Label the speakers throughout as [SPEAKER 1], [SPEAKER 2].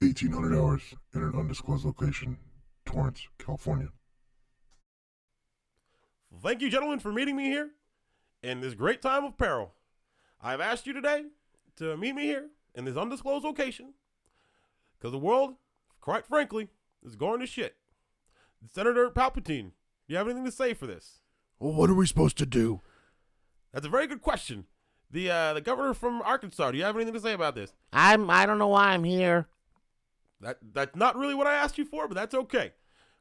[SPEAKER 1] 1800 hours in an undisclosed location, Torrance, California.
[SPEAKER 2] Thank you, gentlemen, for meeting me here in this great time of peril. I've asked you today to meet me here in this undisclosed location because the world, quite frankly, is going to shit. Senator Palpatine, do you have anything to say for this?
[SPEAKER 3] Well, what are we supposed to do?
[SPEAKER 2] That's a very good question. The uh, the governor from Arkansas, do you have anything to say about this?
[SPEAKER 4] I'm I don't know why I'm here.
[SPEAKER 2] That that's not really what I asked you for, but that's okay.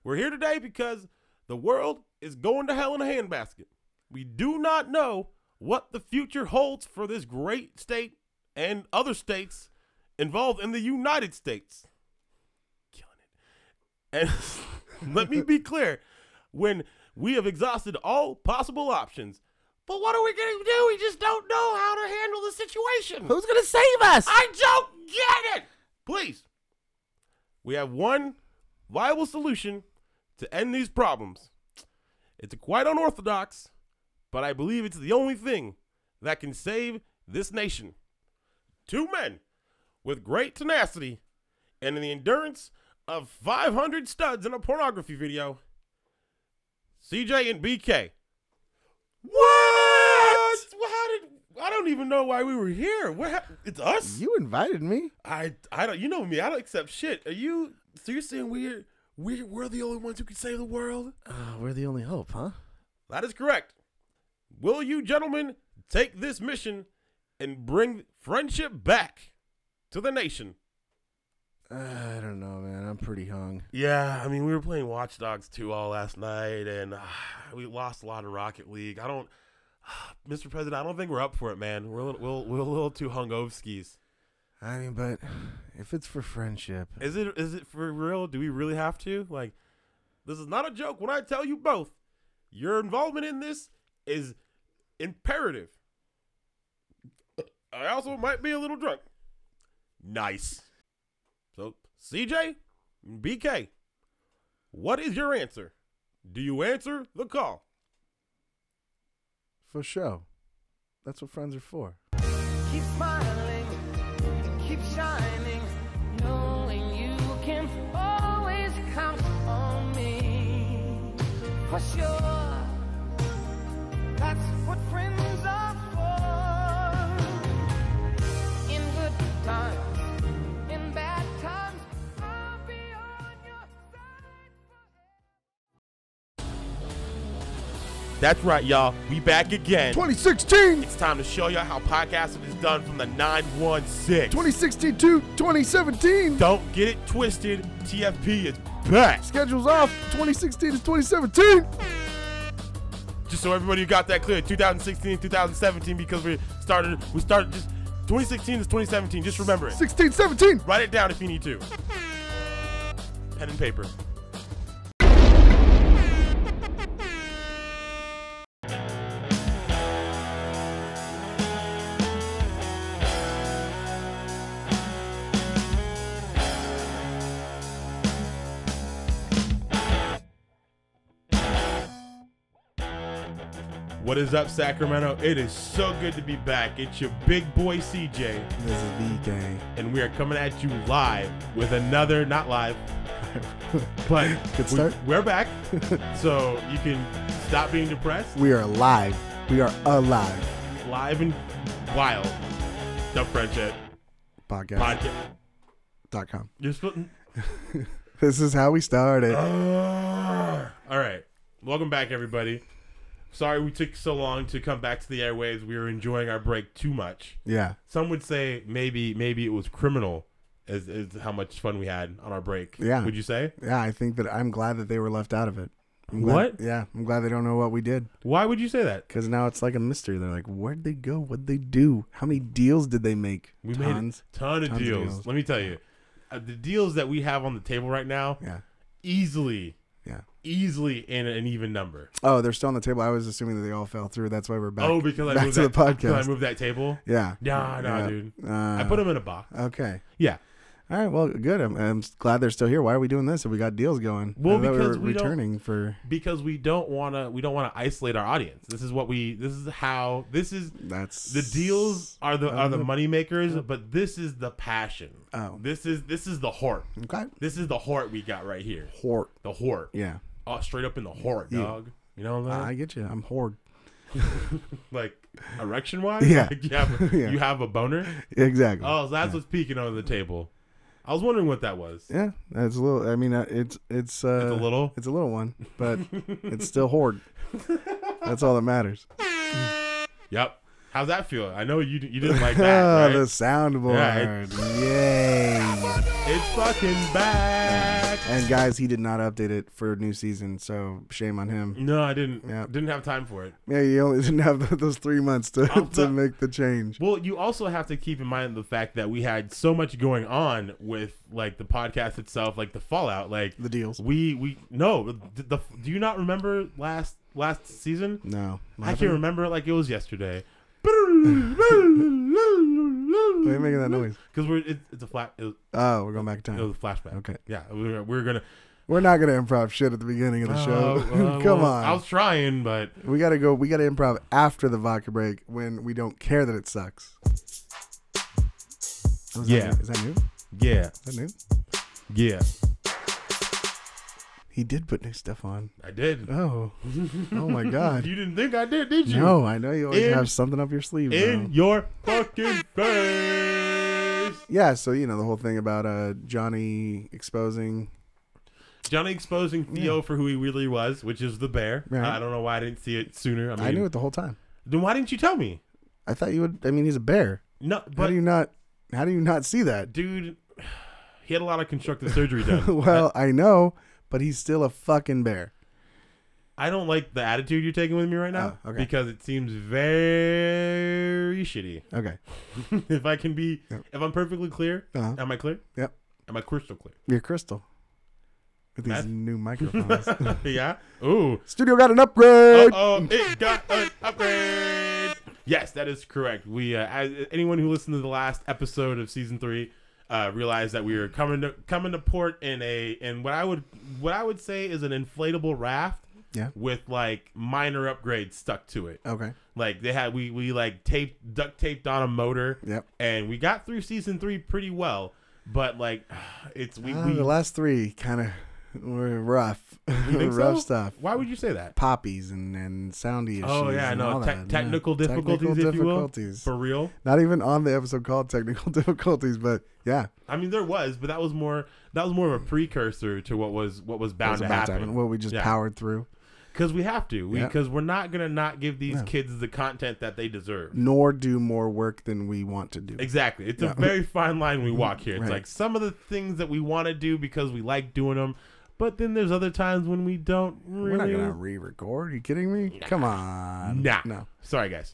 [SPEAKER 2] We're here today because the world is going to hell in a handbasket. We do not know what the future holds for this great state and other states involved in the United States. Killing it. And let me be clear, when we have exhausted all possible options, but what are we going to do? We just don't know how to handle the situation.
[SPEAKER 4] Who's gonna save us?
[SPEAKER 2] I don't get it. Please. We have one viable solution to end these problems. It's quite unorthodox, but I believe it's the only thing that can save this nation. Two men with great tenacity and the endurance of 500 studs in a pornography video. CJ and BK. What? Well, how did I don't even know why we were here. What happened? It's us.
[SPEAKER 3] You invited me.
[SPEAKER 2] I I don't you know me, I don't accept shit. Are you so you're saying we're we we're the only ones who can save the world?
[SPEAKER 4] Uh, we're the only hope, huh?
[SPEAKER 2] That is correct. Will you gentlemen take this mission and bring friendship back to the nation?
[SPEAKER 3] Uh, I don't know, man. I'm pretty hung.
[SPEAKER 2] Yeah, I mean we were playing Watch Dogs 2 all last night and uh, we lost a lot in Rocket League. I don't Mr. President, I don't think we're up for it, man. We're a little, we're, we're a little too hungover skis.
[SPEAKER 3] I mean, but if it's for friendship,
[SPEAKER 2] Is it is it for real? Do we really have to? Like, this is not a joke. When I tell you both, your involvement in this is imperative. I also might be a little drunk. Nice. So, CJ, BK, what is your answer? Do you answer the call?
[SPEAKER 3] for show. That's what friends are for.
[SPEAKER 5] Keep smiling, keep shining, knowing you can always count on me. For sure, that's what friends are for. In good times, in bad times, I'll be on your side.
[SPEAKER 2] That's right, y'all. We back again.
[SPEAKER 3] 2016,
[SPEAKER 2] It's time to show y'all how podcasting is done from the 916.
[SPEAKER 3] 2016 to 2017.
[SPEAKER 2] Don't get it twisted. TFP is back.
[SPEAKER 3] Schedules off 2016 to 2017.
[SPEAKER 2] Just so everybody got that clear, 2016 2017 because we started we started just 2016 is 2017. Just remember it.
[SPEAKER 3] 16, 17.
[SPEAKER 2] Write it down if you need to. Pen and paper. What is up, Sacramento? It is so good to be back. It's your big boy CJ,
[SPEAKER 3] This is BK.
[SPEAKER 2] and we are coming at you live with another, not live, but
[SPEAKER 3] Good start.
[SPEAKER 2] We, are back. so you can stop being depressed,
[SPEAKER 3] We are alive. We are alive.
[SPEAKER 2] live and wild. The Friendship
[SPEAKER 3] Podcast.com.
[SPEAKER 2] Podcast. You're splitting.
[SPEAKER 3] This is how we started.
[SPEAKER 2] All right. Welcome back, everybody. Sorry we took so long to come back to the airwaves. We were enjoying our break too much.
[SPEAKER 3] yeah.
[SPEAKER 2] Some would say maybe maybe it was criminal as, as how much fun we had on our break.
[SPEAKER 3] Yeah.
[SPEAKER 2] Would you say?
[SPEAKER 3] Yeah, I think that I'm glad that they were left out of it. I'm glad-
[SPEAKER 2] What?
[SPEAKER 3] Yeah, I'm glad they don't know what we did
[SPEAKER 2] Why would you say that?
[SPEAKER 3] because now it's like a mystery. They're like, where'd they go? What'd they do? How many deals did they make?
[SPEAKER 2] We
[SPEAKER 3] Tons.
[SPEAKER 2] made a ton of
[SPEAKER 3] Tons of
[SPEAKER 2] deals.
[SPEAKER 3] deals.
[SPEAKER 2] Let me tell you. Uh, the deals that we have on the table right now
[SPEAKER 3] Yeah,
[SPEAKER 2] easily
[SPEAKER 3] yeah.
[SPEAKER 2] easily in an even number.
[SPEAKER 3] Oh, they're still on the table. I was assuming that they all fell through. That's why we're back.
[SPEAKER 2] oh, because I
[SPEAKER 3] back
[SPEAKER 2] moved
[SPEAKER 3] to
[SPEAKER 2] that,
[SPEAKER 3] the podcast.
[SPEAKER 2] because I moved that table.
[SPEAKER 3] yeah.
[SPEAKER 2] Nah, nah,
[SPEAKER 3] Yeah.
[SPEAKER 2] dude.
[SPEAKER 3] Uh,
[SPEAKER 2] I put them in a box.
[SPEAKER 3] Okay.
[SPEAKER 2] Yeah.
[SPEAKER 3] All right, well, good. I'm, I'm glad they're still here. Why are we doing this if we got deals going?
[SPEAKER 2] Well,
[SPEAKER 3] I thought
[SPEAKER 2] because
[SPEAKER 3] we were
[SPEAKER 2] we don't-
[SPEAKER 3] returning for.
[SPEAKER 2] because we don't want to we don't want to isolate our audience. This is what we this is how this is
[SPEAKER 3] That's
[SPEAKER 2] the deals are the are the
[SPEAKER 3] Uh,
[SPEAKER 2] money makers, but this is the passion.
[SPEAKER 3] Oh.
[SPEAKER 2] This is this is the heart.
[SPEAKER 3] Okay.
[SPEAKER 2] This is the heart we got right here.
[SPEAKER 3] Horde.
[SPEAKER 2] The heart.
[SPEAKER 3] Yeah,
[SPEAKER 2] Oh, straight up in the heart, dog. You know what I'm
[SPEAKER 3] I
[SPEAKER 2] saying?
[SPEAKER 3] get you. I'm horde.
[SPEAKER 2] like erection wise?
[SPEAKER 3] Yeah.
[SPEAKER 2] Like, you, have,
[SPEAKER 3] Yeah.
[SPEAKER 2] you have a boner?
[SPEAKER 3] Exactly.
[SPEAKER 2] Oh, so that's what's peeking under the table. I was wondering what that was.
[SPEAKER 3] Yeah, that's a little. I mean, uh, it's it's uh,
[SPEAKER 2] It's a little?
[SPEAKER 3] It's a little one, but it's still horde. That's all that matters.
[SPEAKER 2] Yep. How's that feel? I know you you didn't like
[SPEAKER 3] Ah,
[SPEAKER 2] that. right?
[SPEAKER 3] the soundboard. Yay!
[SPEAKER 2] It's fucking back.
[SPEAKER 3] And guys, he did not update it for new season, so shame on him.
[SPEAKER 2] No, I didn't.
[SPEAKER 3] Yeah.
[SPEAKER 2] Didn't have time for it.
[SPEAKER 3] Yeah, you only didn't have those three months to,
[SPEAKER 2] I'll
[SPEAKER 3] to
[SPEAKER 2] t-
[SPEAKER 3] make the change.
[SPEAKER 2] Well, you also have to keep in mind the fact that we had so much going on with like the podcast itself, like the fallout, like
[SPEAKER 3] The deals.
[SPEAKER 2] we we no. The, the, do you not remember last last season?
[SPEAKER 3] No,
[SPEAKER 2] I can remember it like it was yesterday.
[SPEAKER 3] Why are you making that noise?
[SPEAKER 2] Because we're it, it's a flat. It,
[SPEAKER 3] Oh, we're going back in
[SPEAKER 2] it
[SPEAKER 3] time.
[SPEAKER 2] was a flashback.
[SPEAKER 3] Okay.
[SPEAKER 2] Yeah, we we're, we we're gonna.
[SPEAKER 3] We're not gonna improv shit at the beginning of the show.
[SPEAKER 2] Uh, uh,
[SPEAKER 3] Oh, Come
[SPEAKER 2] well,
[SPEAKER 3] on,
[SPEAKER 2] I was trying, but
[SPEAKER 3] we gotta go. We gotta improv after the vodka break when we don't care that it sucks. Oh, is
[SPEAKER 2] Yeah.
[SPEAKER 3] that new? is that new?
[SPEAKER 2] yeah,
[SPEAKER 3] Is that new?
[SPEAKER 2] yeah,
[SPEAKER 3] He did put new stuff on.
[SPEAKER 2] I did.
[SPEAKER 3] Oh, oh my god.
[SPEAKER 2] You didn't think I did, did you?
[SPEAKER 3] No, I know you always
[SPEAKER 2] In-
[SPEAKER 3] have something up your sleeve.
[SPEAKER 2] In
[SPEAKER 3] though.
[SPEAKER 2] your fucking face.
[SPEAKER 3] Yeah, so you know the whole thing about uh, Johnny exposing.
[SPEAKER 2] Johnny exposing Theo for who he really was, which is the bear.
[SPEAKER 3] Right.
[SPEAKER 2] I don't know why I didn't see it sooner. I mean,
[SPEAKER 3] I knew it the whole time.
[SPEAKER 2] Then why didn't you tell me?
[SPEAKER 3] I thought you would. I mean, he's a bear.
[SPEAKER 2] No,
[SPEAKER 3] How
[SPEAKER 2] but
[SPEAKER 3] do you not? How do you not see that?
[SPEAKER 2] dude, he had a lot of constructive surgery done.
[SPEAKER 3] well, I know, but he's still a fucking bear.
[SPEAKER 2] I don't like the attitude you're taking with me right now
[SPEAKER 3] Oh, okay.
[SPEAKER 2] because it seems very shitty.
[SPEAKER 3] Okay.
[SPEAKER 2] if I can be,
[SPEAKER 3] Yep.
[SPEAKER 2] if I'm perfectly clear,
[SPEAKER 3] Uh-huh.
[SPEAKER 2] am I clear?
[SPEAKER 3] Yep.
[SPEAKER 2] Am I crystal clear?
[SPEAKER 3] Your crystal. With these
[SPEAKER 2] Math?
[SPEAKER 3] new microphones.
[SPEAKER 2] yeah. Ooh.
[SPEAKER 3] Studio got an upgrade.
[SPEAKER 2] Oh, it got an upgrade. Yes, that is correct. We, uh, as, anyone who listened to the last episode of season three, uh, realized that we were coming to coming to port in a in what I would what I would say is an inflatable raft.
[SPEAKER 3] Yeah. Uh-huh.
[SPEAKER 2] With like minor upgrades stuck to it.
[SPEAKER 3] Okay.
[SPEAKER 2] Like they had we we like taped duct taped on a motor.
[SPEAKER 3] Yep.
[SPEAKER 2] And we got through season three pretty well, but like it's we,
[SPEAKER 3] Ah,
[SPEAKER 2] we
[SPEAKER 3] the last three kind of were rough.
[SPEAKER 2] you think
[SPEAKER 3] rough
[SPEAKER 2] so?
[SPEAKER 3] stuff.
[SPEAKER 2] Why would you say that?
[SPEAKER 3] Poppies and, and soundy issues.
[SPEAKER 2] Oh yeah,
[SPEAKER 3] and
[SPEAKER 2] no
[SPEAKER 3] all
[SPEAKER 2] te-
[SPEAKER 3] that.
[SPEAKER 2] technical
[SPEAKER 3] Yeah.
[SPEAKER 2] difficulties,
[SPEAKER 3] Technical
[SPEAKER 2] if you will,
[SPEAKER 3] difficulties.
[SPEAKER 2] for real.
[SPEAKER 3] Not even on the episode called technical difficulties, but yeah,
[SPEAKER 2] I mean, there was, but that was more that was more of a precursor to what was what was
[SPEAKER 3] it
[SPEAKER 2] bound
[SPEAKER 3] was
[SPEAKER 2] to
[SPEAKER 3] about to
[SPEAKER 2] happen.
[SPEAKER 3] happen. What we just
[SPEAKER 2] Yeah.
[SPEAKER 3] powered through,
[SPEAKER 2] Because we have to,
[SPEAKER 3] Yeah.
[SPEAKER 2] because we, are not gonna not give these
[SPEAKER 3] No.
[SPEAKER 2] kids the content that they deserve.
[SPEAKER 3] nor do more work than we want to do.
[SPEAKER 2] Exactly, it's
[SPEAKER 3] Yeah.
[SPEAKER 2] a very fine line we walk here. It's
[SPEAKER 3] Right.
[SPEAKER 2] like some of the things that we want to do because we like doing them, but then there's other times when we don't
[SPEAKER 3] We're
[SPEAKER 2] really.
[SPEAKER 3] not gonna re-record. Are you kidding me? Come on.
[SPEAKER 2] Nah.
[SPEAKER 3] No.
[SPEAKER 2] Sorry, guys.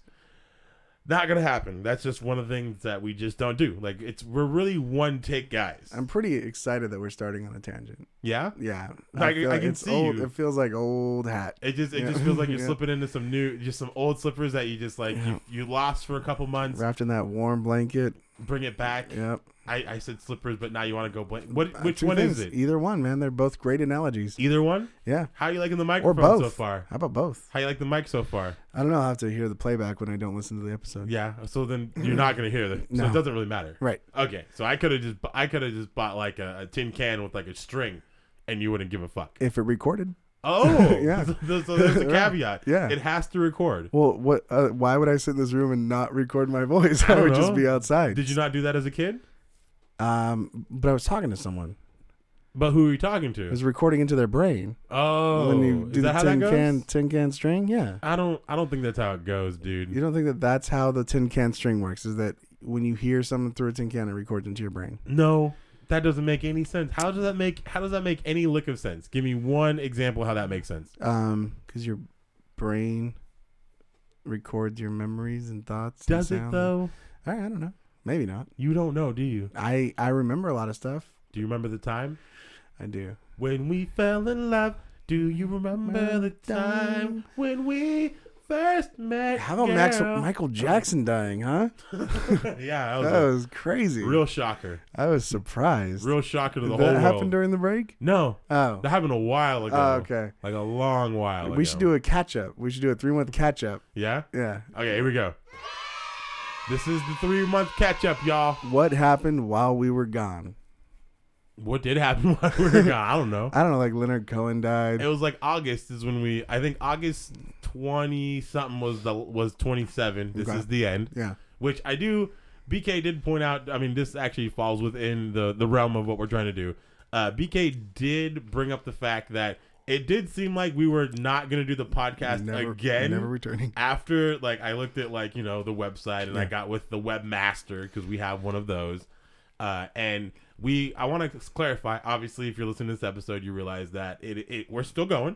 [SPEAKER 2] Not gonna happen. That's just one of the things that we just don't do. Like it's we're really one take guys.
[SPEAKER 3] I'm pretty excited that we're starting on a tangent.
[SPEAKER 2] yeah.
[SPEAKER 3] Yeah,
[SPEAKER 2] I can-
[SPEAKER 3] feel
[SPEAKER 2] I
[SPEAKER 3] like
[SPEAKER 2] can
[SPEAKER 3] it's
[SPEAKER 2] see
[SPEAKER 3] old,
[SPEAKER 2] you.
[SPEAKER 3] It feels like old hat.
[SPEAKER 2] It just it
[SPEAKER 3] Yeah.
[SPEAKER 2] just feels like you're
[SPEAKER 3] Yeah.
[SPEAKER 2] slipping into some new, just some old slippers that you just like
[SPEAKER 3] Yeah.
[SPEAKER 2] you, you lost for a couple months.
[SPEAKER 3] Wrapped in that warm blanket.
[SPEAKER 2] Bring it back.
[SPEAKER 3] Yep.
[SPEAKER 2] I, I said slippers, but now you want to go blank. What
[SPEAKER 3] Uh,
[SPEAKER 2] which
[SPEAKER 3] two
[SPEAKER 2] one is
[SPEAKER 3] things.
[SPEAKER 2] it?
[SPEAKER 3] Either one, man. They're both great analogies.
[SPEAKER 2] Either one.
[SPEAKER 3] Yeah,
[SPEAKER 2] How you liking the
[SPEAKER 3] or
[SPEAKER 2] microphone
[SPEAKER 3] both.
[SPEAKER 2] so far?
[SPEAKER 3] How about both?
[SPEAKER 2] How you like the mic so far?
[SPEAKER 3] I don't know. I have to hear the playback when I don't listen to the episode.
[SPEAKER 2] Yeah. So then you're not gonna hear that. So
[SPEAKER 3] No.
[SPEAKER 2] it doesn't really matter.
[SPEAKER 3] Right.
[SPEAKER 2] Okay. So I could have just bu- I could have just bought like a, a tin can with like a string, and you wouldn't give a fuck.
[SPEAKER 3] If it recorded,
[SPEAKER 2] Oh.
[SPEAKER 3] Yeah.
[SPEAKER 2] So, so there's a
[SPEAKER 3] Right.
[SPEAKER 2] caveat.
[SPEAKER 3] Yeah.
[SPEAKER 2] It has to record.
[SPEAKER 3] well, what? Uh, why would I sit in this room and not record my voice? I,
[SPEAKER 2] don't
[SPEAKER 3] would just
[SPEAKER 2] know.
[SPEAKER 3] be outside.
[SPEAKER 2] Did you not do that as a kid?
[SPEAKER 3] Um, but I was talking to someone.
[SPEAKER 2] But who are you talking
[SPEAKER 3] I
[SPEAKER 2] to?
[SPEAKER 3] was recording into their brain
[SPEAKER 2] Oh,
[SPEAKER 3] when you do
[SPEAKER 2] is
[SPEAKER 3] the
[SPEAKER 2] that how
[SPEAKER 3] tin
[SPEAKER 2] that goes?
[SPEAKER 3] can tin can string. Yeah.
[SPEAKER 2] I don't. I don't think that's how it goes, dude.
[SPEAKER 3] You don't think that that's how the tin can string works? Is that when you hear something through a tin can, it records into your brain?
[SPEAKER 2] no, that doesn't make any sense. How does that make? How does that make any lick of sense? Give me one example how that makes sense.
[SPEAKER 3] Um, because your brain records your memories and thoughts. and
[SPEAKER 2] Does it
[SPEAKER 3] sounds.
[SPEAKER 2] though?
[SPEAKER 3] I, I don't know. Maybe not.
[SPEAKER 2] You don't know, do you?
[SPEAKER 3] I I remember a lot of stuff.
[SPEAKER 2] Do you remember the time
[SPEAKER 3] I do.
[SPEAKER 2] when we fell in love? Do you remember the time when we first met.
[SPEAKER 3] How about Max-
[SPEAKER 2] girl.
[SPEAKER 3] Michael Jackson dying, huh?
[SPEAKER 2] yeah, that was
[SPEAKER 3] That
[SPEAKER 2] a
[SPEAKER 3] was crazy.
[SPEAKER 2] real shocker.
[SPEAKER 3] I was surprised.
[SPEAKER 2] Real shocker to the
[SPEAKER 3] Did
[SPEAKER 2] whole
[SPEAKER 3] that happened
[SPEAKER 2] world.
[SPEAKER 3] during the break?
[SPEAKER 2] no,
[SPEAKER 3] Oh.
[SPEAKER 2] that happened a while ago.
[SPEAKER 3] Oh, okay.
[SPEAKER 2] like a long while. ago.
[SPEAKER 3] We should do a catch up. We should do a three month catch up.
[SPEAKER 2] Yeah.
[SPEAKER 3] Yeah.
[SPEAKER 2] Okay, here we go. This is the three month catch up, y'all.
[SPEAKER 3] What happened while we were gone?
[SPEAKER 2] What did happen while we were gone? I don't know.
[SPEAKER 3] I don't know, like Leonard Cohen died.
[SPEAKER 2] It was like August is when we. I think August twenty something was the was twenty seven. This
[SPEAKER 3] Okay.
[SPEAKER 2] is the end.
[SPEAKER 3] yeah.
[SPEAKER 2] Which I do. BK did point out. I mean, this actually falls within the the realm of what we're trying to do. Uh, BK did bring up the fact that it did seem like we were not going to do the podcast
[SPEAKER 3] Never
[SPEAKER 2] again.
[SPEAKER 3] Never returning.
[SPEAKER 2] after like I looked at like you know the website and I
[SPEAKER 3] Yeah.
[SPEAKER 2] got with the webmaster because we have one of those, uh, and we I want to clarify. Obviously, if you're listening to this episode, you realize that it, it we're still going,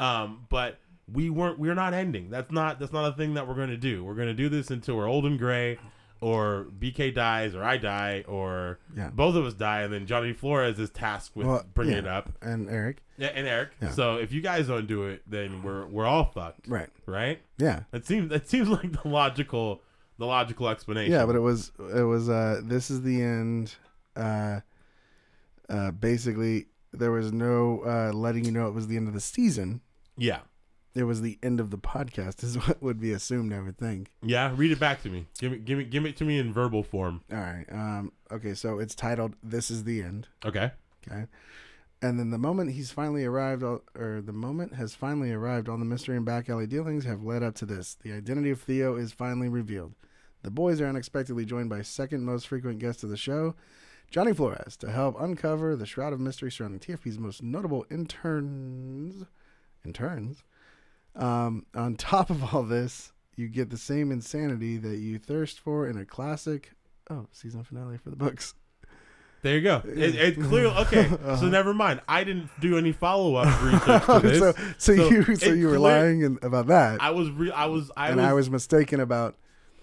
[SPEAKER 2] um, but we weren't we're not ending. That's not that's not a thing that we're going to do. We're going to do this until we're old and gray, or BK dies, or I die, or
[SPEAKER 3] Yeah.
[SPEAKER 2] both of us die, and then Johnny Flores is tasked with
[SPEAKER 3] Well,
[SPEAKER 2] bringing
[SPEAKER 3] yeah.
[SPEAKER 2] it up.
[SPEAKER 3] And Eric.
[SPEAKER 2] Yeah, and Eric.
[SPEAKER 3] Yeah.
[SPEAKER 2] So if you guys don't do it, then we're we're all fucked,
[SPEAKER 3] Right.
[SPEAKER 2] right?
[SPEAKER 3] Yeah.
[SPEAKER 2] That seems that seems like the logical the logical explanation.
[SPEAKER 3] Yeah, but it was it was uh this is the end. Uh uh basically there was no uh letting you know it was the end of the season.
[SPEAKER 2] yeah,
[SPEAKER 3] It was the end of the podcast is what would be assumed, I would think.
[SPEAKER 2] yeah. Read it back to me. Give me give me give it to me in verbal form.
[SPEAKER 3] All right. Um okay, so it's titled This is the End.
[SPEAKER 2] Okay.
[SPEAKER 3] Okay. And then the moment he's finally arrived, all- or the moment has finally arrived, all the mystery and back alley dealings have led up to this. The identity of Theo is finally revealed. The boys are unexpectedly joined by second most frequent guest of the show, Johnny Flores, to help uncover the shroud of mystery surrounding TFP's most notable interns. Interns? Um, on top of all this, you get the same insanity that you thirst for in a classic. Oh, season finale for the books.
[SPEAKER 2] There you go. It, it clearly okay. So never mind. I didn't do any follow up research to this.
[SPEAKER 3] Uh-huh. so, so,
[SPEAKER 2] So
[SPEAKER 3] you so
[SPEAKER 2] it
[SPEAKER 3] you were
[SPEAKER 2] clear-
[SPEAKER 3] lying in, about that,
[SPEAKER 2] I was re- I was I
[SPEAKER 3] and
[SPEAKER 2] was,
[SPEAKER 3] I was mistaken about.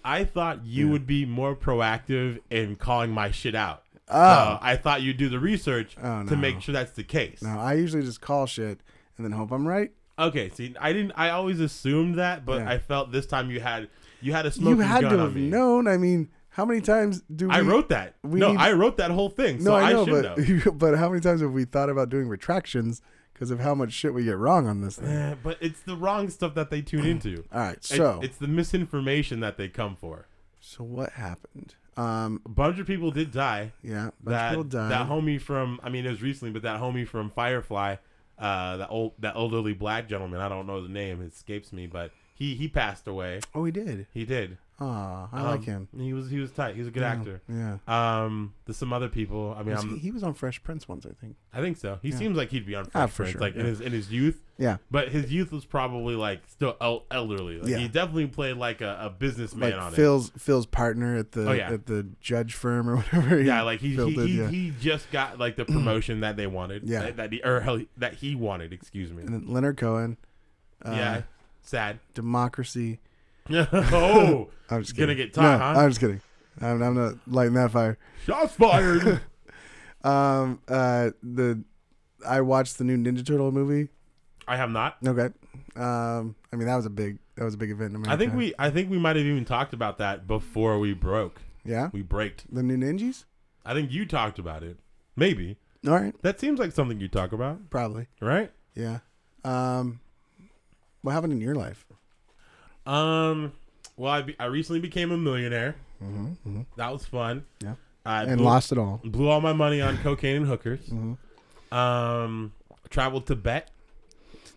[SPEAKER 2] I thought you would be more proactive in calling my shit out.
[SPEAKER 3] Oh,
[SPEAKER 2] Uh, I thought you'd do the research
[SPEAKER 3] Oh, no.
[SPEAKER 2] to make sure that's the case.
[SPEAKER 3] no! I usually just call shit and then hope I'm right.
[SPEAKER 2] Okay, see, I didn't. I always assumed that, but
[SPEAKER 3] Yeah.
[SPEAKER 2] I felt this time you had you had a
[SPEAKER 3] You
[SPEAKER 2] smoking
[SPEAKER 3] had
[SPEAKER 2] gun
[SPEAKER 3] to
[SPEAKER 2] on
[SPEAKER 3] have
[SPEAKER 2] me.
[SPEAKER 3] known. I mean, how many times do we?
[SPEAKER 2] I wrote that.
[SPEAKER 3] we
[SPEAKER 2] no,
[SPEAKER 3] need-
[SPEAKER 2] I wrote that whole thing.
[SPEAKER 3] No,
[SPEAKER 2] so I,
[SPEAKER 3] I know,
[SPEAKER 2] should
[SPEAKER 3] but
[SPEAKER 2] know.
[SPEAKER 3] but how many times have we thought about doing retractions because of how much shit we get wrong on this thing?
[SPEAKER 2] Eh, But it's the wrong stuff that they tune into.
[SPEAKER 3] All right,
[SPEAKER 2] It-
[SPEAKER 3] so
[SPEAKER 2] it's the misinformation that they come for.
[SPEAKER 3] so what happened? Um,
[SPEAKER 2] A bunch of people did die.
[SPEAKER 3] yeah, bunch of people
[SPEAKER 2] That
[SPEAKER 3] died.
[SPEAKER 2] that homie from I mean it was recently, but that homie from Firefly, uh, that old that elderly black gentleman. I don't know the name. It escapes me, but he he passed away.
[SPEAKER 3] oh, he did.
[SPEAKER 2] He did.
[SPEAKER 3] Aw, I
[SPEAKER 2] Um,
[SPEAKER 3] like him.
[SPEAKER 2] He was he was tight. He was a good actor.
[SPEAKER 3] Yeah.
[SPEAKER 2] Um, there's some other people. I mean,
[SPEAKER 3] Was
[SPEAKER 2] I'm,
[SPEAKER 3] he, he was on Fresh Prince once, I think.
[SPEAKER 2] I think so. He
[SPEAKER 3] Yeah.
[SPEAKER 2] seems like he'd be on Fresh
[SPEAKER 3] Ah, for
[SPEAKER 2] Prince,
[SPEAKER 3] sure,
[SPEAKER 2] like in
[SPEAKER 3] yeah.
[SPEAKER 2] his in his youth.
[SPEAKER 3] Yeah.
[SPEAKER 2] But his youth was probably like still el- elderly. Like,
[SPEAKER 3] Yeah.
[SPEAKER 2] He definitely played like a, a businessman
[SPEAKER 3] like
[SPEAKER 2] on
[SPEAKER 3] Phil's Phil's partner at the
[SPEAKER 2] Oh, yeah.
[SPEAKER 3] at the judge firm or whatever.
[SPEAKER 2] it. Yeah, like he
[SPEAKER 3] Phil
[SPEAKER 2] he,
[SPEAKER 3] did,
[SPEAKER 2] he,
[SPEAKER 3] yeah.
[SPEAKER 2] he just got like the promotion that they wanted.
[SPEAKER 3] Yeah.
[SPEAKER 2] that, that he or hell, that he wanted. Excuse me.
[SPEAKER 3] and then Leonard Cohen. Uh,
[SPEAKER 2] yeah, sad.
[SPEAKER 3] democracy.
[SPEAKER 2] oh,
[SPEAKER 3] I'm just
[SPEAKER 2] Gonna
[SPEAKER 3] kidding.
[SPEAKER 2] get taught,
[SPEAKER 3] no,
[SPEAKER 2] huh?
[SPEAKER 3] I'm just kidding. I'm, I'm not lighting that fire.
[SPEAKER 2] shots fired.
[SPEAKER 3] Um, uh, the I watched the new Ninja Turtle movie.
[SPEAKER 2] I have not.
[SPEAKER 3] Okay. Um, I mean that was a big that was a big event in America.
[SPEAKER 2] I think we I think we might have even talked about that before we broke.
[SPEAKER 3] yeah
[SPEAKER 2] We braked.
[SPEAKER 3] the new ninjas.
[SPEAKER 2] I think you talked about it. Maybe
[SPEAKER 3] All right,
[SPEAKER 2] that seems like something you talk about,
[SPEAKER 3] probably
[SPEAKER 2] right?
[SPEAKER 3] yeah. Um, what happened in your life?
[SPEAKER 2] Um. Well, I, be, I recently became a millionaire.
[SPEAKER 3] Mm-hmm,
[SPEAKER 2] That was fun.
[SPEAKER 3] Yeah.
[SPEAKER 2] I
[SPEAKER 3] And
[SPEAKER 2] blew,
[SPEAKER 3] lost it all.
[SPEAKER 2] blew all my money on cocaine and hookers.
[SPEAKER 3] Mm-hmm.
[SPEAKER 2] Um, traveled Tibet.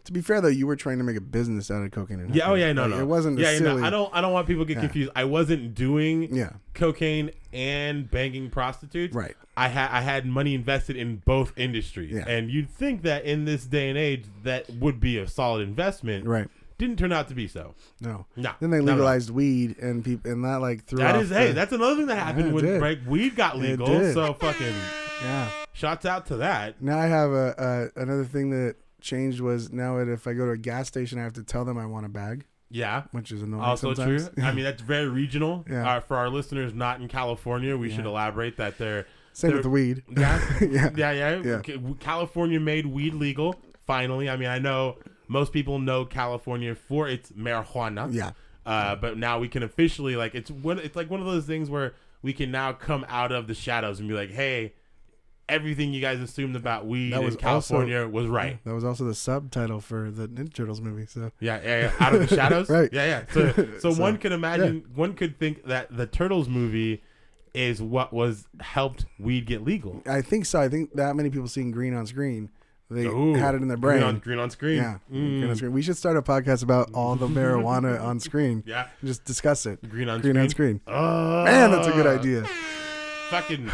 [SPEAKER 3] To be fair though, you were trying to make a business out of cocaine and
[SPEAKER 2] Yeah. Oh
[SPEAKER 3] hookers.
[SPEAKER 2] yeah. No.
[SPEAKER 3] Like,
[SPEAKER 2] no.
[SPEAKER 3] It wasn't.
[SPEAKER 2] Yeah.
[SPEAKER 3] a
[SPEAKER 2] yeah,
[SPEAKER 3] silly,
[SPEAKER 2] No, I don't. I don't want people to get
[SPEAKER 3] Yeah.
[SPEAKER 2] confused. I wasn't doing
[SPEAKER 3] Yeah.
[SPEAKER 2] cocaine and banging prostitutes.
[SPEAKER 3] Right.
[SPEAKER 2] I had I had money invested in both industries.
[SPEAKER 3] Yeah.
[SPEAKER 2] And you'd think that in this day and age that would be a solid investment.
[SPEAKER 3] Right.
[SPEAKER 2] Didn't turn out to be so.
[SPEAKER 3] No.
[SPEAKER 2] No,
[SPEAKER 3] Then they
[SPEAKER 2] no, no.
[SPEAKER 3] legalized weed and people and that like threw
[SPEAKER 2] That
[SPEAKER 3] off
[SPEAKER 2] is hey,
[SPEAKER 3] the-
[SPEAKER 2] that's another thing that happened
[SPEAKER 3] it
[SPEAKER 2] when
[SPEAKER 3] did.
[SPEAKER 2] break weed got legal.
[SPEAKER 3] did.
[SPEAKER 2] So fucking
[SPEAKER 3] yeah.
[SPEAKER 2] shots out to that.
[SPEAKER 3] Now I have a, a another thing that changed was now that if I go to a gas station I have to tell them I want a bag,
[SPEAKER 2] Yeah.
[SPEAKER 3] which is annoying.
[SPEAKER 2] Also
[SPEAKER 3] sometimes.
[SPEAKER 2] true. I mean that's very regional.
[SPEAKER 3] Yeah.
[SPEAKER 2] Uh, for our listeners not in California, we should
[SPEAKER 3] Yeah.
[SPEAKER 2] elaborate that they're
[SPEAKER 3] Same with the weed.
[SPEAKER 2] Yeah.
[SPEAKER 3] yeah.
[SPEAKER 2] yeah, yeah.
[SPEAKER 3] Yeah.
[SPEAKER 2] Ca- California made weed legal finally. I mean, I know Most people know California for its marijuana.
[SPEAKER 3] Yeah.
[SPEAKER 2] Uh, but now we can officially like it's one. It's like one of those things where we can now come out of the shadows and be like, hey, everything you guys assumed about weed
[SPEAKER 3] That
[SPEAKER 2] in
[SPEAKER 3] was also-
[SPEAKER 2] California was right.
[SPEAKER 3] That was also the subtitle for the Ninja Turtles movie. So
[SPEAKER 2] Yeah, yeah, yeah. Out of the shadows.
[SPEAKER 3] Right.
[SPEAKER 2] Yeah, yeah. So, so,
[SPEAKER 3] So,
[SPEAKER 2] one could imagine, one could think that the Turtles movie is what was helped weed get legal.
[SPEAKER 3] I think so. I think that many people seeing green on screen, they
[SPEAKER 2] Ooh,
[SPEAKER 3] had it in their brain.
[SPEAKER 2] Green on, green on screen.
[SPEAKER 3] yeah,
[SPEAKER 2] Mm.
[SPEAKER 3] green on screen. We should start a podcast about all the marijuana on screen.
[SPEAKER 2] Yeah.
[SPEAKER 3] and just discuss it.
[SPEAKER 2] Green on
[SPEAKER 3] green
[SPEAKER 2] screen.
[SPEAKER 3] on screen.
[SPEAKER 2] Oh,
[SPEAKER 3] Man, that's a good idea.
[SPEAKER 2] Fucking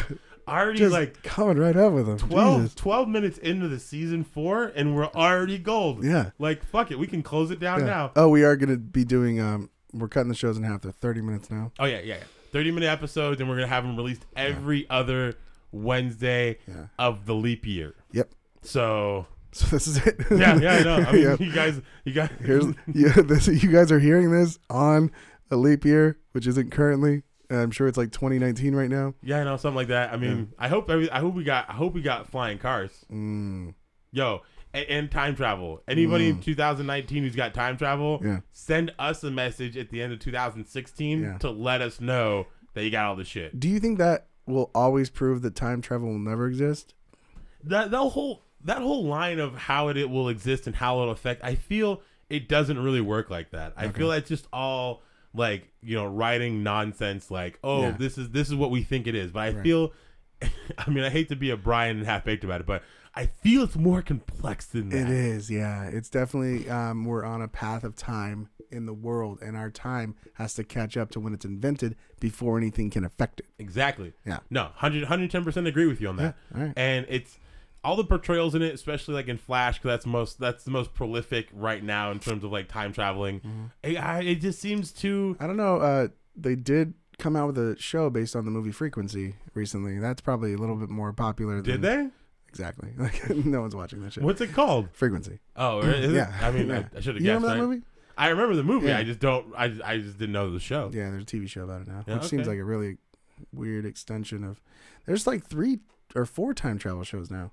[SPEAKER 2] already
[SPEAKER 3] Just
[SPEAKER 2] like
[SPEAKER 3] coming right up with them.
[SPEAKER 2] 12,
[SPEAKER 3] Jesus.
[SPEAKER 2] 12 minutes into the season four, and we're already gold.
[SPEAKER 3] Yeah.
[SPEAKER 2] Like, fuck it. We can close it down
[SPEAKER 3] Yeah.
[SPEAKER 2] now.
[SPEAKER 3] Oh, we are gonna be doing. Um, we're cutting the shows in half. They're thirty minutes now.
[SPEAKER 2] Oh yeah, yeah, yeah. Thirty minute episodes, and we're gonna have them released every other Wednesday
[SPEAKER 3] Yeah.
[SPEAKER 2] of the leap year.
[SPEAKER 3] Yep.
[SPEAKER 2] So
[SPEAKER 3] So this is it.
[SPEAKER 2] yeah, yeah, no. I mean,
[SPEAKER 3] Yep.
[SPEAKER 2] you guys, you guys.
[SPEAKER 3] Here's yeah, this, you guys are hearing this on a leap year, which isn't currently. I'm sure it's like 2019 right now.
[SPEAKER 2] yeah, I know something like that. I mean, I hope every, I hope we got, I hope we got flying cars.
[SPEAKER 3] Mm,
[SPEAKER 2] Yo, and, and time travel. Anybody in 2019 who's got time travel,
[SPEAKER 3] Yeah.
[SPEAKER 2] send us a message at the end of 2016
[SPEAKER 3] Yeah.
[SPEAKER 2] to let us know that you got all the shit.
[SPEAKER 3] Do you think that will always prove that time travel will never exist?
[SPEAKER 2] That that whole that whole line of how it, it will exist and how it'll affect. I feel it doesn't really work like that. I feel it's just all like you know writing nonsense. Like oh,
[SPEAKER 3] Yeah.
[SPEAKER 2] this is this is what we think it is. But I feel. I mean, I hate to be a Brian and half baked about it, but I feel it's more complex than that.
[SPEAKER 3] It is, yeah. It's definitely um, we're on a path of time in the world, and our time has to catch up to when it's invented before anything can affect it.
[SPEAKER 2] Exactly.
[SPEAKER 3] Yeah.
[SPEAKER 2] No, 100, 110% agree with you on that.
[SPEAKER 3] Yeah, all right.
[SPEAKER 2] And it's all the portrayals in it, especially like in Flash, because that's most that's the most prolific right now in terms of like time traveling.
[SPEAKER 3] Mm-hmm.
[SPEAKER 2] It, I, it just seems too.
[SPEAKER 3] I don't know. Uh, they did come out with a show based on the movie Frequency recently. That's probably a little bit more popular. Than,
[SPEAKER 2] Did they?
[SPEAKER 3] Exactly. Like no one's watching that shit.
[SPEAKER 2] What's it called?
[SPEAKER 3] Frequency.
[SPEAKER 2] Oh, is it?
[SPEAKER 3] Yeah.
[SPEAKER 2] I mean,
[SPEAKER 3] Yeah.
[SPEAKER 2] I, I should have guessed.
[SPEAKER 3] You remember that
[SPEAKER 2] right?
[SPEAKER 3] movie?
[SPEAKER 2] I remember the movie.
[SPEAKER 3] Yeah.
[SPEAKER 2] I just don't. I, I just didn't know the show.
[SPEAKER 3] Yeah, there's a TV show about it now,
[SPEAKER 2] Yeah,
[SPEAKER 3] which seems
[SPEAKER 2] okay.
[SPEAKER 3] like a really weird extension of. There's like three or four time travel shows now.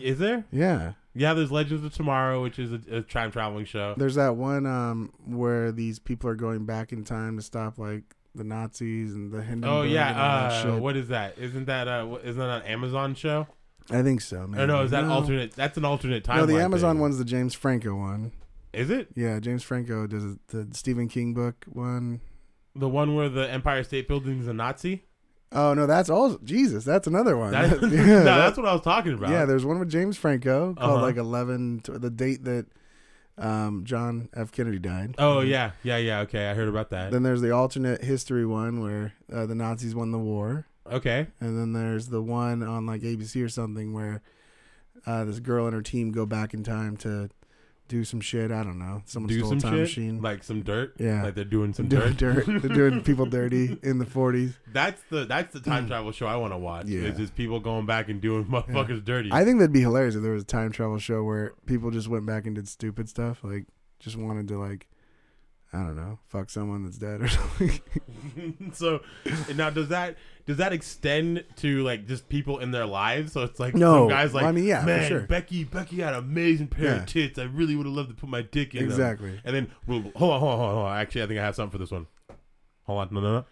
[SPEAKER 2] Is there?
[SPEAKER 3] Yeah,
[SPEAKER 2] Yeah, there's Legends of Tomorrow, which is a, a time traveling show.
[SPEAKER 3] there's that one um where these people are going back in time to stop like the Nazis and the Hindenburg.
[SPEAKER 2] Oh
[SPEAKER 3] and all that
[SPEAKER 2] yeah, uh,
[SPEAKER 3] shit.
[SPEAKER 2] what is that? Isn't that uh, wh- isn't that an Amazon show?
[SPEAKER 3] I think so, man.
[SPEAKER 2] Or no, is that alternate? That's an alternate timeline.
[SPEAKER 3] No, the Amazon
[SPEAKER 2] thing.
[SPEAKER 3] one's the James Franco one.
[SPEAKER 2] Is it
[SPEAKER 3] Yeah, James Franco does the Stephen King book one.
[SPEAKER 2] the one where the Empire State Building is a Nazi?
[SPEAKER 3] Oh no, that's all. Jesus, that's another one.
[SPEAKER 2] That-
[SPEAKER 3] yeah,
[SPEAKER 2] no,
[SPEAKER 3] that-
[SPEAKER 2] that's what I was talking about.
[SPEAKER 3] Yeah, there's one with James Franco called
[SPEAKER 2] Uh-huh.
[SPEAKER 3] like 11, t- the date that um, John F. Kennedy died.
[SPEAKER 2] oh yeah, yeah, yeah. Okay, I heard about that.
[SPEAKER 3] Then there's the alternate history one where uh, the Nazis won the war.
[SPEAKER 2] okay,
[SPEAKER 3] And then there's the one on like ABC or something where uh, this girl and her team go back in time to do some shit. I don't know. Someone
[SPEAKER 2] do
[SPEAKER 3] stole
[SPEAKER 2] some
[SPEAKER 3] a time
[SPEAKER 2] shit
[SPEAKER 3] machine.
[SPEAKER 2] like some dirt.
[SPEAKER 3] Yeah.
[SPEAKER 2] like they're doing
[SPEAKER 3] they're
[SPEAKER 2] some
[SPEAKER 3] doing,
[SPEAKER 2] dirt.
[SPEAKER 3] dirt. they're doing people dirty in the 40s.
[SPEAKER 2] That's the that's the time travel show I want to watch.
[SPEAKER 3] Mm. Yeah.
[SPEAKER 2] It's just people going back and doing motherfuckers dirty.
[SPEAKER 3] I think that'd be hilarious if there was a time travel show where people just went back and did stupid stuff, like just wanted to like, I don't know, fuck someone that's dead or something.
[SPEAKER 2] so now does that does that extend to like just people in their lives? So it's like
[SPEAKER 3] No.
[SPEAKER 2] some guys like
[SPEAKER 3] Well, I mean, yeah, for
[SPEAKER 2] man,
[SPEAKER 3] sure.
[SPEAKER 2] Becky Becky had an amazing pair
[SPEAKER 3] Yeah.
[SPEAKER 2] of tits. I really would have loved to put my dick in them."
[SPEAKER 3] Exactly.
[SPEAKER 2] And then well, hold on, hold on, hold on, hold on. Actually, I think I have something for this one. Hold on, no, no, no.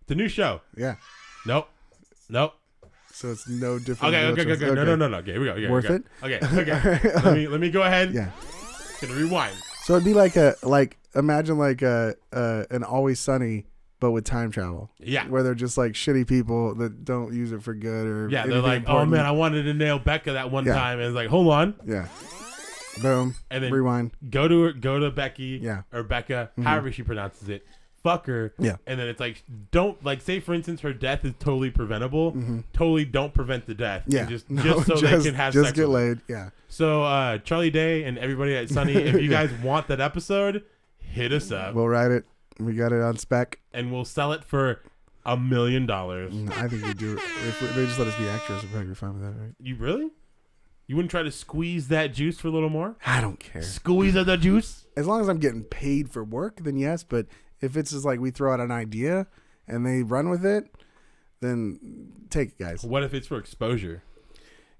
[SPEAKER 2] It's a new show.
[SPEAKER 3] yeah.
[SPEAKER 2] Nope. Nope.
[SPEAKER 3] So it's no different.
[SPEAKER 2] Okay,
[SPEAKER 3] than
[SPEAKER 2] okay,
[SPEAKER 3] what
[SPEAKER 2] okay, okay.
[SPEAKER 3] it was.
[SPEAKER 2] No, no, no, no. Okay, here we go. Here, we
[SPEAKER 3] Worth
[SPEAKER 2] go.
[SPEAKER 3] it?
[SPEAKER 2] Okay, okay. let me let me go ahead.
[SPEAKER 3] Yeah.
[SPEAKER 2] Gonna rewind.
[SPEAKER 3] So it'd be like a like imagine like a uh, an Always Sunny, but with time travel.
[SPEAKER 2] Yeah.
[SPEAKER 3] Where they're just like shitty people that don't use it for good or
[SPEAKER 2] Yeah, they're
[SPEAKER 3] anything
[SPEAKER 2] like, oh
[SPEAKER 3] important.
[SPEAKER 2] man, I wanted to nail Becca that one
[SPEAKER 3] Yeah.
[SPEAKER 2] time, and it's like, hold on,
[SPEAKER 3] yeah. Boom.
[SPEAKER 2] And then-
[SPEAKER 3] rewind.
[SPEAKER 2] go to her, go to Becky,
[SPEAKER 3] Yeah. Mm-hmm.
[SPEAKER 2] or Becca, however she pronounces it, fuck her,
[SPEAKER 3] Yeah.
[SPEAKER 2] and then it's like, don't like say for instance, her death is totally preventable, totally don't prevent the death,
[SPEAKER 3] Mm-hmm. Yeah.
[SPEAKER 2] And just
[SPEAKER 3] No,
[SPEAKER 2] just so
[SPEAKER 3] just-
[SPEAKER 2] they can have
[SPEAKER 3] just
[SPEAKER 2] sex.
[SPEAKER 3] get
[SPEAKER 2] with her.
[SPEAKER 3] laid. Yeah.
[SPEAKER 2] So uh, Charlie Day and everybody at Sunny, if you guys want that episode, hit us up,
[SPEAKER 3] We'll write it. We got it on spec.
[SPEAKER 2] and we'll sell it for a million dollars.
[SPEAKER 3] No, I think we do. If we, they just let us be extras, we'd probably be fine with that, right?
[SPEAKER 2] You really? You wouldn't try to squeeze that juice for a little more?
[SPEAKER 3] I don't care.
[SPEAKER 2] Squeeze out the juice?
[SPEAKER 3] As long as I'm getting paid for work, then yes. But if it's just like we throw out an idea and they run with it, then take it, guys.
[SPEAKER 2] What if it's for exposure?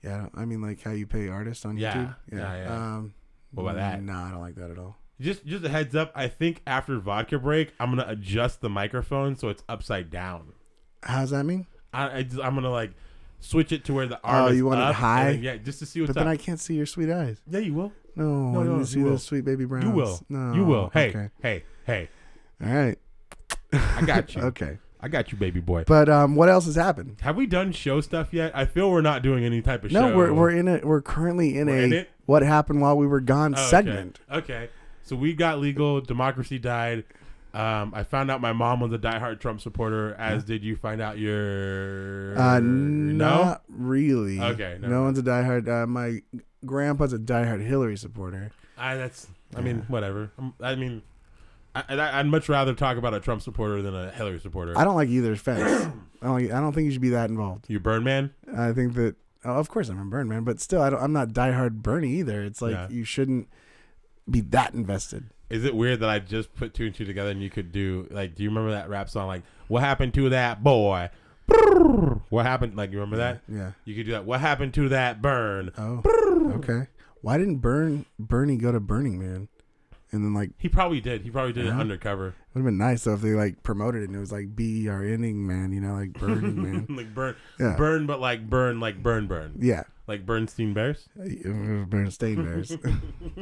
[SPEAKER 3] Yeah, I don't- I mean, like how you pay artists on
[SPEAKER 2] Yeah,
[SPEAKER 3] YouTube.
[SPEAKER 2] yeah, yeah.
[SPEAKER 3] Um,
[SPEAKER 2] What about that?
[SPEAKER 3] No, I don't like that at all.
[SPEAKER 2] Just just a heads up. I think after vodka break, I'm gonna adjust the microphone so it's upside down.
[SPEAKER 3] How's that mean?
[SPEAKER 2] I, I just, I'm gonna like switch it to where the arm.
[SPEAKER 3] Oh,
[SPEAKER 2] is
[SPEAKER 3] you want it
[SPEAKER 2] up, and
[SPEAKER 3] high?
[SPEAKER 2] then- yeah, just to see what's
[SPEAKER 3] but then
[SPEAKER 2] up.
[SPEAKER 3] I can't see your sweet eyes.
[SPEAKER 2] yeah, you will.
[SPEAKER 3] No,
[SPEAKER 2] No,
[SPEAKER 3] I
[SPEAKER 2] no,
[SPEAKER 3] need
[SPEAKER 2] you
[SPEAKER 3] to see
[SPEAKER 2] will.
[SPEAKER 3] those sweet baby browns.
[SPEAKER 2] You will.
[SPEAKER 3] No.
[SPEAKER 2] You will. Hey,
[SPEAKER 3] Okay.
[SPEAKER 2] hey, hey.
[SPEAKER 3] All right.
[SPEAKER 2] I got you.
[SPEAKER 3] Okay.
[SPEAKER 2] I got you, baby boy.
[SPEAKER 3] But um, what else has happened?
[SPEAKER 2] Have we done show stuff yet? I feel we're not doing any type of show.
[SPEAKER 3] No, we're we're in it. We're currently in
[SPEAKER 2] We're
[SPEAKER 3] a
[SPEAKER 2] in it?
[SPEAKER 3] what happened while we were gone
[SPEAKER 2] Oh, okay.
[SPEAKER 3] segment.
[SPEAKER 2] Okay. So we got legal. Democracy died. Um, I found out my mom was a diehard Trump supporter, as did you find out your.
[SPEAKER 3] Uh,
[SPEAKER 2] Er, no?
[SPEAKER 3] not really.
[SPEAKER 2] Okay,
[SPEAKER 3] No,
[SPEAKER 2] no.
[SPEAKER 3] one's a diehard. Uh, my grandpa's a diehard Hillary supporter.
[SPEAKER 2] I, that's. I mean, whatever. I'm, I mean, I, and I, I'd much rather talk about a Trump supporter than a Hillary supporter.
[SPEAKER 3] I don't like either fence. I don't. Like, I don't think you should be that involved.
[SPEAKER 2] you burn man?
[SPEAKER 3] I think that. Oh, of course, I'm a Burn man, but still, I don't, I'm not diehard Bernie either. It's like
[SPEAKER 2] Yeah.
[SPEAKER 3] you shouldn't be that invested.
[SPEAKER 2] Is it weird that I just put two and two together and you could do like? Do you remember that rap song like "What happened to that boy"? Brrr. What happened? Like you remember that?
[SPEAKER 3] Yeah.
[SPEAKER 2] You could do that. What happened to that burn?
[SPEAKER 3] Oh. Okay. Why didn't Burn Bernie go to Burning Man? And then like
[SPEAKER 2] He probably did. He probably did it
[SPEAKER 3] Yeah.
[SPEAKER 2] undercover.
[SPEAKER 3] Would have been nice though if they like promoted it and it was like be our ending man, you know, like burning man.
[SPEAKER 2] like burn,
[SPEAKER 3] Yeah.
[SPEAKER 2] burn, but like burn, like burn, burn,
[SPEAKER 3] Yeah,
[SPEAKER 2] like Bernstein Bears.
[SPEAKER 3] Bernstein Bears,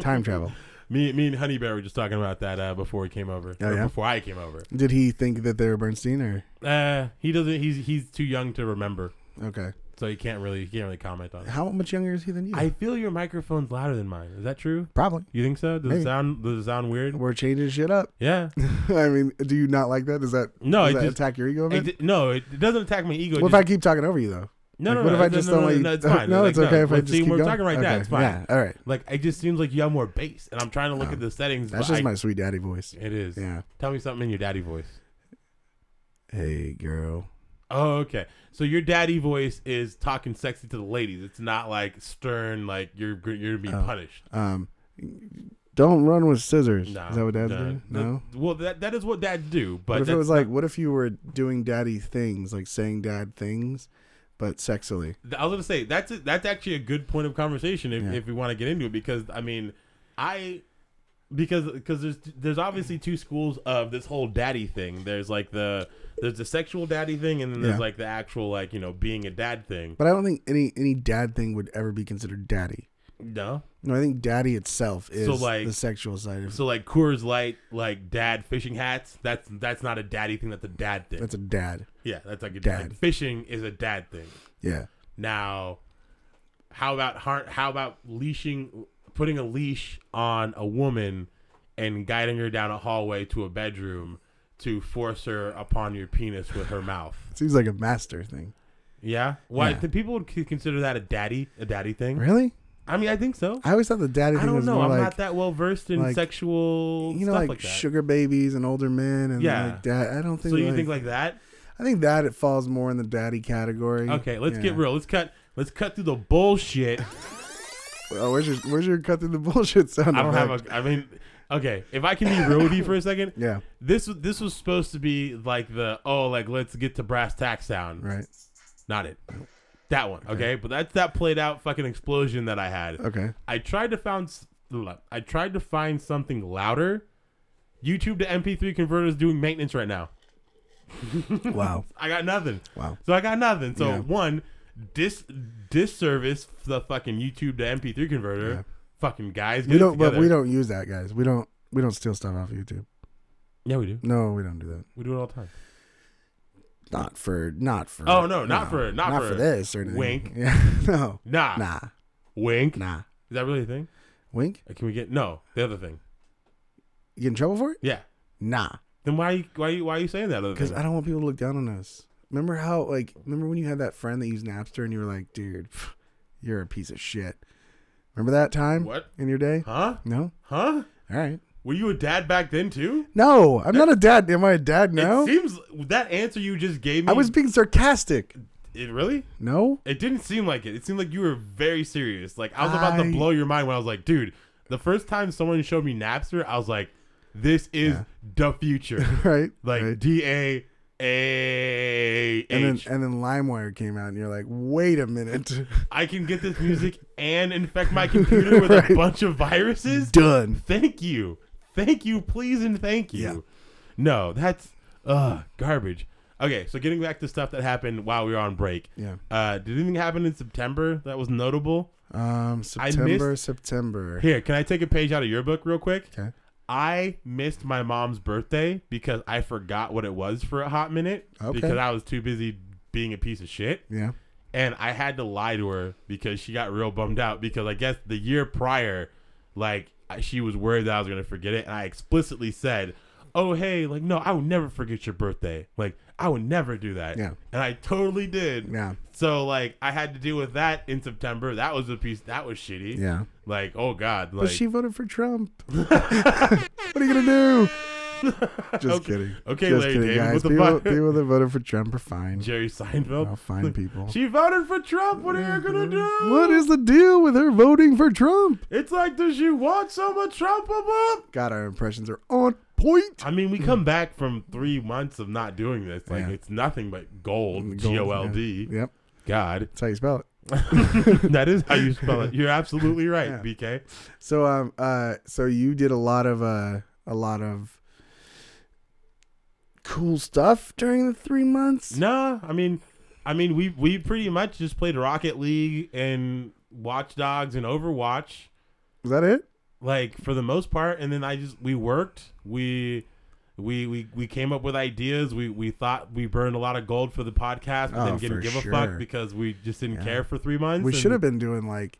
[SPEAKER 3] time travel.
[SPEAKER 2] Me, me and Honey Bear were just talking about that uh, before he came over.
[SPEAKER 3] Oh,
[SPEAKER 2] or
[SPEAKER 3] yeah?
[SPEAKER 2] Before I came over.
[SPEAKER 3] Did he think that they were Bernstein or
[SPEAKER 2] Uh, he doesn't. He's he's too young to remember,
[SPEAKER 3] okay?
[SPEAKER 2] so he can't really he can't really comment on. it.
[SPEAKER 3] How much younger is he than you?
[SPEAKER 2] I feel your microphone's louder than mine. Is that true?
[SPEAKER 3] probably.
[SPEAKER 2] You think so? Does
[SPEAKER 3] Maybe.
[SPEAKER 2] it sound does it sound weird?
[SPEAKER 3] We're changing shit up.
[SPEAKER 2] Yeah.
[SPEAKER 3] I mean, do you not like that? Does that
[SPEAKER 2] No,
[SPEAKER 3] does
[SPEAKER 2] it
[SPEAKER 3] that
[SPEAKER 2] just-
[SPEAKER 3] attack your ego a
[SPEAKER 2] It
[SPEAKER 3] bit?
[SPEAKER 2] di- no, it it doesn't attack my ego.
[SPEAKER 3] What if
[SPEAKER 2] just-
[SPEAKER 3] I keep talking over you though?
[SPEAKER 2] no, no,
[SPEAKER 3] Like, what
[SPEAKER 2] no,
[SPEAKER 3] if
[SPEAKER 2] no,
[SPEAKER 3] I just
[SPEAKER 2] no,
[SPEAKER 3] don't
[SPEAKER 2] no,
[SPEAKER 3] let you?
[SPEAKER 2] no, it's fine.
[SPEAKER 3] No,
[SPEAKER 2] Like,
[SPEAKER 3] it's okay if I
[SPEAKER 2] but
[SPEAKER 3] just
[SPEAKER 2] see,
[SPEAKER 3] keep
[SPEAKER 2] we're
[SPEAKER 3] going?
[SPEAKER 2] talking right now.
[SPEAKER 3] Okay,
[SPEAKER 2] It's fine.
[SPEAKER 3] Yeah, all right.
[SPEAKER 2] Like it just seems like you have more bass, and I'm trying to look at the settings.
[SPEAKER 3] That's
[SPEAKER 2] but
[SPEAKER 3] just
[SPEAKER 2] I-
[SPEAKER 3] my sweet daddy voice.
[SPEAKER 2] It is.
[SPEAKER 3] Yeah.
[SPEAKER 2] Tell me something in your daddy voice.
[SPEAKER 3] Hey girl.
[SPEAKER 2] Oh, okay. So your daddy voice is talking sexy to the ladies. It's not like stern, like you're gr- you're being
[SPEAKER 3] Oh.
[SPEAKER 2] punished.
[SPEAKER 3] Um, don't run with scissors.
[SPEAKER 2] No,
[SPEAKER 3] is that what dads
[SPEAKER 2] no,
[SPEAKER 3] do? No.
[SPEAKER 2] That- well, that that is what dads do, but
[SPEAKER 3] What if it
[SPEAKER 2] that's
[SPEAKER 3] was like, what if you were doing daddy things, like saying dad things, but sexually?
[SPEAKER 2] I was gonna say that's a, that's actually a good point of conversation if,
[SPEAKER 3] Yeah.
[SPEAKER 2] if we want to get into it because I mean, I because because there's there's obviously two schools of this whole daddy thing. There's like the there's the sexual daddy thing, and then there's
[SPEAKER 3] Yeah.
[SPEAKER 2] like the actual like you know being a dad thing.
[SPEAKER 3] But I don't think any any dad thing would ever be considered daddy.
[SPEAKER 2] No,
[SPEAKER 3] No, I think daddy itself is
[SPEAKER 2] like-
[SPEAKER 3] the sexual side of
[SPEAKER 2] so like Coors Light, like dad fishing hats. That's that's not a daddy thing. That's a dad thing.
[SPEAKER 3] That's a dad.
[SPEAKER 2] yeah, that's like a dad.
[SPEAKER 3] dad.
[SPEAKER 2] fishing is a dad thing.
[SPEAKER 3] Yeah.
[SPEAKER 2] Now, how about har- how about leashing, putting a leash on a woman, and guiding her down a hallway to a bedroom to force her upon your penis with her mouth?
[SPEAKER 3] Seems like a master thing.
[SPEAKER 2] Yeah, why
[SPEAKER 3] Yeah.
[SPEAKER 2] do people would c- consider that a daddy a daddy thing?
[SPEAKER 3] Really?
[SPEAKER 2] I mean, I think so.
[SPEAKER 3] I always thought the daddy
[SPEAKER 2] I,
[SPEAKER 3] thing
[SPEAKER 2] don't
[SPEAKER 3] was
[SPEAKER 2] know.
[SPEAKER 3] more
[SPEAKER 2] I'm
[SPEAKER 3] like
[SPEAKER 2] not that well versed in
[SPEAKER 3] like-
[SPEAKER 2] sexual
[SPEAKER 3] you know,
[SPEAKER 2] stuff like,
[SPEAKER 3] like,
[SPEAKER 2] that.
[SPEAKER 3] sugar babies and older men and
[SPEAKER 2] Yeah.
[SPEAKER 3] like dad. I don't think.
[SPEAKER 2] so you
[SPEAKER 3] like,
[SPEAKER 2] think like that?
[SPEAKER 3] I think that it falls more in the daddy category.
[SPEAKER 2] Okay, let's get
[SPEAKER 3] Yeah.
[SPEAKER 2] real. Let's cut. Let's cut through the bullshit.
[SPEAKER 3] Oh, where's your where's your cut through the bullshit sound?
[SPEAKER 2] I don't have
[SPEAKER 3] effect?
[SPEAKER 2] a. I mean, okay. If I can be real with you for a second,
[SPEAKER 3] Yeah.
[SPEAKER 2] This was- this was supposed to be like the oh like let's get to brass tack sound.
[SPEAKER 3] Right.
[SPEAKER 2] Not it. That one. Okay. But that's that played out fucking explosion that I had.
[SPEAKER 3] Okay.
[SPEAKER 2] I tried to found s- I tried to find something louder. YouTube to MP3 converter is doing maintenance right now.
[SPEAKER 3] Wow.
[SPEAKER 2] I got nothing.
[SPEAKER 3] Wow.
[SPEAKER 2] So I got nothing. So
[SPEAKER 3] Yeah.
[SPEAKER 2] one dis disservice the fucking YouTube to MP3 converter.
[SPEAKER 3] Yeah.
[SPEAKER 2] Fucking guys, get
[SPEAKER 3] We
[SPEAKER 2] it
[SPEAKER 3] don't, but
[SPEAKER 2] together.
[SPEAKER 3] we don't use that, guys. We don't. We don't steal stuff off YouTube.
[SPEAKER 2] Yeah, we do.
[SPEAKER 3] No, we don't do that.
[SPEAKER 2] We do it all the time.
[SPEAKER 3] Not for. Not for.
[SPEAKER 2] Oh, no, not for- not
[SPEAKER 3] for,
[SPEAKER 2] for-
[SPEAKER 3] this or anything.
[SPEAKER 2] Wink.
[SPEAKER 3] Yeah. No.
[SPEAKER 2] Nah.
[SPEAKER 3] Nah.
[SPEAKER 2] Wink.
[SPEAKER 3] Nah.
[SPEAKER 2] Is that really a thing?
[SPEAKER 3] Wink.
[SPEAKER 2] Uh, Can we get no? The other thing.
[SPEAKER 3] You get in trouble for it?
[SPEAKER 2] Yeah.
[SPEAKER 3] Nah.
[SPEAKER 2] Then why why why are you saying that other
[SPEAKER 3] Because
[SPEAKER 2] thing?
[SPEAKER 3] I don't want people to look down on us. Remember how like remember when you had that friend that used Napster and you were like, dude, pff, you're a piece of shit. Remember that time?
[SPEAKER 2] What?
[SPEAKER 3] in your day?
[SPEAKER 2] Huh?
[SPEAKER 3] No.
[SPEAKER 2] Huh?
[SPEAKER 3] All right.
[SPEAKER 2] Were you a dad back then too?
[SPEAKER 3] No, I'm not a dad. Am I a dad
[SPEAKER 2] It
[SPEAKER 3] now?
[SPEAKER 2] seems that answer you just gave me.
[SPEAKER 3] I was being sarcastic.
[SPEAKER 2] It really?
[SPEAKER 3] No.
[SPEAKER 2] It didn't seem like it. It seemed like you were very serious. Like I was about
[SPEAKER 3] I-
[SPEAKER 2] to blow your mind when I was like, dude, the first time someone showed me Napster, I was like, this is
[SPEAKER 3] Yeah.
[SPEAKER 2] the future.
[SPEAKER 3] Right.
[SPEAKER 2] Like
[SPEAKER 3] right.
[SPEAKER 2] D A A
[SPEAKER 3] And then, uh,
[SPEAKER 2] H.
[SPEAKER 3] and then LimeWire came out, and you're like, wait a minute,
[SPEAKER 2] I can get this music and infect my computer with a
[SPEAKER 3] Right.
[SPEAKER 2] bunch of viruses.
[SPEAKER 3] done.
[SPEAKER 2] Thank you, thank you, please, and thank you.
[SPEAKER 3] Yeah.
[SPEAKER 2] No, that's uh garbage. Okay, so getting back to stuff that happened while we were on break.
[SPEAKER 3] Yeah.
[SPEAKER 2] Uh, did anything happen in September that was notable?
[SPEAKER 3] Um,
[SPEAKER 2] I
[SPEAKER 3] September, September.
[SPEAKER 2] Here, can I take a page out of your book real quick?
[SPEAKER 3] Okay.
[SPEAKER 2] I missed my mom's birthday because I forgot what it was for a hot minute
[SPEAKER 3] Okay.
[SPEAKER 2] because I was too busy being a piece of shit.
[SPEAKER 3] Yeah.
[SPEAKER 2] And I had to lie to her because she got real bummed out because I guess the year prior, like, I- she was worried that I was going to forget it. And I explicitly said, Oh, hey, like, no, I would never forget your birthday. Like, I would never do that.
[SPEAKER 3] Yeah.
[SPEAKER 2] And I totally did.
[SPEAKER 3] Yeah.
[SPEAKER 2] So, like, I had to deal with that in September. That was a piece that was shitty.
[SPEAKER 3] Yeah.
[SPEAKER 2] Like, oh, God. Like,
[SPEAKER 3] But she voted for Trump. what are you gonna do? Just
[SPEAKER 2] Okay.
[SPEAKER 3] kidding.
[SPEAKER 2] Okay,
[SPEAKER 3] Just
[SPEAKER 2] Larry
[SPEAKER 3] kidding,
[SPEAKER 2] David,
[SPEAKER 3] guys.
[SPEAKER 2] what the
[SPEAKER 3] people,
[SPEAKER 2] fuck?
[SPEAKER 3] people that voted for Trump are fine.
[SPEAKER 2] Jerry Seinfeld.
[SPEAKER 3] They're all fine people.
[SPEAKER 2] She voted for Trump. What are you gonna do?
[SPEAKER 3] Mm-hmm. What is the deal with her voting for Trump?
[SPEAKER 2] It's like, does she want someone Trump above?
[SPEAKER 3] God, our impressions are on point.
[SPEAKER 2] I mean, we come back from three months of not doing this. Like,
[SPEAKER 3] Yeah.
[SPEAKER 2] it's nothing but gold.
[SPEAKER 3] Gold,
[SPEAKER 2] G O L D.
[SPEAKER 3] yeah. Yep,
[SPEAKER 2] God,
[SPEAKER 3] that's how you spell it.
[SPEAKER 2] that is how you spell it. You're absolutely right,
[SPEAKER 3] Yeah.
[SPEAKER 2] BK.
[SPEAKER 3] So um uh so you did a lot of uh a lot of cool stuff during the three months.
[SPEAKER 2] Nah, I mean, I mean, we we pretty much just played Rocket League and Watch Dogs and Overwatch.
[SPEAKER 3] Was that it?
[SPEAKER 2] like for the most part and then i just we worked we we we, we came up with ideas we we thought we burned a lot of gold for the podcast but
[SPEAKER 3] Oh,
[SPEAKER 2] then didn't
[SPEAKER 3] for
[SPEAKER 2] give
[SPEAKER 3] sure.
[SPEAKER 2] a fuck because we just didn't
[SPEAKER 3] Yeah.
[SPEAKER 2] care for three months
[SPEAKER 3] We
[SPEAKER 2] and
[SPEAKER 3] should have been doing like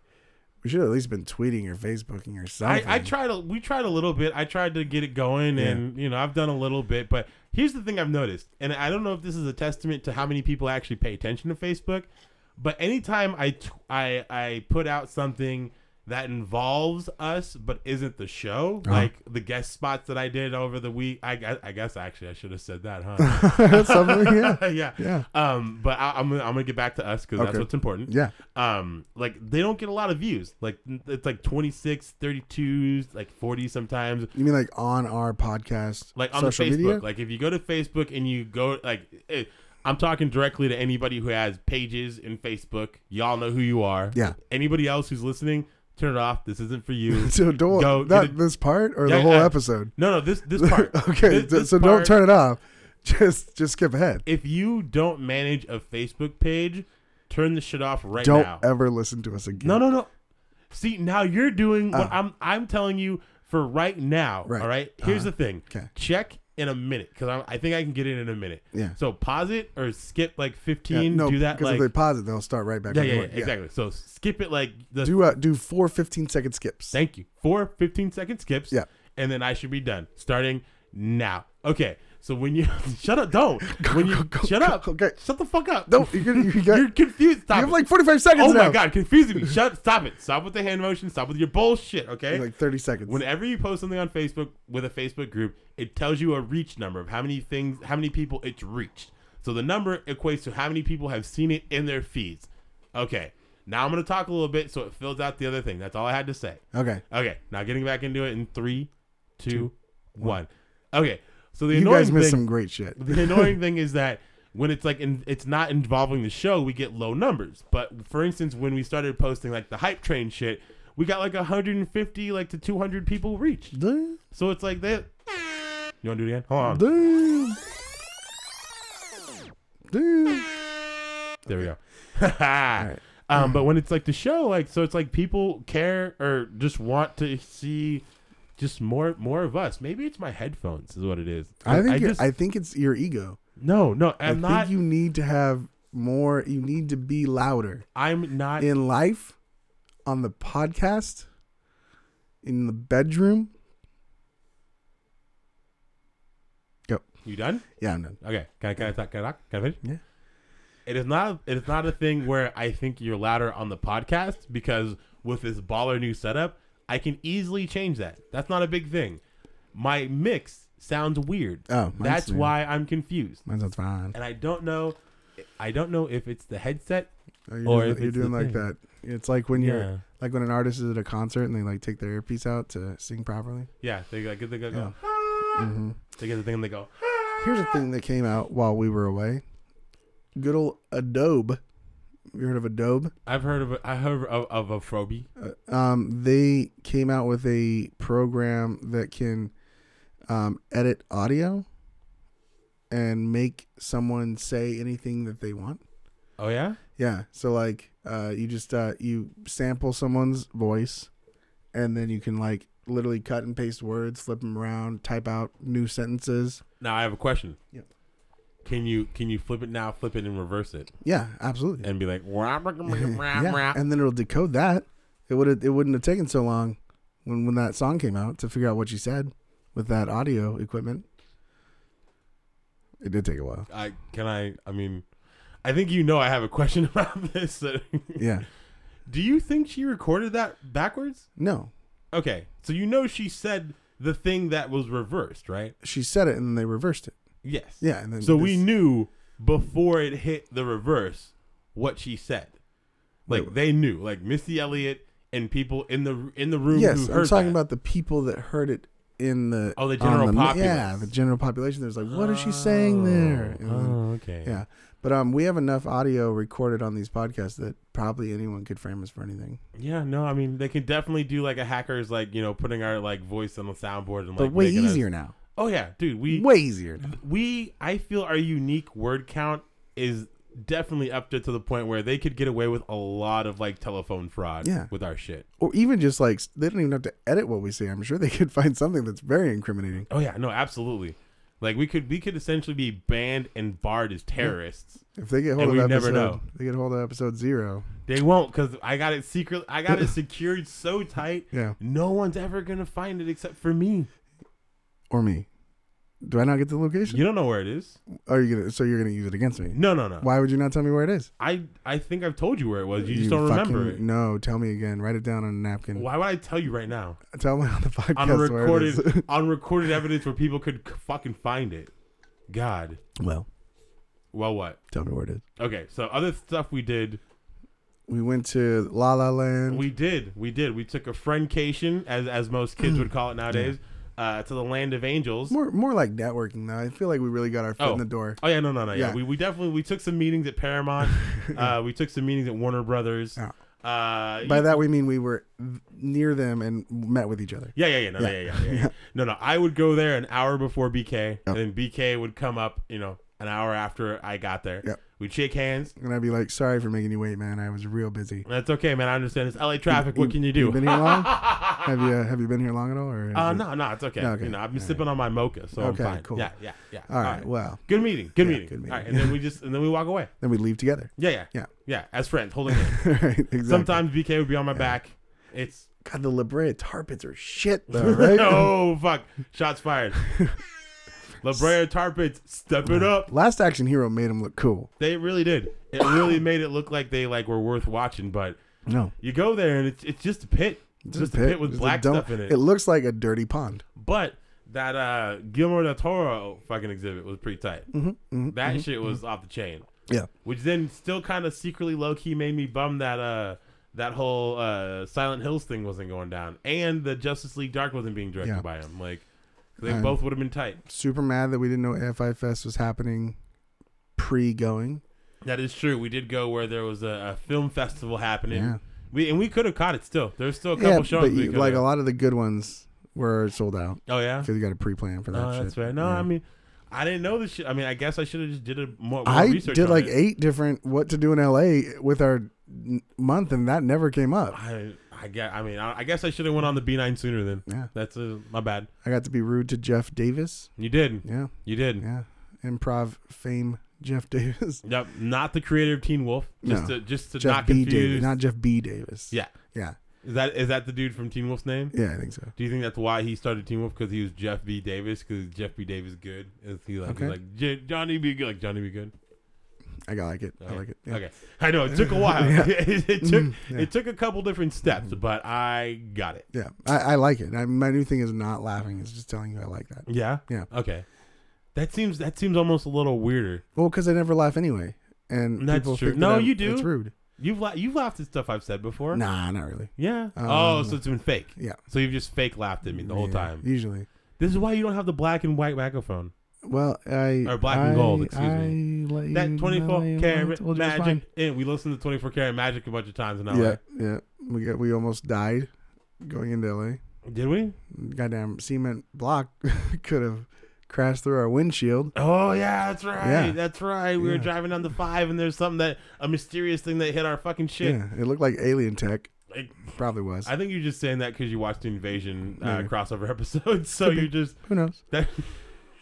[SPEAKER 3] we should have at least been tweeting or Facebooking or
[SPEAKER 2] I,
[SPEAKER 3] something.
[SPEAKER 2] I tried a, we tried a little bit i tried to get it going
[SPEAKER 3] Yeah.
[SPEAKER 2] and you know i've done a little bit but here's the thing i've noticed and i don't know if this is a testament to how many people actually pay attention to facebook but anytime i t- I- I put out something that involves us but isn't the show
[SPEAKER 3] Uh-huh.
[SPEAKER 2] like the guest spots that i did over the week i, gu- I guess actually i should have said that huh
[SPEAKER 3] something. Yeah,
[SPEAKER 2] yeah
[SPEAKER 3] yeah,
[SPEAKER 2] um but I, i'm gonna i'm gonna get back to us because that's
[SPEAKER 3] Okay.
[SPEAKER 2] what's important
[SPEAKER 3] yeah.
[SPEAKER 2] um like they don't get a lot of views like it's like 26 32s like 40 sometimes
[SPEAKER 3] You mean like on our podcast,
[SPEAKER 2] like on
[SPEAKER 3] social
[SPEAKER 2] the facebook
[SPEAKER 3] media?
[SPEAKER 2] like if you go to facebook and you go like it, i'm talking directly to anybody who has pages in facebook y'all know who you are
[SPEAKER 3] Yeah.
[SPEAKER 2] anybody else who's listening turn it off this isn't for you
[SPEAKER 3] so don't
[SPEAKER 2] Go
[SPEAKER 3] not
[SPEAKER 2] get a-
[SPEAKER 3] this part or
[SPEAKER 2] Yeah,
[SPEAKER 3] the whole
[SPEAKER 2] I-
[SPEAKER 3] episode.
[SPEAKER 2] no no this this part
[SPEAKER 3] okay,
[SPEAKER 2] This-
[SPEAKER 3] so-
[SPEAKER 2] this
[SPEAKER 3] so
[SPEAKER 2] part-
[SPEAKER 3] don't turn it off. Just just skip ahead.
[SPEAKER 2] if you don't manage a facebook page turn the shit off right
[SPEAKER 3] don't
[SPEAKER 2] now
[SPEAKER 3] ever listen to us again.
[SPEAKER 2] No, no, no. See, now you're doing what
[SPEAKER 3] Oh.
[SPEAKER 2] I'm I'm telling you for right now.
[SPEAKER 3] Right. Uh-huh.
[SPEAKER 2] All right. Here's the thing.
[SPEAKER 3] 'Kay.
[SPEAKER 2] Check in a minute because I, I think I can get it in a minute.
[SPEAKER 3] Yeah.
[SPEAKER 2] So pause it or skip like
[SPEAKER 3] Yeah,
[SPEAKER 2] 15.
[SPEAKER 3] no,
[SPEAKER 2] do that
[SPEAKER 3] because
[SPEAKER 2] like.
[SPEAKER 3] if they pause it, they'll start right back.
[SPEAKER 2] yeah,
[SPEAKER 3] on
[SPEAKER 2] yeah,
[SPEAKER 3] the
[SPEAKER 2] yeah,
[SPEAKER 3] word.
[SPEAKER 2] exactly. So skip it like the.
[SPEAKER 3] Do uh, do four 15 second skips.
[SPEAKER 2] thank you. Four 15 second skips.
[SPEAKER 3] Yeah.
[SPEAKER 2] And then I should be done starting now. Okay. So when you shut up, don't when you shut
[SPEAKER 3] go,
[SPEAKER 2] up.
[SPEAKER 3] go, okay.
[SPEAKER 2] Shut the fuck up.
[SPEAKER 3] no, you got, you, got,
[SPEAKER 2] You're
[SPEAKER 3] you
[SPEAKER 2] confused. Stop
[SPEAKER 3] have
[SPEAKER 2] it.
[SPEAKER 3] like 45
[SPEAKER 2] Oh
[SPEAKER 3] seconds.
[SPEAKER 2] my
[SPEAKER 3] now.
[SPEAKER 2] god, confusing me. Shut stop it. Stop with the hand motion. Stop with your bullshit, okay?
[SPEAKER 3] Like 30 seconds.
[SPEAKER 2] Whenever you post something on Facebook with a Facebook group, it tells you a reach number of how many things how many people it's reached. So the number equates to how many people have seen it in their feeds. Okay. Now I'm gonna talk a little bit so it fills out the other thing. That's all I had to say.
[SPEAKER 3] okay,
[SPEAKER 2] Okay, now getting back into it in three, two, one. Okay. So the
[SPEAKER 3] you
[SPEAKER 2] annoying
[SPEAKER 3] guys missed
[SPEAKER 2] thing,
[SPEAKER 3] some great shit.
[SPEAKER 2] the annoying thing is that when it's like in, it's not involving the show, we get low numbers. But for instance, when we started posting like the hype train shit, we got like 150 like to 200 people reached.
[SPEAKER 3] Damn,
[SPEAKER 2] So it's like that. You want to do it again? Hold on.
[SPEAKER 3] damn, damn.
[SPEAKER 2] There we go. um, but when it's like the show, like so, it's like people care or just want to see just more more of us. Maybe it's my headphones is what it is.
[SPEAKER 3] I think it-
[SPEAKER 2] just,
[SPEAKER 3] I think it's your ego.
[SPEAKER 2] no no
[SPEAKER 3] i
[SPEAKER 2] I'm
[SPEAKER 3] think
[SPEAKER 2] not
[SPEAKER 3] you need to have more. You need to be louder
[SPEAKER 2] I'm not
[SPEAKER 3] in life, on the podcast, in the bedroom. Go.
[SPEAKER 2] you done.
[SPEAKER 3] Yeah, I'm done.
[SPEAKER 2] Okay, can I can I talk? Can I talk? Can I finish?
[SPEAKER 3] Yeah.
[SPEAKER 2] It is not it is not a thing where I think you're louder on the podcast because with this baller new setup, I can easily change that. That's not a big thing. My mix sounds weird.
[SPEAKER 3] Oh, mine's
[SPEAKER 2] that's
[SPEAKER 3] weird.
[SPEAKER 2] why I'm confused,
[SPEAKER 3] Mine sounds fine.
[SPEAKER 2] and I don't know. I don't know if it's the headset.
[SPEAKER 3] Oh, you're
[SPEAKER 2] Or
[SPEAKER 3] doing,
[SPEAKER 2] if
[SPEAKER 3] you're
[SPEAKER 2] it's the
[SPEAKER 3] doing like
[SPEAKER 2] thing.
[SPEAKER 3] that. It's like when
[SPEAKER 2] Yeah.
[SPEAKER 3] you're like when an artist is at a concert and they like take their earpiece out to sing properly.
[SPEAKER 2] Yeah, they like they go,
[SPEAKER 3] Yeah.
[SPEAKER 2] they get the thing and they go. "Ah."
[SPEAKER 3] Here's a thing that came out while we were away. Good old Adobe. You heard of Adobe?
[SPEAKER 2] I've heard of a, I heard of, of a Froby.
[SPEAKER 3] Um, they came out with a program that can um, edit audio and make someone say anything that they want.
[SPEAKER 2] Oh yeah.
[SPEAKER 3] Yeah. So like, uh, you just uh, you sample someone's voice, and then you can like literally cut and paste words, flip them around, type out new sentences.
[SPEAKER 2] Now I have a question.
[SPEAKER 3] Yep.
[SPEAKER 2] Can you can you flip it now, flip it and reverse it,
[SPEAKER 3] Yeah, absolutely.
[SPEAKER 2] and be like, "Wah, wah, wah, wah,
[SPEAKER 3] yeah.
[SPEAKER 2] wah."
[SPEAKER 3] And then it'll decode that. It would it wouldn't have taken so long when when that song came out to figure out what you said with that audio equipment. It did take a while.
[SPEAKER 2] I can I I mean, I think you know I have a question about this.
[SPEAKER 3] Yeah.
[SPEAKER 2] Do you think she recorded that backwards?
[SPEAKER 3] No,
[SPEAKER 2] Okay, so you know she said the thing that was reversed, right?
[SPEAKER 3] she said it and then they reversed it.
[SPEAKER 2] Yes.
[SPEAKER 3] Yeah, and then
[SPEAKER 2] So we
[SPEAKER 3] this-
[SPEAKER 2] knew before it hit the reverse what she said. Like they knew, like Missy Elliott and people in the in the room
[SPEAKER 3] Yes,
[SPEAKER 2] who heard
[SPEAKER 3] I'm talking
[SPEAKER 2] that.
[SPEAKER 3] about the people that heard it in the
[SPEAKER 2] Oh, the
[SPEAKER 3] on
[SPEAKER 2] general
[SPEAKER 3] ma-
[SPEAKER 2] populace.
[SPEAKER 3] Yeah, the general population. There's like, what is she saying there? And then-
[SPEAKER 2] Oh, okay.
[SPEAKER 3] yeah, but um, we have enough audio recorded on these podcasts that probably anyone could frame us for anything.
[SPEAKER 2] Yeah, no, I mean they can definitely do like a hacker's like, you know, putting our like voice on the soundboard and like
[SPEAKER 3] But way
[SPEAKER 2] making us-
[SPEAKER 3] easier now.
[SPEAKER 2] Oh yeah, dude, we
[SPEAKER 3] Way easier. Now.
[SPEAKER 2] we I feel our unique word count is definitely up to, to the point where they could get away with a lot of like telephone fraud
[SPEAKER 3] Yeah.
[SPEAKER 2] with our shit.
[SPEAKER 3] Or even just like s- they don't even have to edit what we say. I'm sure they could find something that's very incriminating.
[SPEAKER 2] Oh yeah, no, absolutely. Like we could we could essentially be banned and barred as terrorists.
[SPEAKER 3] If they get hold
[SPEAKER 2] And
[SPEAKER 3] of
[SPEAKER 2] we never
[SPEAKER 3] episode,
[SPEAKER 2] know.
[SPEAKER 3] they get hold of episode zero.
[SPEAKER 2] They won't cuz I got it secret I got it secured so tight.
[SPEAKER 3] Yeah,
[SPEAKER 2] No one's ever going to find it except for me.
[SPEAKER 3] or me. Do I not get the location?
[SPEAKER 2] You don't know where it is?
[SPEAKER 3] Are you gonna? So you're gonna use it against me?
[SPEAKER 2] No, no, no.
[SPEAKER 3] Why would you not tell me where it is?
[SPEAKER 2] I I think I've told you where it was. You just don't
[SPEAKER 3] fucking-
[SPEAKER 2] remember it.
[SPEAKER 3] No, tell me again. Write it down on a napkin.
[SPEAKER 2] Why would I tell you right now?
[SPEAKER 3] Tell me on the podcast
[SPEAKER 2] On
[SPEAKER 3] where it is.
[SPEAKER 2] recorded on recorded evidence where people could c- fucking find it. God.
[SPEAKER 3] well,
[SPEAKER 2] Well, what?
[SPEAKER 3] tell me where it is.
[SPEAKER 2] Okay, so other stuff we did,
[SPEAKER 3] We went to La La Land.
[SPEAKER 2] we did, we did. We took a friendcation, as as most kids would call it nowadays, uh, to the land of angels.
[SPEAKER 3] more more like networking though. I feel like we really got our foot
[SPEAKER 2] Oh.
[SPEAKER 3] in the door.
[SPEAKER 2] Oh yeah, no, no, no. Yeah,
[SPEAKER 3] Yeah.
[SPEAKER 2] We, we definitely we took some meetings at Paramount. uh, we took some meetings at Warner Brothers.
[SPEAKER 3] Yeah.
[SPEAKER 2] Uh,
[SPEAKER 3] By that we mean we were v- near them and met with each other.
[SPEAKER 2] Yeah, yeah, yeah, no, yeah, yeah, yeah, yeah, yeah. No, no, I would go there an hour before BK, and then BK would come up, you know, an hour after I got there.
[SPEAKER 3] Yep.
[SPEAKER 2] We'd shake hands.
[SPEAKER 3] And I'd be like, "Sorry for making you wait, man. I was real busy."
[SPEAKER 2] That's okay, man. I understand it's LA traffic. what can you do?
[SPEAKER 3] been here long? have you uh, have you been here long at all? Or
[SPEAKER 2] uh, no, no, it's okay.
[SPEAKER 3] No, okay.
[SPEAKER 2] You know, I've been sipping on my mocha, so
[SPEAKER 3] Okay,
[SPEAKER 2] I'm fine.
[SPEAKER 3] cool.
[SPEAKER 2] Yeah, yeah, yeah.
[SPEAKER 3] All right, well.
[SPEAKER 2] good meeting. Good,
[SPEAKER 3] Yeah,
[SPEAKER 2] meeting.
[SPEAKER 3] good
[SPEAKER 2] All right, and
[SPEAKER 3] meeting.
[SPEAKER 2] then we just and then we walk away.
[SPEAKER 3] Then we leave together.
[SPEAKER 2] Yeah, yeah,
[SPEAKER 3] Yeah.
[SPEAKER 2] yeah. As friends, holding hands.
[SPEAKER 3] right, exactly.
[SPEAKER 2] Sometimes BK would be on my back. It's
[SPEAKER 3] God, the La Brea tar pits are shit though, right?
[SPEAKER 2] oh fuck, shots fired. La Brea Tar Pits, step it up.
[SPEAKER 3] Last Action Hero made him look cool.
[SPEAKER 2] They really did. It really made it look like they like were worth watching. But
[SPEAKER 3] No,
[SPEAKER 2] you go there and it's it's just a pit, it's just a pit, with
[SPEAKER 3] It's a
[SPEAKER 2] black
[SPEAKER 3] dump-
[SPEAKER 2] stuff in it.
[SPEAKER 3] It looks like a dirty pond.
[SPEAKER 2] but that uh Gilmore del Toro fucking exhibit was pretty tight.
[SPEAKER 3] Mm-hmm,
[SPEAKER 2] that shit was off the chain.
[SPEAKER 3] Yeah.
[SPEAKER 2] Which then still kind of secretly low key made me bum that uh that whole uh Silent Hills thing wasn't going down and the Justice League Dark wasn't being directed
[SPEAKER 3] Yeah.
[SPEAKER 2] by him. Like they
[SPEAKER 3] Um,
[SPEAKER 2] both would have been tight.
[SPEAKER 3] Super mad that we didn't know AFI Fest was happening pre going.
[SPEAKER 2] That is true. We did go where there was a, a film festival happening.
[SPEAKER 3] Yeah.
[SPEAKER 2] We and we could have caught it still. There's still a couple
[SPEAKER 3] Yeah,
[SPEAKER 2] shows.
[SPEAKER 3] but
[SPEAKER 2] we
[SPEAKER 3] you,
[SPEAKER 2] coulda-
[SPEAKER 3] like a lot of the good ones were sold out
[SPEAKER 2] Oh yeah.
[SPEAKER 3] because you got to pre plan for that
[SPEAKER 2] Oh,
[SPEAKER 3] shit.
[SPEAKER 2] that's right. No,
[SPEAKER 3] Yeah.
[SPEAKER 2] I mean, I didn't know this shit. I mean, I guess I should have just did a more, more
[SPEAKER 3] I
[SPEAKER 2] research.
[SPEAKER 3] did
[SPEAKER 2] on
[SPEAKER 3] like
[SPEAKER 2] it.
[SPEAKER 3] eight different what to do in LA with our n- month, and that never came up.
[SPEAKER 2] I, I guess. I mean, I, I guess I should have went on the B nine sooner. Then
[SPEAKER 3] Yeah.
[SPEAKER 2] that's a, my bad.
[SPEAKER 3] I got to be rude to Jeff Davis.
[SPEAKER 2] You did.
[SPEAKER 3] Yeah,
[SPEAKER 2] You did.
[SPEAKER 3] yeah, improv fame Jeff Davis.
[SPEAKER 2] Yep. Not the creator of Teen Wolf. Just to
[SPEAKER 3] No.
[SPEAKER 2] just to
[SPEAKER 3] Jeff
[SPEAKER 2] not
[SPEAKER 3] B.
[SPEAKER 2] confuse.
[SPEAKER 3] Davis, not Jeff B. Davis.
[SPEAKER 2] yeah.
[SPEAKER 3] yeah,
[SPEAKER 2] Is that is that the dude from Teen Wolf's name?
[SPEAKER 3] yeah. I think so.
[SPEAKER 2] Do you think that's why he started Teen Wolf? Because he was Jeff B. Davis? Because Jeff B. Davis good? Is he like, he's
[SPEAKER 3] Okay.
[SPEAKER 2] like "J- Johnny B. Good? Like Johnny B. Good?
[SPEAKER 3] I got like it. I
[SPEAKER 2] Okay.
[SPEAKER 3] like it. Yeah.
[SPEAKER 2] Okay, I know it took a while.
[SPEAKER 3] Yeah.
[SPEAKER 2] it, it took
[SPEAKER 3] Mm, yeah.
[SPEAKER 2] it took a couple different steps, but I got it.
[SPEAKER 3] Yeah, I, I like it. I, my new thing is not laughing; it's just telling you I like that.
[SPEAKER 2] Yeah.
[SPEAKER 3] Yeah.
[SPEAKER 2] Okay. That seems that seems almost a little weirder.
[SPEAKER 3] Well, because I never laugh anyway, and
[SPEAKER 2] That's
[SPEAKER 3] people
[SPEAKER 2] true.
[SPEAKER 3] Think
[SPEAKER 2] No,
[SPEAKER 3] that I'm-
[SPEAKER 2] you do.
[SPEAKER 3] It's rude.
[SPEAKER 2] You've la- you've laughed at stuff I've said before.
[SPEAKER 3] Nah, not really.
[SPEAKER 2] Yeah. oh,
[SPEAKER 3] Um,
[SPEAKER 2] so it's been fake.
[SPEAKER 3] yeah.
[SPEAKER 2] So you've just fake laughed at me the whole
[SPEAKER 3] Yeah,
[SPEAKER 2] time.
[SPEAKER 3] Usually,
[SPEAKER 2] This is why you don't have the black and white microphone.
[SPEAKER 3] Well, I
[SPEAKER 2] Or black and gold,
[SPEAKER 3] I-
[SPEAKER 2] excuse me.
[SPEAKER 3] I let you
[SPEAKER 2] That
[SPEAKER 3] know
[SPEAKER 2] 24
[SPEAKER 3] I
[SPEAKER 2] karat
[SPEAKER 3] told you it's
[SPEAKER 2] magic. And we listened to 24 karat magic a bunch of times in LA.
[SPEAKER 3] fine. Yeah, yeah. We got we almost died going into LA.
[SPEAKER 2] Did we?
[SPEAKER 3] Goddamn cement block could have crashed through our windshield.
[SPEAKER 2] Oh, yeah, that's right.
[SPEAKER 3] Yeah.
[SPEAKER 2] That's right. We were
[SPEAKER 3] Yeah.
[SPEAKER 2] driving down the five, and there's something that a mysterious thing that hit our fucking shit.
[SPEAKER 3] Yeah, it looked like alien tech.
[SPEAKER 2] Like,
[SPEAKER 3] Probably was.
[SPEAKER 2] I think you're just saying that because you watched the Invasion uh,
[SPEAKER 3] Maybe.
[SPEAKER 2] crossover episode. So
[SPEAKER 3] Could be.
[SPEAKER 2] you just.
[SPEAKER 3] Who knows?
[SPEAKER 2] That,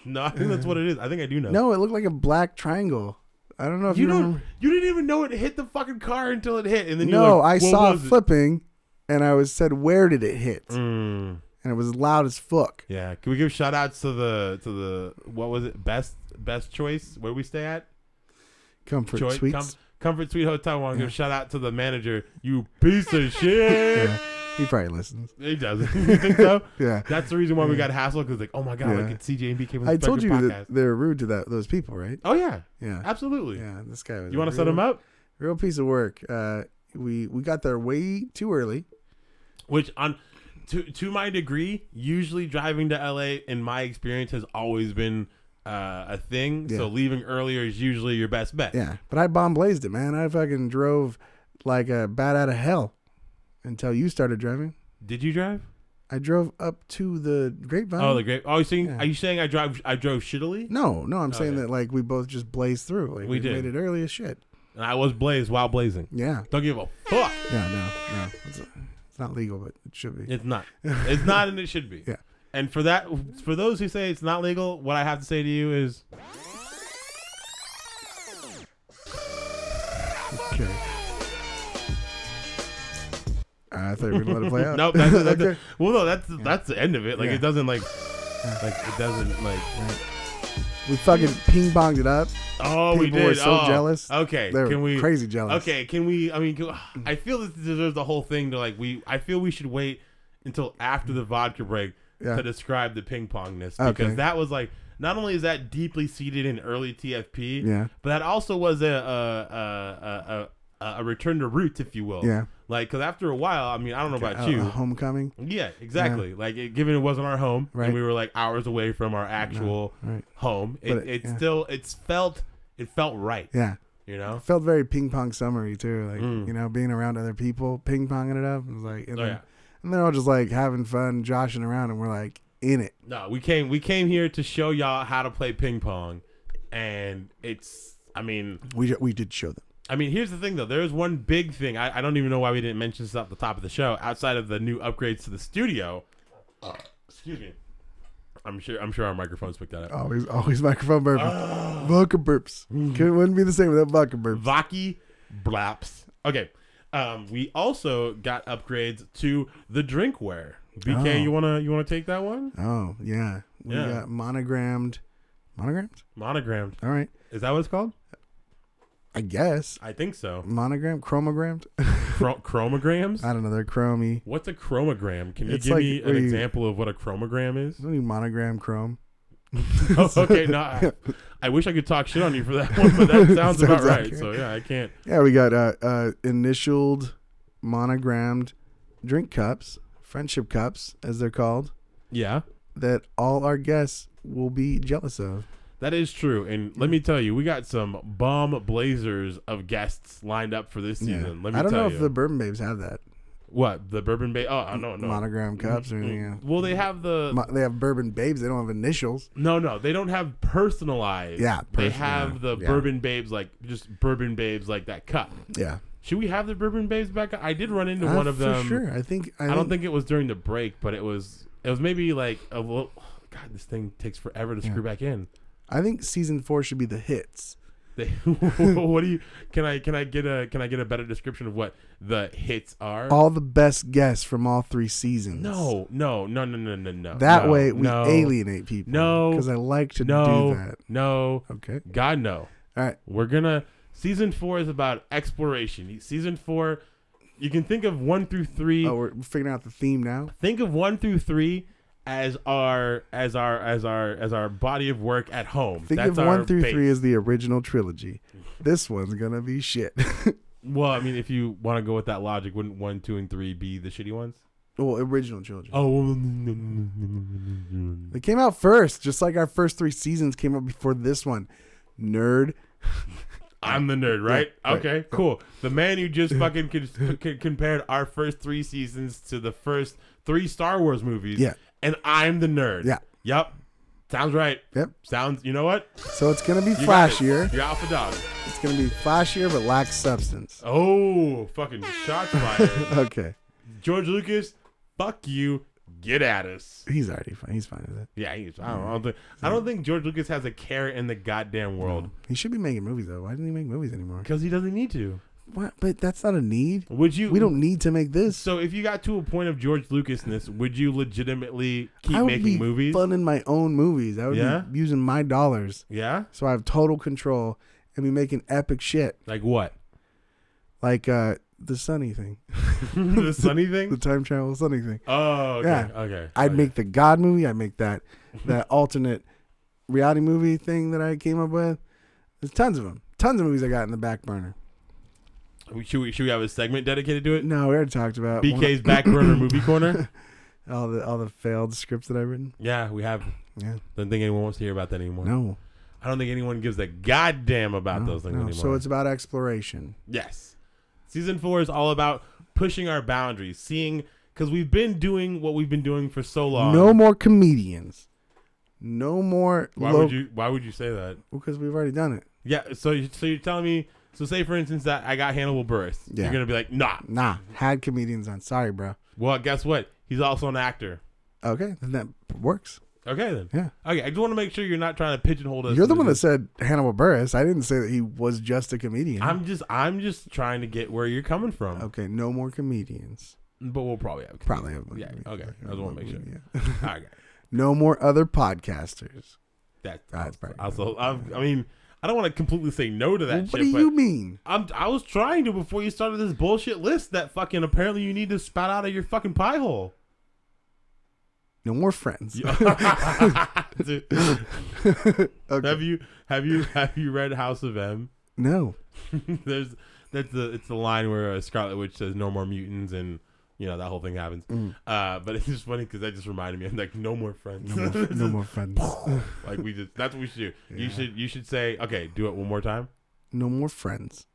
[SPEAKER 2] no, I think that's what it is. I think I do know.
[SPEAKER 3] No, it looked like a black triangle. I don't know if you,
[SPEAKER 2] You don't.
[SPEAKER 3] remember.
[SPEAKER 2] You didn't even know it hit the fucking car until it hit, and then
[SPEAKER 3] No,
[SPEAKER 2] you're like,
[SPEAKER 3] I
[SPEAKER 2] "What
[SPEAKER 3] saw it
[SPEAKER 2] was it?"
[SPEAKER 3] flipping, and I was said, "Where did it hit?"
[SPEAKER 2] Mm,
[SPEAKER 3] And it was loud as fuck.
[SPEAKER 2] yeah. Can we give shout outs to the to the what was it best best choice where we stay at
[SPEAKER 3] Comfort
[SPEAKER 2] Choi-
[SPEAKER 3] sweets.
[SPEAKER 2] Com- Comfort Sweet Hotel. I want to
[SPEAKER 3] Yeah.
[SPEAKER 2] give shout out to the manager. You piece of shit.
[SPEAKER 3] yeah, he probably listens.
[SPEAKER 2] He doesn't. you think so?
[SPEAKER 3] Yeah.
[SPEAKER 2] That's the reason why we got hassled because like, oh my god,
[SPEAKER 3] Yeah.
[SPEAKER 2] like it's CJ and BK with
[SPEAKER 3] I told you
[SPEAKER 2] podcast.
[SPEAKER 3] that they're rude to that those people, right?
[SPEAKER 2] oh yeah,
[SPEAKER 3] Yeah.
[SPEAKER 2] absolutely.
[SPEAKER 3] Yeah, this guy was.
[SPEAKER 2] You
[SPEAKER 3] a
[SPEAKER 2] want to set
[SPEAKER 3] real-
[SPEAKER 2] him up?
[SPEAKER 3] Real piece of work. Uh, we we got there way too early.
[SPEAKER 2] which on to to my degree, usually driving to LA in my experience has always been uh, a thing.
[SPEAKER 3] Yeah.
[SPEAKER 2] So leaving earlier is usually your best bet.
[SPEAKER 3] Yeah, but I bomb blazed it, man. I fucking drove like a bat out of hell until you started driving.
[SPEAKER 2] Did you drive?
[SPEAKER 3] I drove up to the grapevine.
[SPEAKER 2] oh, the great. Oh, you saying?
[SPEAKER 3] Um, yeah.
[SPEAKER 2] Are you saying I drive? I drove shittily,
[SPEAKER 3] no, no, I'm saying
[SPEAKER 2] Oh, yeah.
[SPEAKER 3] that like we both just blazed through. Like
[SPEAKER 2] We did.
[SPEAKER 3] made it early as shit.
[SPEAKER 2] and I was blazed while blazing.
[SPEAKER 3] Yeah,
[SPEAKER 2] Don't give a fuck.
[SPEAKER 3] yeah, no, no, it's, it's not legal, but it should be.
[SPEAKER 2] It's not. It's not, and it should be.
[SPEAKER 3] Yeah.
[SPEAKER 2] And for that, for those who say it's not legal, what I have to say to you is,
[SPEAKER 3] Okay. Uh, I thought we were going to let it play out.
[SPEAKER 2] nope. That's, that's
[SPEAKER 3] Oh. okay.
[SPEAKER 2] well, no, that's that's the end of it. Like
[SPEAKER 3] Yeah.
[SPEAKER 2] it doesn't like, like it doesn't like.
[SPEAKER 3] We fucking ping ponged it up.
[SPEAKER 2] Oh, we
[SPEAKER 3] People were
[SPEAKER 2] did.
[SPEAKER 3] so
[SPEAKER 2] Oh,
[SPEAKER 3] jealous.
[SPEAKER 2] Okay,
[SPEAKER 3] They were
[SPEAKER 2] can we
[SPEAKER 3] crazy jealous.
[SPEAKER 2] Okay, can we? I mean, can-
[SPEAKER 3] Mm-hmm.
[SPEAKER 2] I feel this deserves the whole thing to like. We I feel we should wait until after the vodka break
[SPEAKER 3] Yeah.
[SPEAKER 2] to describe the ping pongness
[SPEAKER 3] Okay.
[SPEAKER 2] because that was like. Not only is that deeply seated in early TFP,
[SPEAKER 3] Yeah.
[SPEAKER 2] but that also was a a a, a, a, a return to roots, if you will.
[SPEAKER 3] Yeah.
[SPEAKER 2] Like, because after a while, I mean, I don't know
[SPEAKER 3] A-
[SPEAKER 2] about
[SPEAKER 3] a
[SPEAKER 2] you.
[SPEAKER 3] homecoming.
[SPEAKER 2] Yeah, exactly. Like, it, given it wasn't our home,
[SPEAKER 3] Right.
[SPEAKER 2] and we were like hours away from our actual
[SPEAKER 3] Right.
[SPEAKER 2] home, it,
[SPEAKER 3] But
[SPEAKER 2] it,
[SPEAKER 3] it- yeah.
[SPEAKER 2] still it's felt it felt right.
[SPEAKER 3] Yeah.
[SPEAKER 2] You know.
[SPEAKER 3] Felt very ping pong summery too. Like you know, being around other people, ping ponging it up. It was like, and,
[SPEAKER 2] Mm. Oh,
[SPEAKER 3] then,
[SPEAKER 2] yeah.
[SPEAKER 3] and they're all just like having fun, joshing around, and we're like in it.
[SPEAKER 2] No, we came we came here to show y'all how to play ping pong, and it's I mean
[SPEAKER 3] We ju- we did show them.
[SPEAKER 2] I mean here's the thing though there's one big thing I, I don't even know why we didn't mention this at the top of the show outside of the new upgrades to the studio. Uh, excuse me. I'm sure I'm sure our microphones picked that up.
[SPEAKER 3] Always always microphone burping.
[SPEAKER 2] Oh.
[SPEAKER 3] Vodka burps.
[SPEAKER 2] Mm.
[SPEAKER 3] Couldn't wouldn't be the same without vodka burps.
[SPEAKER 2] Vaki Blaps. Okay. Um, we also got upgrades to the drinkware. BK,
[SPEAKER 3] Oh.
[SPEAKER 2] you wanna you wanna take that one?
[SPEAKER 3] Oh yeah, we
[SPEAKER 2] Yeah.
[SPEAKER 3] got monogrammed. Monogrammed.
[SPEAKER 2] Monogrammed.
[SPEAKER 3] All right,
[SPEAKER 2] Is that what it's called?
[SPEAKER 3] I guess
[SPEAKER 2] I think so.
[SPEAKER 3] monogrammed, chromogrammed.
[SPEAKER 2] Chro- chromograms.
[SPEAKER 3] I don't know. They're chromy.
[SPEAKER 2] What's a chromogram? Can you
[SPEAKER 3] It's
[SPEAKER 2] give
[SPEAKER 3] like
[SPEAKER 2] me an
[SPEAKER 3] where you-
[SPEAKER 2] example of what a chromogram is?
[SPEAKER 3] Isn't he monogram chrome?
[SPEAKER 2] oh, okay, no, I, I wish I could talk shit on you for that one, but that sounds,
[SPEAKER 3] Sounds
[SPEAKER 2] about right.
[SPEAKER 3] accurate.
[SPEAKER 2] So yeah, I can't.
[SPEAKER 3] Yeah, we got uh, uh, initialed, monogrammed drink cups, friendship cups, as they're called,
[SPEAKER 2] Yeah,
[SPEAKER 3] that all our guests will be jealous of.
[SPEAKER 2] that is true. And let me tell you, we got some bomb blazers of guests lined up for this season. Let me
[SPEAKER 3] I don't
[SPEAKER 2] tell
[SPEAKER 3] know
[SPEAKER 2] you,
[SPEAKER 3] if the Bourbon Babes have that
[SPEAKER 2] what the bourbon bay? Oh, I don't know. Mm, Mm-hmm.
[SPEAKER 3] monogram cups or anything. else.
[SPEAKER 2] Well, they have the
[SPEAKER 3] Mo- they have Bourbon Babes. They don't have initials.
[SPEAKER 2] no, no. They don't have personalized.
[SPEAKER 3] Yeah,
[SPEAKER 2] they
[SPEAKER 3] personalized,
[SPEAKER 2] have the
[SPEAKER 3] yeah.
[SPEAKER 2] bourbon babes like just bourbon babes like that cup.
[SPEAKER 3] Yeah,
[SPEAKER 2] Should we have the bourbon babes back? I did run into
[SPEAKER 3] Uh,
[SPEAKER 2] one of
[SPEAKER 3] for
[SPEAKER 2] them.
[SPEAKER 3] sure. I think. I,
[SPEAKER 2] I don't think it was during the break, but it was it was maybe like a little. God, this thing takes forever to screw back in.
[SPEAKER 3] I think season four should be the hits.
[SPEAKER 2] They, what do you? Can I can I get a can I get a better description of what the hits are?
[SPEAKER 3] All the best guests from all three seasons.
[SPEAKER 2] no, no, no, no, no, no, no.
[SPEAKER 3] That
[SPEAKER 2] no,
[SPEAKER 3] way we
[SPEAKER 2] no,
[SPEAKER 3] alienate people.
[SPEAKER 2] No.
[SPEAKER 3] Because I like to
[SPEAKER 2] No,
[SPEAKER 3] do that.
[SPEAKER 2] no.
[SPEAKER 3] Okay.
[SPEAKER 2] God no.
[SPEAKER 3] All right.
[SPEAKER 2] We're gonna season four is about exploration. Season four, you can think of one through three.
[SPEAKER 3] Oh, we're figuring out the theme now.
[SPEAKER 2] think of one through three as our as our as our as our body of work at home.
[SPEAKER 3] Think
[SPEAKER 2] That's
[SPEAKER 3] of
[SPEAKER 2] our
[SPEAKER 3] one through
[SPEAKER 2] base.
[SPEAKER 3] three as the original trilogy. This one's gonna be shit.
[SPEAKER 2] Well, I mean, if you want to go with that logic, wouldn't one, two, and three be the shitty ones?
[SPEAKER 3] Well, original children.
[SPEAKER 2] Oh,
[SPEAKER 3] They came out first, just like our first three seasons came out before this one. Nerd.
[SPEAKER 2] I'm the nerd, right?
[SPEAKER 3] Yeah, right,
[SPEAKER 2] okay, cool. The man who just fucking con- con- compared our first three seasons to the first three Star Wars movies.
[SPEAKER 3] Yeah.
[SPEAKER 2] And I'm the nerd.
[SPEAKER 3] Yeah.
[SPEAKER 2] Yep. Sounds right.
[SPEAKER 3] Yep.
[SPEAKER 2] Sounds, you know what?
[SPEAKER 3] So it's gonna be
[SPEAKER 2] You got it.
[SPEAKER 3] flashier.
[SPEAKER 2] You're alpha dog.
[SPEAKER 3] It's gonna be flashier, but lacks substance.
[SPEAKER 2] Oh, fucking shots fired.
[SPEAKER 3] Okay,
[SPEAKER 2] George Lucas, fuck you. Get at us.
[SPEAKER 3] he's already fine. He's fine with it.
[SPEAKER 2] Yeah, he's, I, don't, I, don't think, I don't think George Lucas has a care in the goddamn world
[SPEAKER 3] He should be making movies though. Why didn't he make movies anymore?
[SPEAKER 2] because he doesn't need to.
[SPEAKER 3] Why? But that's not a need.
[SPEAKER 2] Would you?
[SPEAKER 3] We don't need to make this.
[SPEAKER 2] So if you got to a point of George Lucasness, would you legitimately keep
[SPEAKER 3] I would
[SPEAKER 2] making
[SPEAKER 3] be
[SPEAKER 2] movies?
[SPEAKER 3] funding my own movies. I would
[SPEAKER 2] Yeah?
[SPEAKER 3] be using my dollars,
[SPEAKER 2] Yeah.
[SPEAKER 3] so I have total control and be making epic shit
[SPEAKER 2] Like what?
[SPEAKER 3] like uh, the Sunny thing,
[SPEAKER 2] the sunny
[SPEAKER 3] the
[SPEAKER 2] thing?
[SPEAKER 3] time travel Sunny thing.
[SPEAKER 2] Oh, okay.
[SPEAKER 3] Yeah.
[SPEAKER 2] Okay.
[SPEAKER 3] I'd
[SPEAKER 2] okay.
[SPEAKER 3] make the God movie. I'd make that that alternate reality movie thing that I came up with. There's tons of them. Tons of movies I got in the back burner.
[SPEAKER 2] Oh, Should we should we have a segment dedicated to it?
[SPEAKER 3] No, we already talked about one-
[SPEAKER 2] BK's back burner movie corner.
[SPEAKER 3] all the all the failed scripts that I've written.
[SPEAKER 2] Yeah, we have.
[SPEAKER 3] Yeah.
[SPEAKER 2] Don't think anyone wants to hear about that anymore.
[SPEAKER 3] No.
[SPEAKER 2] I don't think anyone gives a goddamn about those things
[SPEAKER 3] no.
[SPEAKER 2] anymore.
[SPEAKER 3] So it's about exploration.
[SPEAKER 2] Yes. Season four is all about pushing our boundaries, seeing because we've been doing what we've been doing for so long.
[SPEAKER 3] no more comedians. No more
[SPEAKER 2] Why
[SPEAKER 3] lo-
[SPEAKER 2] would you? Why would you say that?
[SPEAKER 3] because we've already done it.
[SPEAKER 2] Yeah. So you, so you're telling me. So say for instance that I got Hannibal Burris.
[SPEAKER 3] Yeah.
[SPEAKER 2] You're gonna be like, nah.
[SPEAKER 3] Nah,
[SPEAKER 2] Mm-hmm.
[SPEAKER 3] had comedians on. Sorry, bro.
[SPEAKER 2] Well, guess what? He's also an actor.
[SPEAKER 3] Okay, then that works.
[SPEAKER 2] Okay then.
[SPEAKER 3] Yeah.
[SPEAKER 2] Okay. I just want to make sure you're not trying to pigeonhole us.
[SPEAKER 3] You're the
[SPEAKER 2] into
[SPEAKER 3] one that
[SPEAKER 2] just-
[SPEAKER 3] said Hannibal Burris. I didn't say that he was just a comedian.
[SPEAKER 2] I'm just I'm just trying to get where you're coming from.
[SPEAKER 3] okay, no more comedians.
[SPEAKER 2] But we'll probably have.
[SPEAKER 3] Probably have one.
[SPEAKER 2] Yeah. Okay. I just want to make sure.
[SPEAKER 3] Yeah.
[SPEAKER 2] All right.
[SPEAKER 3] No more other podcasters.
[SPEAKER 2] That.
[SPEAKER 3] That's pretty
[SPEAKER 2] Also, I've, I mean, I don't want to completely say no to that.
[SPEAKER 3] what
[SPEAKER 2] shit,
[SPEAKER 3] do
[SPEAKER 2] but
[SPEAKER 3] you mean?
[SPEAKER 2] I'm, I was trying to before you started this bullshit list that fucking apparently you need to spout out of your fucking pie hole.
[SPEAKER 3] No more friends.
[SPEAKER 2] Dude,
[SPEAKER 3] Okay.
[SPEAKER 2] Have you have you have you read House of M?
[SPEAKER 3] No.
[SPEAKER 2] There's that's the it's the line where uh, Scarlet Witch says no more mutants and you know that whole thing happens.
[SPEAKER 3] Mm.
[SPEAKER 2] Uh, but it's just funny because that just reminded me. I'm like no more friends.
[SPEAKER 3] No more, no more friends.
[SPEAKER 2] like we just that's what we should do. You should you should say okay. Do it one more time.
[SPEAKER 3] No more friends.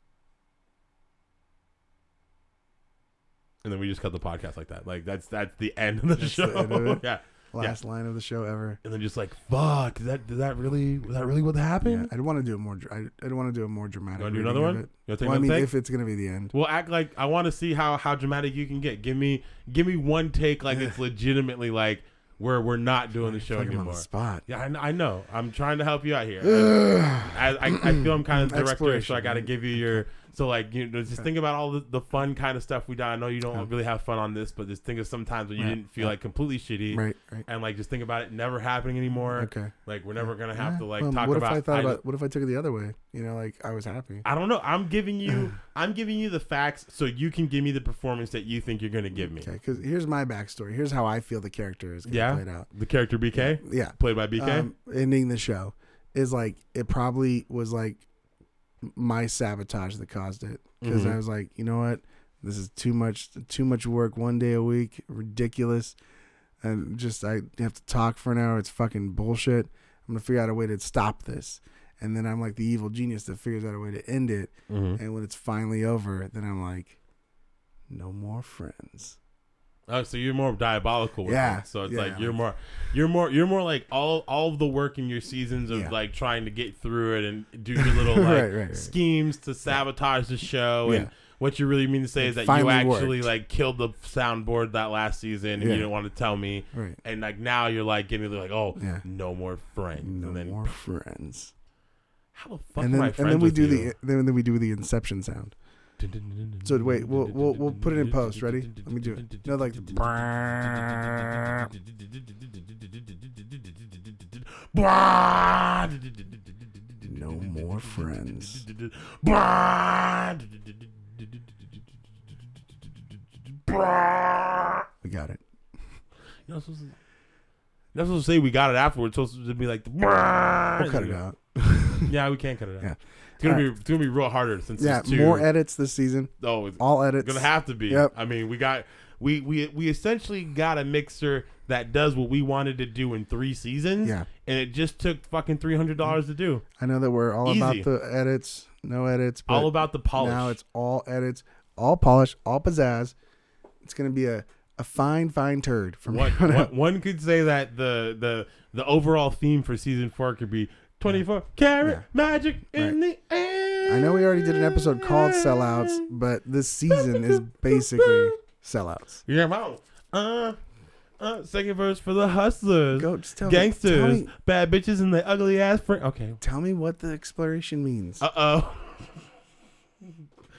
[SPEAKER 2] And then we just cut the podcast like that. Like that's that's the end of the
[SPEAKER 3] That's
[SPEAKER 2] show.
[SPEAKER 3] the end of it?
[SPEAKER 2] yeah.
[SPEAKER 3] Last line of the show ever.
[SPEAKER 2] and then just like fuck did that did that really was that really what
[SPEAKER 3] Yeah,
[SPEAKER 2] happened
[SPEAKER 3] I'd want to do a more. dr- I, I'd want to do a more dramatic.
[SPEAKER 2] you want to do
[SPEAKER 3] reading
[SPEAKER 2] another
[SPEAKER 3] of
[SPEAKER 2] one you want
[SPEAKER 3] it.
[SPEAKER 2] to take
[SPEAKER 3] well, I
[SPEAKER 2] another
[SPEAKER 3] mean,
[SPEAKER 2] take
[SPEAKER 3] if it's gonna be the end,
[SPEAKER 2] we'll act like i want to see how how dramatic you can get give me give me one take like it's legitimately like where we're not doing the show
[SPEAKER 3] like I'm on
[SPEAKER 2] anymore
[SPEAKER 3] the spot.
[SPEAKER 2] yeah I, kn- I know i'm trying to help you out here I, I, I feel i'm kind of the director so i
[SPEAKER 3] Exploration,
[SPEAKER 2] gotta
[SPEAKER 3] right?
[SPEAKER 2] give you your so like you know just think about all the, the fun kind of stuff we done i know you don't really have fun on this but just think of sometimes when you
[SPEAKER 3] Right,
[SPEAKER 2] didn't feel
[SPEAKER 3] right.
[SPEAKER 2] like completely shitty
[SPEAKER 3] Right, right.
[SPEAKER 2] and like just think about it never happening anymore
[SPEAKER 3] Okay.
[SPEAKER 2] like we're never gonna have to like
[SPEAKER 3] Well,
[SPEAKER 2] talk
[SPEAKER 3] what
[SPEAKER 2] about
[SPEAKER 3] if I thought
[SPEAKER 2] items-
[SPEAKER 3] about what if I took it the other way? You know, like I was happy.
[SPEAKER 2] I don't know. I'm giving you I'm giving you the facts so you can give me the performance that you think you're gonna give me.
[SPEAKER 3] Okay, because here's my backstory. Here's how I feel the character is gonna
[SPEAKER 2] Yeah.
[SPEAKER 3] play it out.
[SPEAKER 2] The character BK,
[SPEAKER 3] Yeah.
[SPEAKER 2] played by BK.
[SPEAKER 3] um, ending the show is like it probably was like my sabotage that caused it because
[SPEAKER 2] Mm-hmm.
[SPEAKER 3] I was like, you know what, this is too much, too much work one day a week, ridiculous, and just I have to talk for an hour. It's fucking bullshit. I'm gonna figure out a way to stop this, and then I'm like the evil genius that figures out a way to end it.
[SPEAKER 2] Mm-hmm.
[SPEAKER 3] And when it's finally over, then I'm like, no more friends.
[SPEAKER 2] oh, so you're more diabolical with
[SPEAKER 3] Yeah,
[SPEAKER 2] it. So it's
[SPEAKER 3] yeah,
[SPEAKER 2] like you're
[SPEAKER 3] like-
[SPEAKER 2] more you're more you're more like all all of the work in your seasons of
[SPEAKER 3] Yeah.
[SPEAKER 2] like trying to get through it and do your little like
[SPEAKER 3] Right, right, right.
[SPEAKER 2] schemes to sabotage the show
[SPEAKER 3] Yeah.
[SPEAKER 2] and what you really mean to say is that you
[SPEAKER 3] finally
[SPEAKER 2] actually
[SPEAKER 3] worked.
[SPEAKER 2] like killed the soundboard that last season and you
[SPEAKER 3] Yeah.
[SPEAKER 2] didn't want to tell me.
[SPEAKER 3] Right.
[SPEAKER 2] And like now you're like getting like, oh,
[SPEAKER 3] Yeah.
[SPEAKER 2] no more friends.
[SPEAKER 3] No
[SPEAKER 2] and then
[SPEAKER 3] more friends.
[SPEAKER 2] how the fuck
[SPEAKER 3] and
[SPEAKER 2] am
[SPEAKER 3] then
[SPEAKER 2] I
[SPEAKER 3] and
[SPEAKER 2] friends
[SPEAKER 3] then we
[SPEAKER 2] with
[SPEAKER 3] do
[SPEAKER 2] you?
[SPEAKER 3] the then, then we do the inception sound. So wait, we'll we'll, we'll put it in post. Ready? Let me do it. No, like the no more friends. We got it.
[SPEAKER 2] You're not supposed to- you're not supposed to say we got it afterwards. It's supposed to be like,
[SPEAKER 3] We'll cut it out.
[SPEAKER 2] Yeah, we can cut it out.
[SPEAKER 3] Yeah.
[SPEAKER 2] It's gonna
[SPEAKER 3] All
[SPEAKER 2] be it's gonna be real harder since
[SPEAKER 3] Yeah,
[SPEAKER 2] it's two.
[SPEAKER 3] more edits this season.
[SPEAKER 2] oh, it's
[SPEAKER 3] All edits.
[SPEAKER 2] gonna have to be.
[SPEAKER 3] Yep.
[SPEAKER 2] I mean, we got we we we essentially got a mixer that does what we wanted to do in three seasons.
[SPEAKER 3] Yeah.
[SPEAKER 2] and it just took fucking three hundred dollars to do.
[SPEAKER 3] I know that we're all
[SPEAKER 2] Easy.
[SPEAKER 3] about the edits, no edits, but
[SPEAKER 2] All about the polish.
[SPEAKER 3] now it's all edits, all polish, all pizzazz. It's gonna be a, a fine, fine turd from
[SPEAKER 2] one,
[SPEAKER 3] here on
[SPEAKER 2] one,
[SPEAKER 3] out.
[SPEAKER 2] one could say that the the the overall theme for season four could be twenty four karat
[SPEAKER 3] Yeah.
[SPEAKER 2] magic in the air.
[SPEAKER 3] I know we already did an episode called Sellouts, but this season is basically sellouts.
[SPEAKER 2] You're about uh uh second verse for the hustlers,
[SPEAKER 3] Go just tell me, tell
[SPEAKER 2] gangsters,
[SPEAKER 3] me,
[SPEAKER 2] bad bitches, and the ugly ass friend. Okay.
[SPEAKER 3] tell me what the exploration means.
[SPEAKER 2] Uh oh.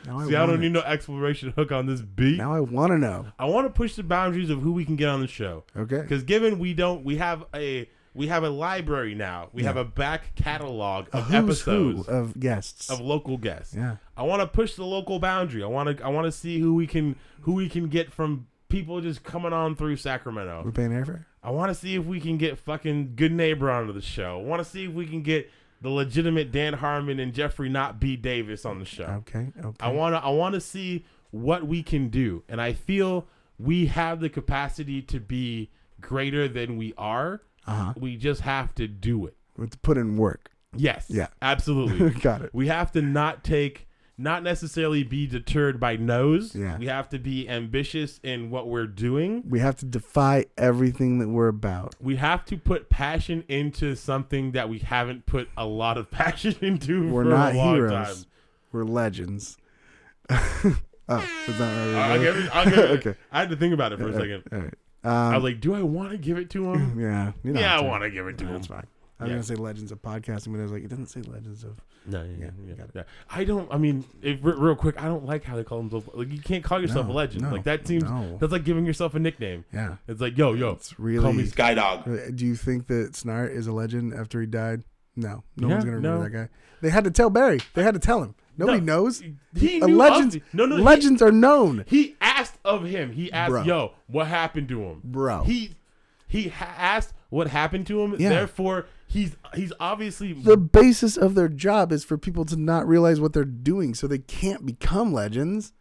[SPEAKER 3] now I
[SPEAKER 2] See, I
[SPEAKER 3] wanna-
[SPEAKER 2] don't need no exploration hook on this beat.
[SPEAKER 3] Now I want to know.
[SPEAKER 2] I want to push the boundaries of who we can get on the show.
[SPEAKER 3] Okay.
[SPEAKER 2] Because given we don't, we have a we have a library now. We have a back catalog
[SPEAKER 3] A
[SPEAKER 2] of
[SPEAKER 3] who's
[SPEAKER 2] episodes
[SPEAKER 3] who of guests.
[SPEAKER 2] of local guests.
[SPEAKER 3] yeah.
[SPEAKER 2] I want to push the local boundary. I want to I want to see who we can who we can get from people just coming on through
[SPEAKER 3] We're
[SPEAKER 2] Sacramento.
[SPEAKER 3] paying airfare.
[SPEAKER 2] I want to see if we can get fucking good neighbor onto the show. I want to see if we can get the legitimate Dan Harmon and Jeffrey not B Davis on the show.
[SPEAKER 3] Okay. Okay.
[SPEAKER 2] I want to I want to see what we can do and I feel we have the capacity to be greater than we are.
[SPEAKER 3] Uh-huh.
[SPEAKER 2] We just have to do it.
[SPEAKER 3] We have to put in work.
[SPEAKER 2] Yes.
[SPEAKER 3] Yeah.
[SPEAKER 2] Absolutely.
[SPEAKER 3] Got it.
[SPEAKER 2] We have to not take, not necessarily be deterred by no's.
[SPEAKER 3] Yeah.
[SPEAKER 2] We have to be ambitious in what we're doing.
[SPEAKER 3] We have to defy everything that we're about.
[SPEAKER 2] We have to put passion into something that we haven't put a lot of passion into
[SPEAKER 3] We're
[SPEAKER 2] for
[SPEAKER 3] not
[SPEAKER 2] a long
[SPEAKER 3] heroes.
[SPEAKER 2] time.
[SPEAKER 3] We're legends. oh, is that
[SPEAKER 2] I'll give it. I'll give it.
[SPEAKER 3] Okay. Uh,
[SPEAKER 2] I had to think about it for a second.
[SPEAKER 3] All right.
[SPEAKER 2] I
[SPEAKER 3] Um,
[SPEAKER 2] was like, do I want to give it to him?
[SPEAKER 3] yeah. You
[SPEAKER 2] yeah, I
[SPEAKER 3] have to.
[SPEAKER 2] want to give it to him.
[SPEAKER 3] That's fine. I was
[SPEAKER 2] Yeah.
[SPEAKER 3] gonna say legends of podcasting, but I was like, it doesn't say legends of.
[SPEAKER 2] No, yeah, yeah,
[SPEAKER 3] you
[SPEAKER 2] yeah,
[SPEAKER 3] got it.
[SPEAKER 2] yeah. I don't. I mean, if, re- real quick, I don't like how they call themselves. Like, you can't call yourself
[SPEAKER 3] No,
[SPEAKER 2] a legend.
[SPEAKER 3] no,
[SPEAKER 2] like that seems.
[SPEAKER 3] no.
[SPEAKER 2] That's like giving yourself a nickname.
[SPEAKER 3] Yeah,
[SPEAKER 2] It's like, yo, yo,
[SPEAKER 3] it's really.
[SPEAKER 2] call me Skydog.
[SPEAKER 3] Uh, Do you think that Snart is a legend after he died? No, no
[SPEAKER 2] Yeah,
[SPEAKER 3] one's gonna remember
[SPEAKER 2] no.
[SPEAKER 3] that guy. They had to tell Barry. They had to tell him. Nobody
[SPEAKER 2] No,
[SPEAKER 3] knows.
[SPEAKER 2] He
[SPEAKER 3] A
[SPEAKER 2] knew
[SPEAKER 3] legends,
[SPEAKER 2] of- no, no, he-
[SPEAKER 3] legends are known.
[SPEAKER 2] He, asked of him. He asked,
[SPEAKER 3] Bro.
[SPEAKER 2] yo, what happened to him,
[SPEAKER 3] Bro.
[SPEAKER 2] He he ha- asked what happened to him.
[SPEAKER 3] Yeah.
[SPEAKER 2] Therefore, he's he's obviously
[SPEAKER 3] The basis of their job is for people to not realize what they're doing, so they can't become legends,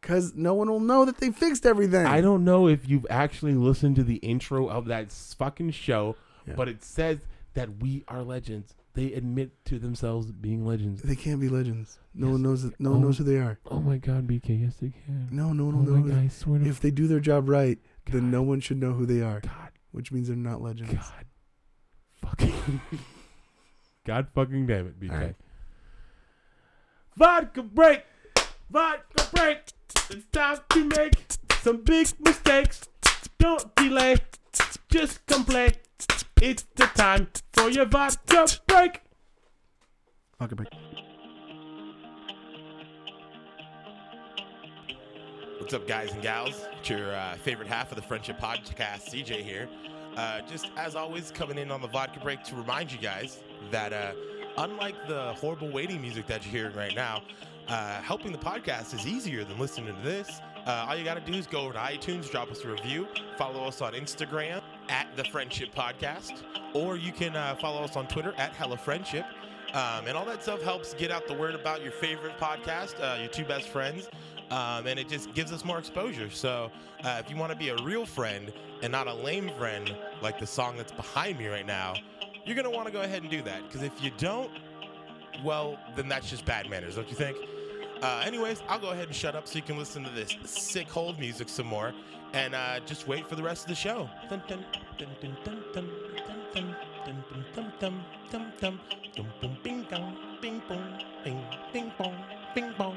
[SPEAKER 3] because no one will know that they fixed everything.
[SPEAKER 2] I don't know if you've actually listened to the intro of that s- fucking show, but it says that we are legends. They admit to themselves being legends.
[SPEAKER 3] They can't be legends. No one knows. That, no one
[SPEAKER 2] Oh.
[SPEAKER 3] knows who they are.
[SPEAKER 2] Oh my god, BK, yes they can.
[SPEAKER 3] No, no
[SPEAKER 2] Oh
[SPEAKER 3] one will know.
[SPEAKER 2] my
[SPEAKER 3] who
[SPEAKER 2] god,
[SPEAKER 3] they-
[SPEAKER 2] I swear to
[SPEAKER 3] If they do their job right, then no one should know who they are,
[SPEAKER 2] God,
[SPEAKER 3] which means they're not legends.
[SPEAKER 2] God, fucking, God fucking damn it, BK.
[SPEAKER 3] All right.
[SPEAKER 2] Vodka break, vodka break. It's time to make some big mistakes. Don't delay, just come play. It's the time for your vodka break.
[SPEAKER 3] Fuck it, break.
[SPEAKER 6] What's up, guys and gals? It's your uh, favorite half of the Friendship Podcast, CJ here. Uh, just as always, coming in on the vodka break to remind you guys that uh, unlike the horrible waiting music that you're hearing right now, uh, helping the podcast is easier than listening to this. Uh, all you got to do is go over to iTunes, drop us a review, follow us on Instagram at the Friendship Podcast, or you can uh, follow us on Twitter at Hella Friendship. Um, and all that stuff helps get out the word about your favorite podcast, uh, your two best friends, um, and it just gives us more exposure. So uh, if you want to be a real friend and not a lame friend, like the song that's behind me right now, you're going to want to go ahead and do that. Because if you don't, well, then that's just bad manners, don't you think? Uh, anyways, I'll go ahead and shut up so you can listen to this sick hold music some more and uh, just wait for the rest of the show. Dun, dun, dun, dun, dun, dun, dun, dun, dun, dun, dun, dun, dun, dun. Dum, bum, bing, dong, bing, bong, bing, bing, bong, bing, bong.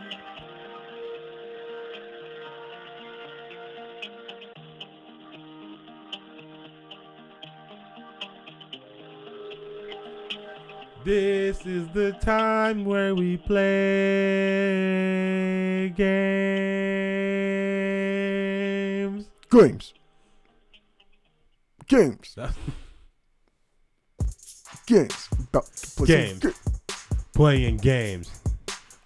[SPEAKER 2] This is the time where we play games.
[SPEAKER 3] Games. Games.
[SPEAKER 2] That's
[SPEAKER 3] Games. About to play some
[SPEAKER 2] Games. playing games.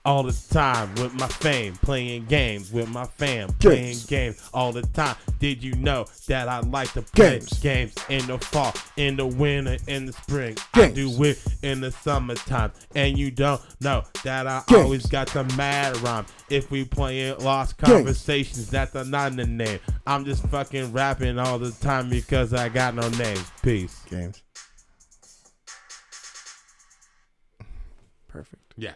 [SPEAKER 2] all the time with my fame, playing games with my fam, playing
[SPEAKER 3] Games.
[SPEAKER 2] games all the time. Did you know that I like to play
[SPEAKER 3] Games.
[SPEAKER 2] games, in the fall, in the winter, in the spring? I
[SPEAKER 3] Games.
[SPEAKER 2] do it in the summertime, and you don't know that I
[SPEAKER 3] Games.
[SPEAKER 2] always got the mad rhyme. If we playing lost
[SPEAKER 3] Games.
[SPEAKER 2] conversations, that's a not in the name. I'm just fucking rapping all the time because I got no name. Peace.
[SPEAKER 3] Games. Perfect.
[SPEAKER 2] Yeah.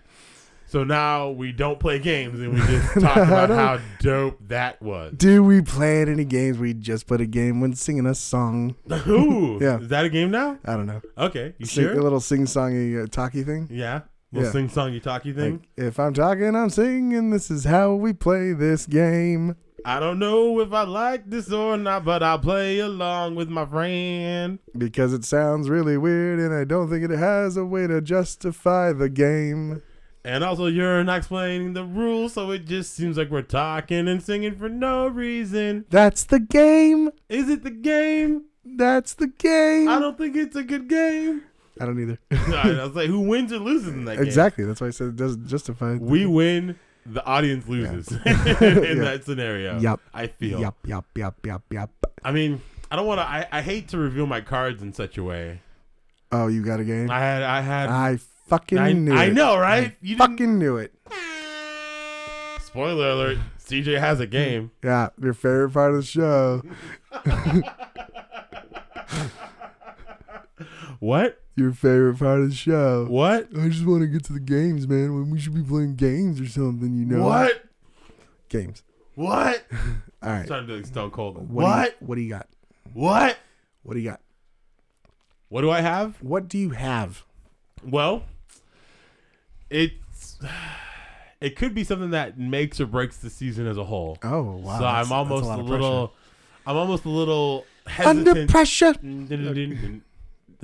[SPEAKER 2] So now we don't play games and we just talk about
[SPEAKER 3] No.
[SPEAKER 2] how dope that was.
[SPEAKER 3] Do we play at any games? We just played a game when singing a song.
[SPEAKER 2] Ooh.
[SPEAKER 3] Yeah.
[SPEAKER 2] Is that a game now?
[SPEAKER 3] I don't know.
[SPEAKER 2] Okay. You
[SPEAKER 3] Sing,
[SPEAKER 2] sure?
[SPEAKER 3] A little sing-songy uh, talky thing.
[SPEAKER 2] yeah. Little
[SPEAKER 3] Yeah.
[SPEAKER 2] sing songy talky thing.
[SPEAKER 3] Like, if I'm talking, I'm singing. This is how we play this game.
[SPEAKER 2] I don't know if I like this or not, but I'll play along with my friend.
[SPEAKER 3] Because it sounds really weird, and I don't think it has a way to justify the game.
[SPEAKER 2] And also, you're not explaining the rules, so it just seems like we're talking and singing for no reason.
[SPEAKER 3] That's the game.
[SPEAKER 2] Is it the game?
[SPEAKER 3] That's the game.
[SPEAKER 2] I don't think it's a good game.
[SPEAKER 3] I don't either.
[SPEAKER 2] I was like, who wins or loses in that game?
[SPEAKER 3] exactly. That's why I said it doesn't justify.
[SPEAKER 2] we win, the audience loses in
[SPEAKER 3] Yeah.
[SPEAKER 2] that scenario.
[SPEAKER 3] Yup.
[SPEAKER 2] I feel.
[SPEAKER 3] Yup, yup, yup, yup, yup.
[SPEAKER 2] I mean, I don't want to. I, I hate to reveal my cards in such a way.
[SPEAKER 3] Oh, you got a game? I,
[SPEAKER 2] I had. I had.
[SPEAKER 3] fucking
[SPEAKER 2] I,
[SPEAKER 3] knew
[SPEAKER 2] I
[SPEAKER 3] it.
[SPEAKER 2] know, right? you didn't-
[SPEAKER 3] Fucking knew it.
[SPEAKER 2] Spoiler alert: CJ has a game.
[SPEAKER 3] Yeah, your favorite part of the show.
[SPEAKER 2] What?
[SPEAKER 3] Your favorite part of the show.
[SPEAKER 2] What?
[SPEAKER 3] I just want to get to the games, man. We should be playing games or something, you know?
[SPEAKER 2] What?
[SPEAKER 3] Games.
[SPEAKER 2] What?
[SPEAKER 3] All right.
[SPEAKER 2] Trying to do like Stone Cold.
[SPEAKER 3] What? do you- what do you got?
[SPEAKER 2] What?
[SPEAKER 3] What do you got?
[SPEAKER 2] What do I have?
[SPEAKER 3] What do you have?
[SPEAKER 2] Well, it's it could be something that makes or breaks the season as a whole.
[SPEAKER 3] Oh, wow.
[SPEAKER 2] so
[SPEAKER 3] that's-
[SPEAKER 2] I'm almost
[SPEAKER 3] that's lot
[SPEAKER 2] a,
[SPEAKER 3] of
[SPEAKER 2] little, I'm almost a little
[SPEAKER 3] pressure. Under
[SPEAKER 2] hesitant.
[SPEAKER 3] pressure.
[SPEAKER 2] Under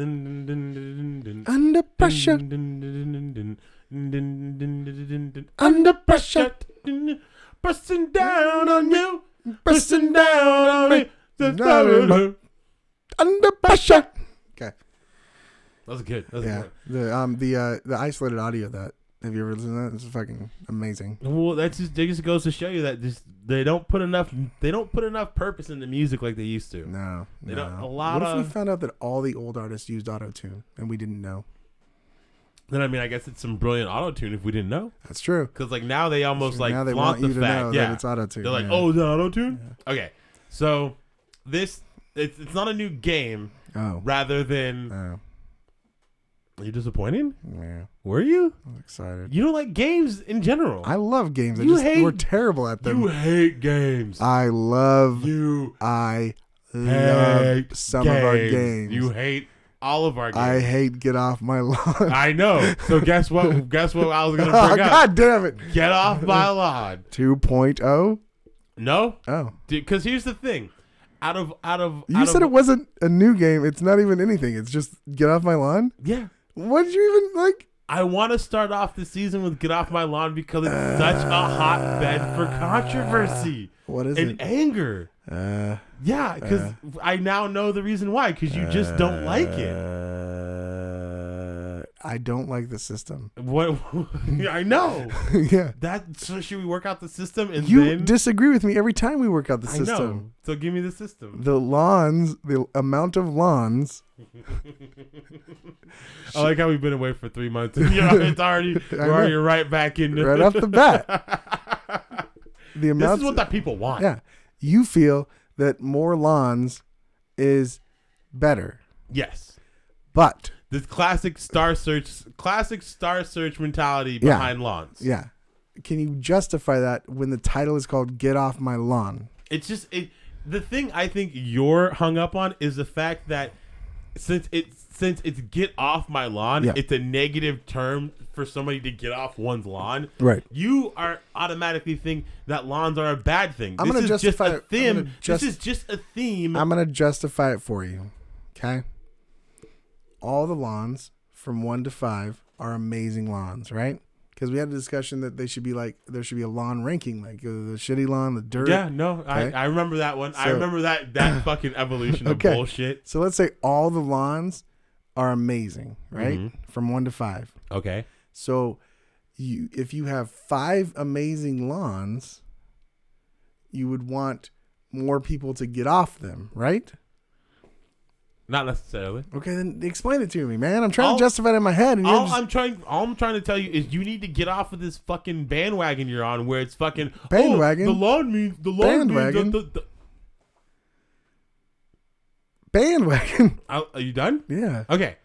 [SPEAKER 3] Under pressure.
[SPEAKER 2] Mm.
[SPEAKER 3] Under pressure.
[SPEAKER 2] Pressing down on you, pressing down on me. That
[SPEAKER 3] Under pressure. Okay.
[SPEAKER 2] was good. That was
[SPEAKER 3] Yeah.
[SPEAKER 2] good.
[SPEAKER 3] The um the uh the isolated audio of that. Have you ever listened to that? It's fucking amazing.
[SPEAKER 2] Well, that's just it. Just goes to show you that just they don't put enough they don't put enough purpose in the music like they used to.
[SPEAKER 3] No.
[SPEAKER 2] They
[SPEAKER 3] no.
[SPEAKER 2] don't- a lot
[SPEAKER 3] what if we
[SPEAKER 2] of-
[SPEAKER 3] found out that all the old artists used auto tune and we didn't know?
[SPEAKER 2] Then I mean, I guess it's some brilliant auto tune if we didn't know,
[SPEAKER 3] That's true.
[SPEAKER 2] because like now they almost like
[SPEAKER 3] now they
[SPEAKER 2] flaunt
[SPEAKER 3] want you
[SPEAKER 2] the
[SPEAKER 3] to
[SPEAKER 2] fact.
[SPEAKER 3] know
[SPEAKER 2] yeah,
[SPEAKER 3] that it's auto tune.
[SPEAKER 2] They're like, oh, the auto tune. Okay, so this it's, it's not a new game.
[SPEAKER 3] oh,
[SPEAKER 2] Rather than
[SPEAKER 3] oh,
[SPEAKER 2] are you disappointed?
[SPEAKER 3] yeah,
[SPEAKER 2] Were you?
[SPEAKER 3] I'm excited.
[SPEAKER 2] You don't like games in general.
[SPEAKER 3] I love games. I
[SPEAKER 2] You
[SPEAKER 3] just,
[SPEAKER 2] hate-
[SPEAKER 3] we're terrible at them.
[SPEAKER 2] you hate games.
[SPEAKER 3] I love.
[SPEAKER 2] you
[SPEAKER 3] I love
[SPEAKER 2] hate
[SPEAKER 3] some of our games.
[SPEAKER 2] You hate all of our games.
[SPEAKER 3] I hate get off my lawn.
[SPEAKER 2] I know. So guess what? guess what? I was gonna
[SPEAKER 3] oh,
[SPEAKER 2] bring up.
[SPEAKER 3] God damn it.
[SPEAKER 2] Get off my lawn.
[SPEAKER 3] 2.0?
[SPEAKER 2] No,
[SPEAKER 3] Oh.
[SPEAKER 2] because here's the thing. Out of out of
[SPEAKER 3] You
[SPEAKER 2] out
[SPEAKER 3] said
[SPEAKER 2] of,
[SPEAKER 3] it wasn't a new game. It's not even anything. It's just get off my lawn.
[SPEAKER 2] yeah.
[SPEAKER 3] What did you even like?
[SPEAKER 2] I want to start off the season with "Get Off My Lawn" because it's such a hotbed for controversy
[SPEAKER 3] What is
[SPEAKER 2] and
[SPEAKER 3] it?
[SPEAKER 2] anger.
[SPEAKER 3] Uh,
[SPEAKER 2] Yeah, because I now know the reason why. Because you just don't like it.
[SPEAKER 3] uh, I don't like the system.
[SPEAKER 2] What? I know
[SPEAKER 3] yeah.
[SPEAKER 2] that. So should we work out the system and
[SPEAKER 3] You
[SPEAKER 2] then
[SPEAKER 3] disagree with me every time we work out the
[SPEAKER 2] I
[SPEAKER 3] system.
[SPEAKER 2] know. So give me the system.
[SPEAKER 3] The lawns, the amount of lawns.
[SPEAKER 2] I like how we've been away for three months. And you know, it's already
[SPEAKER 3] I
[SPEAKER 2] we're
[SPEAKER 3] know.
[SPEAKER 2] already right back in.
[SPEAKER 3] Right off the bat. The
[SPEAKER 2] this
[SPEAKER 3] amount
[SPEAKER 2] is what the people want.
[SPEAKER 3] Yeah. You feel that more lawns is better.
[SPEAKER 2] Yes.
[SPEAKER 3] But
[SPEAKER 2] This classic star search, classic star search mentality
[SPEAKER 3] Yeah.
[SPEAKER 2] behind lawns.
[SPEAKER 3] yeah. Can you justify that when the title is called Get Off My Lawn?
[SPEAKER 2] It's just it. The thing I think you're hung up on is the fact that since it's since it's get off my lawn,
[SPEAKER 3] Yeah.
[SPEAKER 2] it's a negative term for somebody to get off one's lawn.
[SPEAKER 3] Right.
[SPEAKER 2] You are automatically think that lawns are a bad thing.
[SPEAKER 3] I'm
[SPEAKER 2] this
[SPEAKER 3] gonna
[SPEAKER 2] is
[SPEAKER 3] justify- I'm
[SPEAKER 2] just a
[SPEAKER 3] gonna
[SPEAKER 2] theme.
[SPEAKER 3] just-
[SPEAKER 2] this is just a theme.
[SPEAKER 3] I'm going to justify it for you. Okay. All the lawns from one to five are amazing lawns, right? Because we had a discussion that they should be like, there should be a lawn ranking, like uh, the shitty lawn, the dirt.
[SPEAKER 2] Yeah, no,
[SPEAKER 3] Okay.
[SPEAKER 2] I, I remember that one. I
[SPEAKER 3] So-
[SPEAKER 2] remember that that fucking evolution of
[SPEAKER 3] Okay.
[SPEAKER 2] bullshit.
[SPEAKER 3] So let's say all the lawns are amazing, right? From one to five.
[SPEAKER 2] Okay.
[SPEAKER 3] So you if you have five amazing lawns, you would want more people to get off them, right?
[SPEAKER 2] Not necessarily.
[SPEAKER 3] Okay, then explain it to me, man. I'm trying
[SPEAKER 2] All-
[SPEAKER 3] to justify it in my head, and you're
[SPEAKER 2] All
[SPEAKER 3] just
[SPEAKER 2] I'm trying, all I'm trying to tell you is you need to get off of this fucking bandwagon you're on, where it's fucking oh,
[SPEAKER 3] Bandwagon?
[SPEAKER 2] the lawn means the lawn
[SPEAKER 3] Bandwagon?
[SPEAKER 2] means the, the, the,
[SPEAKER 3] bandwagon.
[SPEAKER 2] Are- uh, are you done?
[SPEAKER 3] yeah,
[SPEAKER 2] Okay.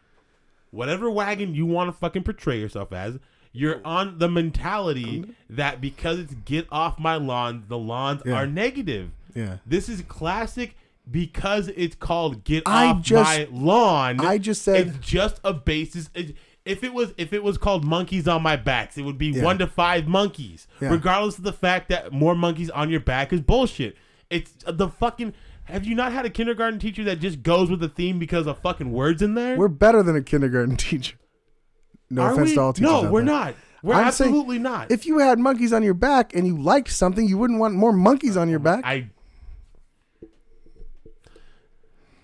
[SPEAKER 2] Whatever wagon you want to fucking portray yourself as, you're on the mentality that because it's get off my lawn, the lawns
[SPEAKER 3] Um, Yeah.
[SPEAKER 2] are negative.
[SPEAKER 3] yeah.
[SPEAKER 2] This is classic because it's called get
[SPEAKER 3] I
[SPEAKER 2] off
[SPEAKER 3] just-
[SPEAKER 2] my lawn.
[SPEAKER 3] I just said-
[SPEAKER 2] it's just a basis. It, if it was if it was called monkeys on my backs, it would be
[SPEAKER 3] Yeah.
[SPEAKER 2] one to five monkeys,
[SPEAKER 3] Yeah.
[SPEAKER 2] regardless of the fact that more monkeys on your back is bullshit. It's uh, the fucking. Have you not had a kindergarten teacher that just goes with the theme because of fucking words in there?
[SPEAKER 3] We're better than a kindergarten teacher. No
[SPEAKER 2] Are
[SPEAKER 3] offense
[SPEAKER 2] we?
[SPEAKER 3] to all teachers.
[SPEAKER 2] No,
[SPEAKER 3] out
[SPEAKER 2] we're
[SPEAKER 3] there.
[SPEAKER 2] not. We're
[SPEAKER 3] I'm saying
[SPEAKER 2] absolutely not.
[SPEAKER 3] If you had monkeys on your back and you liked something, you wouldn't want more monkeys on your back.
[SPEAKER 2] I.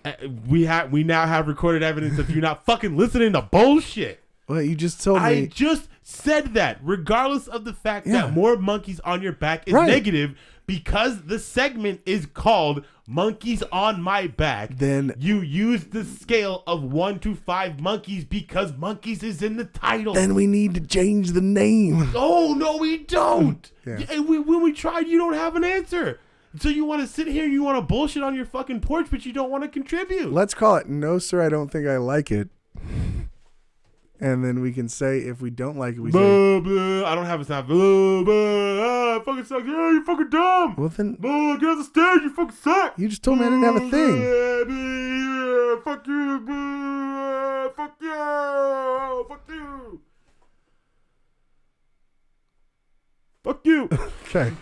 [SPEAKER 2] Uh, We have we now have recorded evidence of you not fucking listening to bullshit.
[SPEAKER 3] well, you just told
[SPEAKER 2] I
[SPEAKER 3] me.
[SPEAKER 2] just said that, regardless of the fact
[SPEAKER 3] Yeah.
[SPEAKER 2] that more monkeys on your back is
[SPEAKER 3] Right.
[SPEAKER 2] negative, because the segment is called "Monkeys on My Back."
[SPEAKER 3] Then-
[SPEAKER 2] you use the scale of one to five monkeys because monkeys is in the title.
[SPEAKER 3] then we need to change the name.
[SPEAKER 2] Oh no, we don't.
[SPEAKER 3] Yeah.
[SPEAKER 2] Yeah, and we, when we tried, you don't have an answer. So you want to sit here, you want to bullshit on your fucking porch, but you don't want to contribute.
[SPEAKER 3] Let's call it No Sir, I Don't Think I Like It. And then we can say if we don't like it, we say,
[SPEAKER 2] Blah, blah, I don't have a sound. Blah, blah, ah, it fucking sucks. Yeah, you fucking dumb.
[SPEAKER 3] well, then
[SPEAKER 2] Blah, get off the stage. You fucking suck.
[SPEAKER 3] you just told me I didn't have a thing.
[SPEAKER 2] Yeah, blah, yeah, fuck you. blah, Fuck you. Fuck you. Fuck you.
[SPEAKER 3] Okay.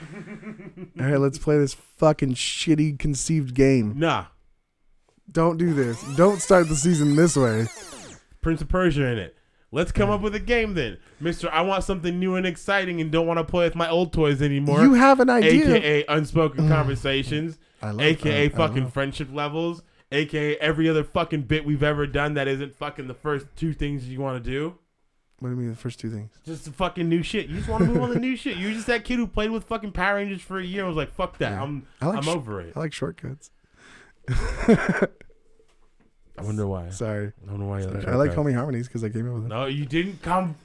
[SPEAKER 3] All right, let's play this fucking shitty conceived game.
[SPEAKER 2] nah,
[SPEAKER 3] Don't do this. Don't start the season this way.
[SPEAKER 2] Prince of Persia in it. Let's come up with a game then, Mister. I want something new and exciting, and don't want to play with my old toys anymore.
[SPEAKER 3] You have an idea.
[SPEAKER 2] aka unspoken conversations,
[SPEAKER 3] I love-
[SPEAKER 2] aka
[SPEAKER 3] I- I
[SPEAKER 2] fucking
[SPEAKER 3] love-
[SPEAKER 2] friendship levels, aka every other fucking bit we've ever done that isn't fucking the first two things you want to do.
[SPEAKER 3] What do you mean the first two things?
[SPEAKER 2] Just the fucking new shit. You just want to move on to new shit. You're just that kid who played with fucking Power Rangers for a year and was like, "Fuck that, I'm
[SPEAKER 3] I like
[SPEAKER 2] I'm
[SPEAKER 3] sh-
[SPEAKER 2] over it."
[SPEAKER 3] I like shortcuts.
[SPEAKER 2] I wonder why.
[SPEAKER 3] Sorry.
[SPEAKER 2] I wonder why. You
[SPEAKER 3] I like Homie Harmonies because I came up with it.
[SPEAKER 2] No, you didn't come.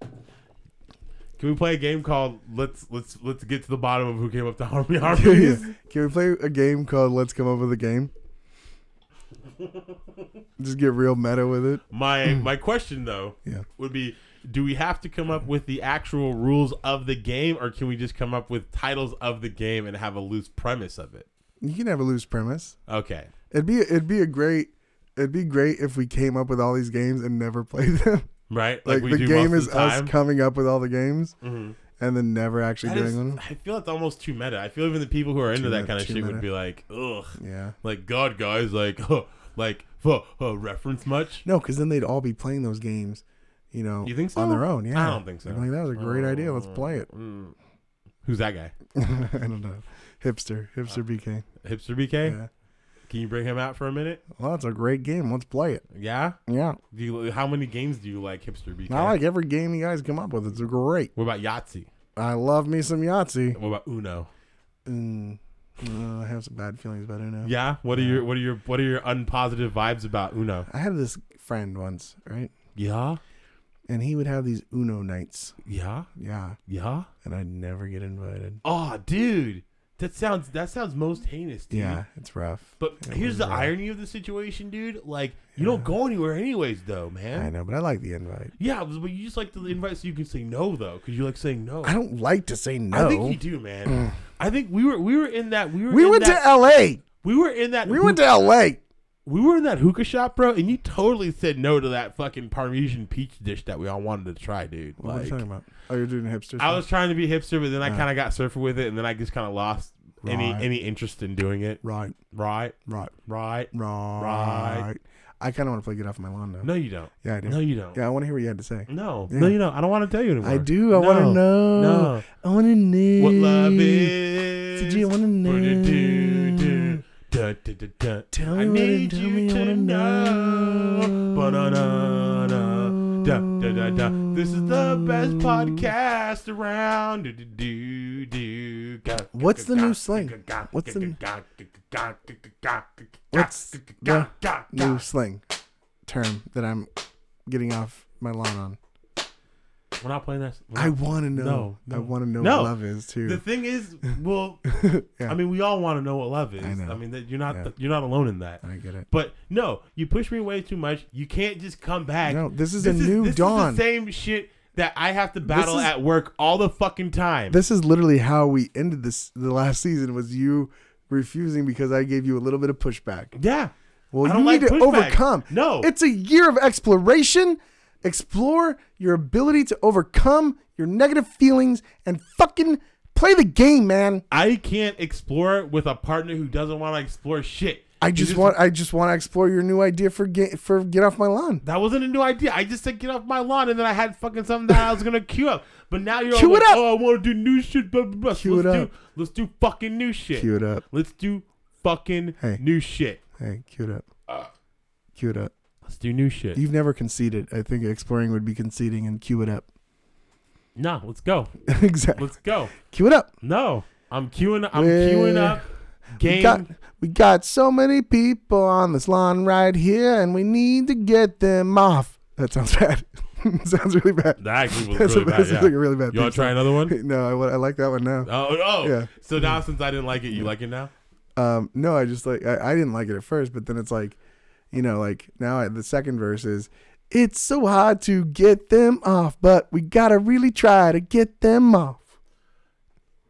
[SPEAKER 2] Can we play a game called "Let's Let's Let's Get to the Bottom of Who Came Up to Harmony
[SPEAKER 3] Yeah.
[SPEAKER 2] Harmonies"?
[SPEAKER 3] Can we play a game called Let's Come Up with a Game? Just get real meta with it.
[SPEAKER 2] My
[SPEAKER 3] Hmm.
[SPEAKER 2] my question though
[SPEAKER 3] Yeah.
[SPEAKER 2] would be: Do we have to come up with the actual rules of the game, or can we just come up with titles of the game and have a loose premise of it?
[SPEAKER 3] You can have a loose premise.
[SPEAKER 2] Okay,
[SPEAKER 3] It'd be it'd be a great it'd be great if we came up with all these games and never played them.
[SPEAKER 2] right?
[SPEAKER 3] Like, the game is us coming up with all the games and then never actually
[SPEAKER 2] Mm-hmm. That
[SPEAKER 3] doing
[SPEAKER 2] is-
[SPEAKER 3] them.
[SPEAKER 2] I feel it's almost too meta. I feel even the people who are into that
[SPEAKER 3] meta,
[SPEAKER 2] kind of
[SPEAKER 3] too
[SPEAKER 2] shit would
[SPEAKER 3] meta.
[SPEAKER 2] be like, ugh,
[SPEAKER 3] Yeah.
[SPEAKER 2] like God, guys, like, like, huh, huh, reference much?
[SPEAKER 3] No, because then they'd all be playing those games, you know,
[SPEAKER 2] You think
[SPEAKER 3] on their
[SPEAKER 2] so?
[SPEAKER 3] own. Yeah,
[SPEAKER 2] I don't think so. Uh, mm.
[SPEAKER 3] They'd be Like that was a great idea. Let's play it.
[SPEAKER 2] Who's that guy?
[SPEAKER 3] I don't know, hipster,
[SPEAKER 2] Uh,
[SPEAKER 3] hipster BK.
[SPEAKER 2] Hipster BK?
[SPEAKER 3] Yeah.
[SPEAKER 2] Can you bring him out for a minute?
[SPEAKER 3] Well, that's a great game. Let's play it.
[SPEAKER 2] Yeah.
[SPEAKER 3] Yeah.
[SPEAKER 2] Do you, how many games do you like, Hipster BK?
[SPEAKER 3] I like every game you guys come up with. It's great.
[SPEAKER 2] What about Yahtzee?
[SPEAKER 3] I love me some Yahtzee.
[SPEAKER 2] What about Uno?
[SPEAKER 3] Mm, uh, I have some bad feelings about Uno.
[SPEAKER 2] Yeah. What are your What are your What are your unpositive vibes about Uno?
[SPEAKER 3] I had this friend once, right?
[SPEAKER 2] Yeah.
[SPEAKER 3] And he would have these Uno nights.
[SPEAKER 2] Yeah.
[SPEAKER 3] Yeah.
[SPEAKER 2] Yeah.
[SPEAKER 3] And I'd never get invited.
[SPEAKER 2] Oh, dude, that sounds that sounds most heinous, dude.
[SPEAKER 3] Yeah, it's rough.
[SPEAKER 2] But
[SPEAKER 3] It
[SPEAKER 2] here's
[SPEAKER 3] was
[SPEAKER 2] the
[SPEAKER 3] rough.
[SPEAKER 2] irony of the situation, dude. Like, you don't go anywhere anyways, though,
[SPEAKER 3] I
[SPEAKER 2] man.
[SPEAKER 3] know, but I like the invite.
[SPEAKER 2] Yeah, but you just like to invite so you can say no, though, because you like saying no.
[SPEAKER 3] I don't like to say no.
[SPEAKER 2] I think you do, man. I think we were we were in that we were
[SPEAKER 3] we
[SPEAKER 2] in
[SPEAKER 3] went
[SPEAKER 2] that,
[SPEAKER 3] to LA.
[SPEAKER 2] we were in that
[SPEAKER 3] We went to LA.
[SPEAKER 2] we were in that hookah shop, bro, and you totally said no to that fucking Parmesan peach dish that we all wanted to try, dude.
[SPEAKER 3] What are you
[SPEAKER 2] Like,
[SPEAKER 3] talking about? Oh, you're doing hipster.
[SPEAKER 2] I
[SPEAKER 3] stuff?
[SPEAKER 2] was trying to be hipster, but then I
[SPEAKER 3] Yeah.
[SPEAKER 2] kind of got surfer with it, and then I just kind of lost any
[SPEAKER 3] Uh. Right.
[SPEAKER 2] any interest in doing it.
[SPEAKER 3] right,
[SPEAKER 2] Right,
[SPEAKER 3] right,
[SPEAKER 2] right.
[SPEAKER 3] right, I kind of want to play Get Off My Lawn now.
[SPEAKER 2] No, you don't.
[SPEAKER 3] Yeah, I do.
[SPEAKER 2] No, you don't.
[SPEAKER 3] Yeah, I want to hear what you had to say.
[SPEAKER 2] No,
[SPEAKER 3] Yeah.
[SPEAKER 2] no, you don't. I don't want to tell you anymore.
[SPEAKER 3] I do. I want to
[SPEAKER 2] No.
[SPEAKER 3] know.
[SPEAKER 2] No.
[SPEAKER 3] I want to know
[SPEAKER 2] What love is?
[SPEAKER 3] Did you wanna know?
[SPEAKER 2] Ba-da-doo-doo. Dun-dun-dun-dun.
[SPEAKER 3] Tell
[SPEAKER 2] I
[SPEAKER 3] me what it-
[SPEAKER 2] need
[SPEAKER 3] tell
[SPEAKER 2] you
[SPEAKER 3] me you
[SPEAKER 2] to
[SPEAKER 3] wanna know.
[SPEAKER 2] know. Ba-da-da-da. da, da, da, da. This is the best podcast around. Do, do, do, do. Ga, ga,
[SPEAKER 3] What's
[SPEAKER 2] ga,
[SPEAKER 3] the
[SPEAKER 2] ga,
[SPEAKER 3] new slang?
[SPEAKER 2] ga, ga,
[SPEAKER 3] What's
[SPEAKER 2] ga,
[SPEAKER 3] the-
[SPEAKER 2] ga, ga, ga, ga, ga, ga, ga,
[SPEAKER 3] What's
[SPEAKER 2] ga, ga,
[SPEAKER 3] the
[SPEAKER 2] ga, ga.
[SPEAKER 3] new slang term that I'm getting off my lawn on?
[SPEAKER 2] We're not playing that.
[SPEAKER 3] I want to know.
[SPEAKER 2] No, no.
[SPEAKER 3] I want to know
[SPEAKER 2] No.
[SPEAKER 3] what love is
[SPEAKER 2] The
[SPEAKER 3] too.
[SPEAKER 2] thing is, well,
[SPEAKER 3] yeah,
[SPEAKER 2] I mean, we all want to know what love is.
[SPEAKER 3] I
[SPEAKER 2] I,
[SPEAKER 3] know.
[SPEAKER 2] mean, that you're not
[SPEAKER 3] Yeah.
[SPEAKER 2] the, you're not alone in that.
[SPEAKER 3] I get it.
[SPEAKER 2] But no, you push me way too much. You can't just come back.
[SPEAKER 3] No, this is a new
[SPEAKER 2] this
[SPEAKER 3] dawn.
[SPEAKER 2] Is the same shit that I have to battle
[SPEAKER 3] is-
[SPEAKER 2] at work all the fucking time.
[SPEAKER 3] This is literally how we ended this. The last season was you refusing because I gave you a little bit of pushback.
[SPEAKER 2] yeah.
[SPEAKER 3] Well,
[SPEAKER 2] I
[SPEAKER 3] you
[SPEAKER 2] don't
[SPEAKER 3] need
[SPEAKER 2] like pushback.
[SPEAKER 3] to overcome.
[SPEAKER 2] No.
[SPEAKER 3] it's a year of exploration. Explore your ability to overcome your negative feelings and fucking play the game, man.
[SPEAKER 2] I can't explore with a partner who doesn't want to explore shit.
[SPEAKER 3] I
[SPEAKER 2] You
[SPEAKER 3] just want I just want to explore your new idea for get for get off my lawn.
[SPEAKER 2] That wasn't a new idea. I just said get off my lawn, and then I had fucking something that I was gonna queue up. But now you're
[SPEAKER 3] Queue
[SPEAKER 2] all
[SPEAKER 3] it
[SPEAKER 2] like,
[SPEAKER 3] up.
[SPEAKER 2] oh, I want to do new shit. Blah, blah, blah. So
[SPEAKER 3] Queue
[SPEAKER 2] let's
[SPEAKER 3] it
[SPEAKER 2] do
[SPEAKER 3] up.
[SPEAKER 2] let's do fucking new shit.
[SPEAKER 3] Cue it up.
[SPEAKER 2] Let's do fucking
[SPEAKER 3] Hey.
[SPEAKER 2] new shit.
[SPEAKER 3] Hey, cue it up.
[SPEAKER 2] Ah.
[SPEAKER 3] Cue it up.
[SPEAKER 2] Let's do new shit.
[SPEAKER 3] You've never conceded. I think exploring would be conceding and cue it up.
[SPEAKER 2] nah, let's go.
[SPEAKER 3] exactly.
[SPEAKER 2] Let's go.
[SPEAKER 3] Cue it up.
[SPEAKER 2] No, I'm queuing. I'm
[SPEAKER 3] We-
[SPEAKER 2] queuing up.
[SPEAKER 3] We
[SPEAKER 2] Game.
[SPEAKER 3] got we got so many people on this lawn right here and we need to get them off. That sounds bad. sounds really bad.
[SPEAKER 2] that actually was
[SPEAKER 3] That's
[SPEAKER 2] really
[SPEAKER 3] a-
[SPEAKER 2] bad.
[SPEAKER 3] that's
[SPEAKER 2] Yeah.
[SPEAKER 3] like a really bad
[SPEAKER 2] you want
[SPEAKER 3] thing.
[SPEAKER 2] to try another one?
[SPEAKER 3] No, I, wa- I like that one now.
[SPEAKER 2] Oh, oh.
[SPEAKER 3] Yeah.
[SPEAKER 2] So now since I didn't like it, you like it now?
[SPEAKER 3] Um, no, I just like I, I didn't like it at first, but then it's like, you know, like now I, the second verse is, it's so hard to get them off, but we gotta really try to get them off.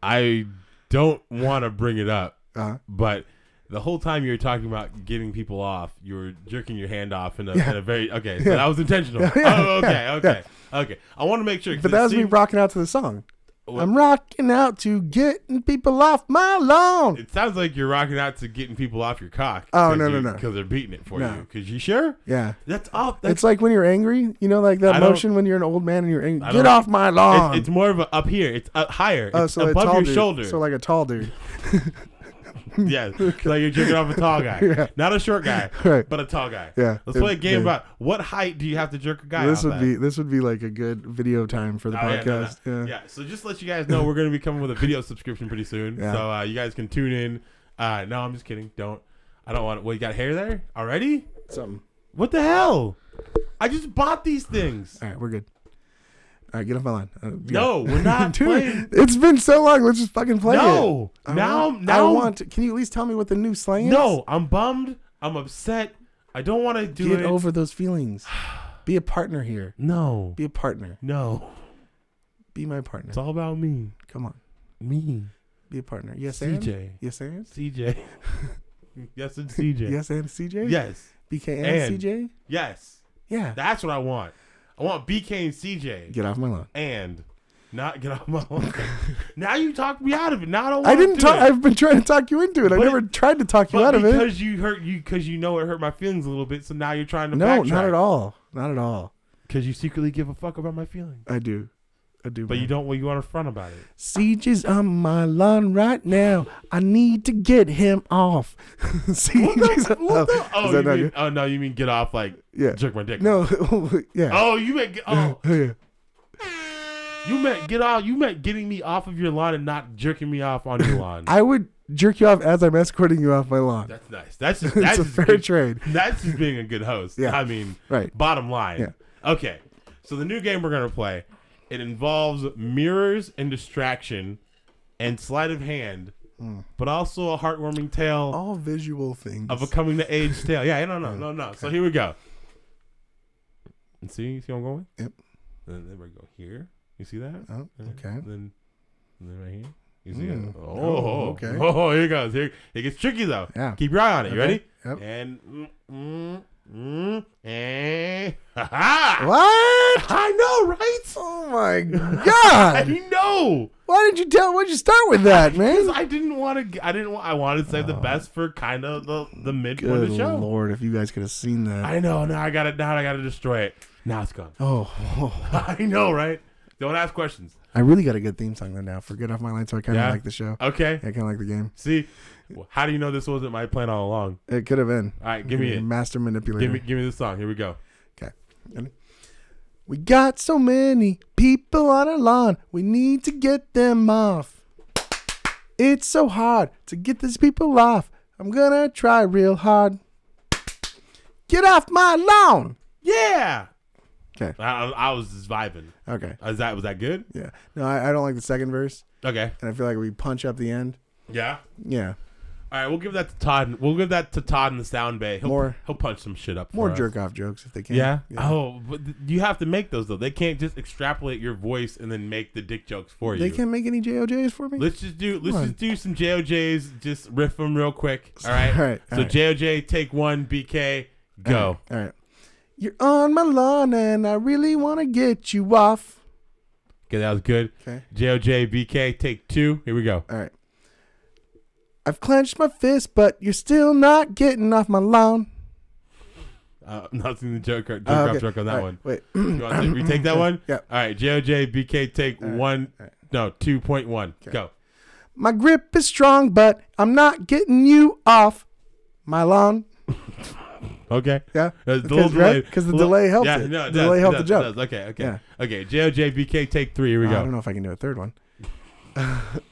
[SPEAKER 2] I don't want to bring it up,
[SPEAKER 3] Uh,
[SPEAKER 2] but the whole time you were talking about getting people off, you were jerking your hand off in a, in a very okay. So that was intentional.
[SPEAKER 3] Yeah,
[SPEAKER 2] oh, okay,
[SPEAKER 3] yeah,
[SPEAKER 2] okay, okay. I want to make sure. 'cause
[SPEAKER 3] but
[SPEAKER 2] it
[SPEAKER 3] that was me
[SPEAKER 2] seemed-
[SPEAKER 3] rocking out to the song.
[SPEAKER 2] What-
[SPEAKER 3] I'm rocking out to getting people off my lawn.
[SPEAKER 2] It sounds like you're rocking out to getting people off your cock.
[SPEAKER 3] Oh, no, no, no.
[SPEAKER 2] Because they're beating it for
[SPEAKER 3] No.
[SPEAKER 2] you. Because you sure?
[SPEAKER 3] Yeah.
[SPEAKER 2] That's all. That's
[SPEAKER 3] it's like when you're angry, you know, like that
[SPEAKER 2] I don't-
[SPEAKER 3] motion when you're an old man and you're angry.
[SPEAKER 2] I
[SPEAKER 3] Get
[SPEAKER 2] don't-
[SPEAKER 3] off my lawn.
[SPEAKER 2] It's, it's more of a up here. It's up higher.
[SPEAKER 3] oh,
[SPEAKER 2] it's
[SPEAKER 3] so a
[SPEAKER 2] above
[SPEAKER 3] tall
[SPEAKER 2] your
[SPEAKER 3] dude.
[SPEAKER 2] shoulder.
[SPEAKER 3] So like a tall dude.
[SPEAKER 2] yeah, so you're jerking off a tall guy, not a short guy,
[SPEAKER 3] Right.
[SPEAKER 2] but a tall guy.
[SPEAKER 3] Yeah.
[SPEAKER 2] Let's play a
[SPEAKER 3] It-
[SPEAKER 2] game
[SPEAKER 3] yeah.
[SPEAKER 2] about what height do you have to jerk a guy.
[SPEAKER 3] this
[SPEAKER 2] off
[SPEAKER 3] would
[SPEAKER 2] at?
[SPEAKER 3] be this would be like a good video time for the
[SPEAKER 2] Oh, yeah, no, no.
[SPEAKER 3] podcast. Yeah.
[SPEAKER 2] Yeah, So just to let you guys know, we're going to be coming with a video subscription pretty soon.
[SPEAKER 3] Yeah.
[SPEAKER 2] So uh, you guys can tune in. Uh, no, I'm just kidding. Don't. I don't want. Well, you got hair there already?
[SPEAKER 3] Something.
[SPEAKER 2] What the hell? I just bought these things.
[SPEAKER 3] All right, we're good. All right, get off my line. Uh, yeah.
[SPEAKER 2] No, we're not
[SPEAKER 3] Dude,
[SPEAKER 2] playing.
[SPEAKER 3] it's been so long. Let's just fucking play it.
[SPEAKER 2] No.
[SPEAKER 3] I
[SPEAKER 2] now,
[SPEAKER 3] want,
[SPEAKER 2] now
[SPEAKER 3] I want. To, can you at least tell me what the new slang is?
[SPEAKER 2] No, I'm bummed. I'm upset. I don't want to do
[SPEAKER 3] Get
[SPEAKER 2] it.
[SPEAKER 3] over those feelings. Be a partner here.
[SPEAKER 2] no,
[SPEAKER 3] Be a partner.
[SPEAKER 2] no.
[SPEAKER 3] Be my partner.
[SPEAKER 2] It's all about me.
[SPEAKER 3] Come on.
[SPEAKER 2] Me.
[SPEAKER 3] Be a partner. Yes, and.
[SPEAKER 2] CJ.
[SPEAKER 3] Yes, and.
[SPEAKER 2] CJ. yes, it's CJ.
[SPEAKER 3] Yes, and CJ.
[SPEAKER 2] Yes.
[SPEAKER 3] BK and,
[SPEAKER 2] And.
[SPEAKER 3] CJ.
[SPEAKER 2] Yes.
[SPEAKER 3] Yeah.
[SPEAKER 2] That's what I want. I want BK and CJ.
[SPEAKER 3] get off my lawn.
[SPEAKER 2] And not get off my lawn. now you talked me out of it. Now I don't
[SPEAKER 3] I
[SPEAKER 2] wanna
[SPEAKER 3] didn't
[SPEAKER 2] do
[SPEAKER 3] talk.
[SPEAKER 2] it.
[SPEAKER 3] I've been trying to talk you into it. I
[SPEAKER 2] But-
[SPEAKER 3] never tried to talk you
[SPEAKER 2] But
[SPEAKER 3] out of it.
[SPEAKER 2] because you hurt you because you know it hurt my feelings a little bit, so now you're trying to
[SPEAKER 3] No,
[SPEAKER 2] backtrack.
[SPEAKER 3] not at all. Not at all.
[SPEAKER 2] Because you secretly give a fuck about my feelings,
[SPEAKER 3] I do. I do.
[SPEAKER 2] but
[SPEAKER 3] man.
[SPEAKER 2] you don't. Well, you want to front about it.
[SPEAKER 3] Siege's on my lawn right now. I need to get him off. Siege's on-
[SPEAKER 2] What the-
[SPEAKER 3] Is
[SPEAKER 2] Oh,
[SPEAKER 3] that
[SPEAKER 2] you
[SPEAKER 3] not
[SPEAKER 2] mean,
[SPEAKER 3] good?
[SPEAKER 2] oh no, you mean get off like
[SPEAKER 3] Yeah.
[SPEAKER 2] jerk my dick.
[SPEAKER 3] No. yeah.
[SPEAKER 2] Oh, you meant get, oh
[SPEAKER 3] yeah.
[SPEAKER 2] you meant get off. You meant getting me off of your lawn and not jerking me off on your lawn.
[SPEAKER 3] I would jerk you off as I'm escorting you off my lawn.
[SPEAKER 2] that's nice. That's just that's
[SPEAKER 3] a
[SPEAKER 2] just
[SPEAKER 3] fair
[SPEAKER 2] good-
[SPEAKER 3] trade.
[SPEAKER 2] That's just being a good host.
[SPEAKER 3] Yeah.
[SPEAKER 2] I mean,
[SPEAKER 3] Right.
[SPEAKER 2] Bottom line.
[SPEAKER 3] Yeah.
[SPEAKER 2] Okay. So the new game we're gonna play, it involves mirrors and distraction, and sleight of hand,
[SPEAKER 3] Hmm.
[SPEAKER 2] but also a heartwarming tale
[SPEAKER 3] All visual things.
[SPEAKER 2] of a coming to age tale. Yeah, no, no, no, no. So here we go. And see, see what I'm going?
[SPEAKER 3] Yep.
[SPEAKER 2] And then we go here. You see that?
[SPEAKER 3] Oh,
[SPEAKER 2] And
[SPEAKER 3] okay.
[SPEAKER 2] then, and then right here. You see
[SPEAKER 3] Mm.
[SPEAKER 2] it?
[SPEAKER 3] Oh,
[SPEAKER 2] Oh,
[SPEAKER 3] okay.
[SPEAKER 2] okay. Oh, here it goes. Here it gets tricky though.
[SPEAKER 3] Yeah.
[SPEAKER 2] Keep your eye on it. You
[SPEAKER 3] Okay.
[SPEAKER 2] ready?
[SPEAKER 3] Yep.
[SPEAKER 2] And mm, mm, mm, eh. Ha ha.
[SPEAKER 3] What?
[SPEAKER 2] I know, right?
[SPEAKER 3] Oh my
[SPEAKER 2] I
[SPEAKER 3] god!
[SPEAKER 2] know.
[SPEAKER 3] Why did you tell? Why'd you start with that, man? Oh.
[SPEAKER 2] 'Cause I didn't want to. I didn't. wa- I wanted to save the best for kind of the the midpoint of the show.
[SPEAKER 3] lord! If you guys could have seen that.
[SPEAKER 2] I know. Now I got it. Now I got to destroy it. Now it's gone.
[SPEAKER 3] oh,
[SPEAKER 2] I know, right? Don't ask questions.
[SPEAKER 3] I really got a good theme song though now. For Get off my line, so I kind of
[SPEAKER 2] Yeah? Uh,
[SPEAKER 3] like the show.
[SPEAKER 2] Okay.
[SPEAKER 3] I kind of like the game.
[SPEAKER 2] See, Well, how do you know this wasn't my plan all along?
[SPEAKER 3] It could have been.
[SPEAKER 2] All right, give me it.
[SPEAKER 3] Master manipulator.
[SPEAKER 2] Give me, give me this song. Here we go.
[SPEAKER 3] Okay. Ready? We got so many people on our lawn. We need to get them off. It's so hard to get these people off. I'm gonna try real hard. Get off my lawn.
[SPEAKER 2] Yeah.
[SPEAKER 3] 'Kay.
[SPEAKER 2] I, I was just vibing.
[SPEAKER 3] Okay.
[SPEAKER 2] Is that was that good?
[SPEAKER 3] Yeah. No, I, I don't like the second verse,
[SPEAKER 2] Okay.
[SPEAKER 3] and I feel like we punch up the end.
[SPEAKER 2] Yeah.
[SPEAKER 3] Yeah.
[SPEAKER 2] All right, we'll give that to Todd. We'll give that to Todd in the sound bay. He'll,
[SPEAKER 3] More-
[SPEAKER 2] he'll punch some shit up.
[SPEAKER 3] More
[SPEAKER 2] for us.
[SPEAKER 3] jerk off jokes if they can.
[SPEAKER 2] Yeah. Oh, but th- you have to make those though. They can't just extrapolate your voice and then make the dick jokes for you.
[SPEAKER 3] They can't make any JOJs for me.
[SPEAKER 2] Let's just do. Let's
[SPEAKER 3] Come on.
[SPEAKER 2] just do some JOJ's. Just riff them real quick. All right.
[SPEAKER 3] All right,
[SPEAKER 2] So
[SPEAKER 3] all right.
[SPEAKER 2] JOJ, take one. BK, go.
[SPEAKER 3] All right. You're on my lawn and I really want to get you off.
[SPEAKER 2] Okay, that was good.
[SPEAKER 3] Okay.
[SPEAKER 2] JOJ, BK, take two. Here we go.
[SPEAKER 3] All right. I've clenched my fist, but you're still not getting off my lawn.
[SPEAKER 2] Uh, I'm not seeing the joke, joke,
[SPEAKER 3] Oh,
[SPEAKER 2] drop
[SPEAKER 3] okay.
[SPEAKER 2] joke on
[SPEAKER 3] All
[SPEAKER 2] that
[SPEAKER 3] right,
[SPEAKER 2] one.
[SPEAKER 3] Wait.
[SPEAKER 2] You want to retake that one?
[SPEAKER 3] Yeah.
[SPEAKER 2] All right. JOJ, BK, take one. No, two point one. Go.
[SPEAKER 3] my grip is strong, but I'm not getting you off my lawn.
[SPEAKER 2] Okay. Uh,
[SPEAKER 3] Yeah.
[SPEAKER 2] Because
[SPEAKER 3] Because, right? 'Cause the delay helped
[SPEAKER 2] yeah,
[SPEAKER 3] it.
[SPEAKER 2] No,
[SPEAKER 3] The
[SPEAKER 2] it
[SPEAKER 3] delay
[SPEAKER 2] does,
[SPEAKER 3] helped the
[SPEAKER 2] it
[SPEAKER 3] joke.
[SPEAKER 2] does, it does. Okay, okay.
[SPEAKER 3] Yeah.
[SPEAKER 2] Okay, JOJBK, take three. Here we
[SPEAKER 3] I
[SPEAKER 2] go.
[SPEAKER 3] don't know if I can do a third one.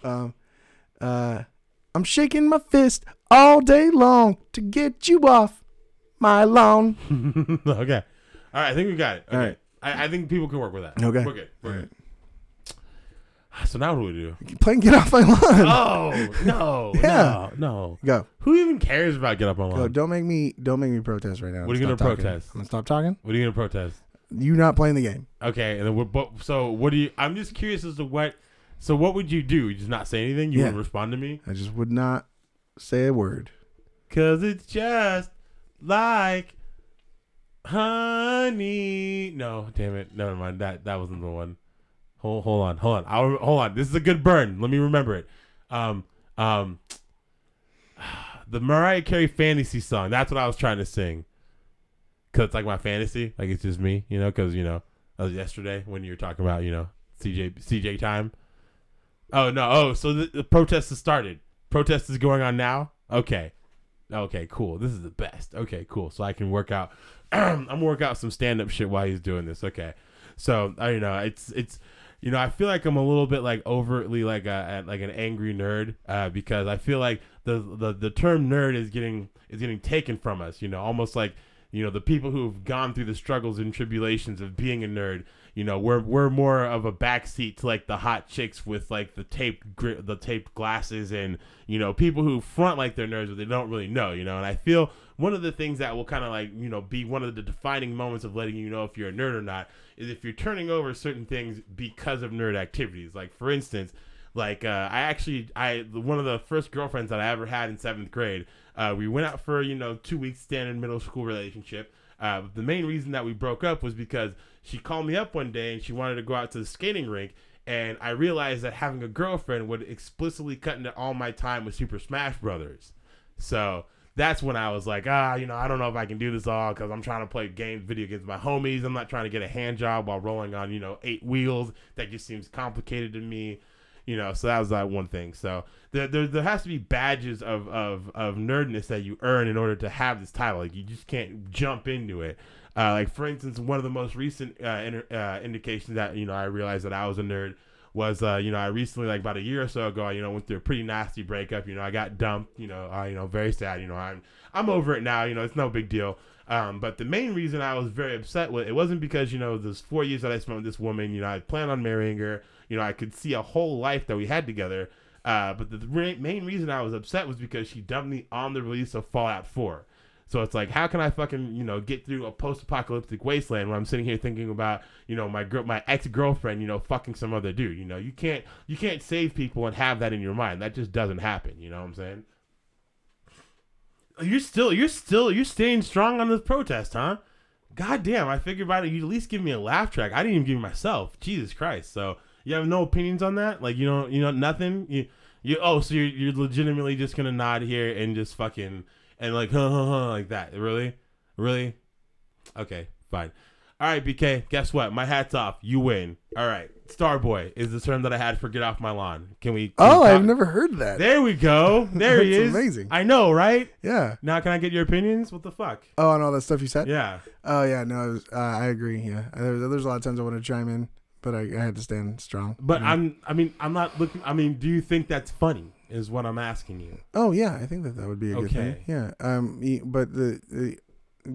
[SPEAKER 3] um, uh, I'm shaking my fist all day long to get you off my lawn.
[SPEAKER 2] okay. All right, I think we got it. Okay.
[SPEAKER 3] All right.
[SPEAKER 2] I, I think people can work with that.
[SPEAKER 3] Okay.
[SPEAKER 2] We're good. We're good. So now what do we do?
[SPEAKER 3] Playing Get Off My Lawn.
[SPEAKER 2] Oh, no.
[SPEAKER 3] Yeah.
[SPEAKER 2] No, no.
[SPEAKER 3] Go.
[SPEAKER 2] Who even cares about Get Up Online?
[SPEAKER 3] Go. Don't make me don't make me protest right now.
[SPEAKER 2] What are you
[SPEAKER 3] Stop
[SPEAKER 2] gonna
[SPEAKER 3] talking.
[SPEAKER 2] protest?
[SPEAKER 3] I'm gonna stop talking.
[SPEAKER 2] What are you going to protest?
[SPEAKER 3] You not playing the game.
[SPEAKER 2] Okay, and then we're, but, so what do you, I'm just curious as to what, so what would you do? You just not say anything? You
[SPEAKER 3] Yeah.
[SPEAKER 2] wouldn't respond to me?
[SPEAKER 3] I just would not say a word.
[SPEAKER 2] Cause it's just like honey. No, damn it. Never mind. That that wasn't the one. Hold hold on, hold on. I'll, hold on. This is a good burn. Let me remember it. Um um the Mariah Carey fantasy song. That's what I was trying to sing. Cause it's like my fantasy. Like it's just me, you know, cause you know, that was yesterday when you were talking about, you know, CJ CJ time. Oh no, oh, so the, the protest has started. Protest is going on now? Okay. Okay, cool. This is the best. Okay, cool. So I can work out. I'm gonna work out some stand up shit while he's doing this. Okay, so I you know it's it's you know I feel like I'm a little bit like overtly like a like an angry nerd uh, because I feel like the, the the term nerd is getting is getting taken from us. You know, almost like you know the people who have gone through the struggles and tribulations of being a nerd. You know, we're we're more of a backseat to like the hot chicks with like the taped gri- the taped glasses and you know people who front like they're nerds but they don't really know. You know, and I feel one of the things that will kind of like you know be one of the defining moments of letting you know if you're a nerd or not is if you're turning over certain things because of nerd activities. Like for instance, like uh, I actually I one of the first girlfriends that I ever had in seventh grade. Uh, we went out for you know two weeks standard middle school relationship. Uh, the main reason that we broke up was because she called me up one day and she wanted to go out to the skating rink. And I realized that having a girlfriend would explicitly cut into all my time with Super Smash Brothers. So that's when I was like, ah, you know, I don't know if I can do this all because I'm trying to play games, video games with my homies. I'm not trying to get a hand job while rolling on, you know, eight wheels. That just seems complicated to me you know so that was that one thing so there, there, there has to be badges of, of of nerdness that you earn in order to have this title like you just can't jump into it uh, like for instance one of the most recent uh, inter, uh, indications that you know i realized that i was a nerd was uh, you know i recently like about a year or so ago I, you know went through a pretty nasty breakup you know i got dumped you know uh, you know very sad you know i'm i'm over it now you know it's no big deal um, but the main reason I was very upset with it wasn't because you know those four years that I spent with this woman. You know, I planned on marrying her. You know, I could see a whole life that we had together. Uh, but the re- main reason I was upset was because she dumped me on the release of Fallout 4. So it's like, how can I fucking you know get through a post-apocalyptic wasteland when I'm sitting here thinking about you know my girl, my ex-girlfriend, you know, fucking some other dude. You know, you can't you can't save people and have that in your mind. That just doesn't happen. You know what I'm saying? You're still, you're still, you're staying strong on this protest, huh? God damn, I figured about it. You at least give me a laugh track. I didn't even give it myself. Jesus Christ. So you have no opinions on that? Like you don't, you know, nothing. You, you. Oh, so you're, you're legitimately just gonna nod here and just fucking and like, huh, huh, huh, like that. Really, really. Okay, fine. All right, BK, guess what? My hat's off. You win. All right. Starboy is the term that I had for get off my lawn. Can we? can
[SPEAKER 3] Oh,
[SPEAKER 2] we
[SPEAKER 3] I've
[SPEAKER 2] talk-
[SPEAKER 3] never heard that.
[SPEAKER 2] There we go. There he
[SPEAKER 3] That's
[SPEAKER 2] is.
[SPEAKER 3] amazing.
[SPEAKER 2] I know, right?
[SPEAKER 3] Yeah.
[SPEAKER 2] Now, can I get your opinions? What the fuck?
[SPEAKER 3] Oh, and all that stuff you said.
[SPEAKER 2] Yeah.
[SPEAKER 3] Oh yeah, no, I, was, uh, I agree. Yeah, there, there's a lot of times I want to chime in, but I, I had to stand strong.
[SPEAKER 2] But I'm, I mean, I'm not looking, I mean, do you think that's funny? Is what I'm asking you.
[SPEAKER 3] Oh yeah, I think that that would be a good thing.
[SPEAKER 2] Okay.
[SPEAKER 3] Yeah. Um. e- But the, the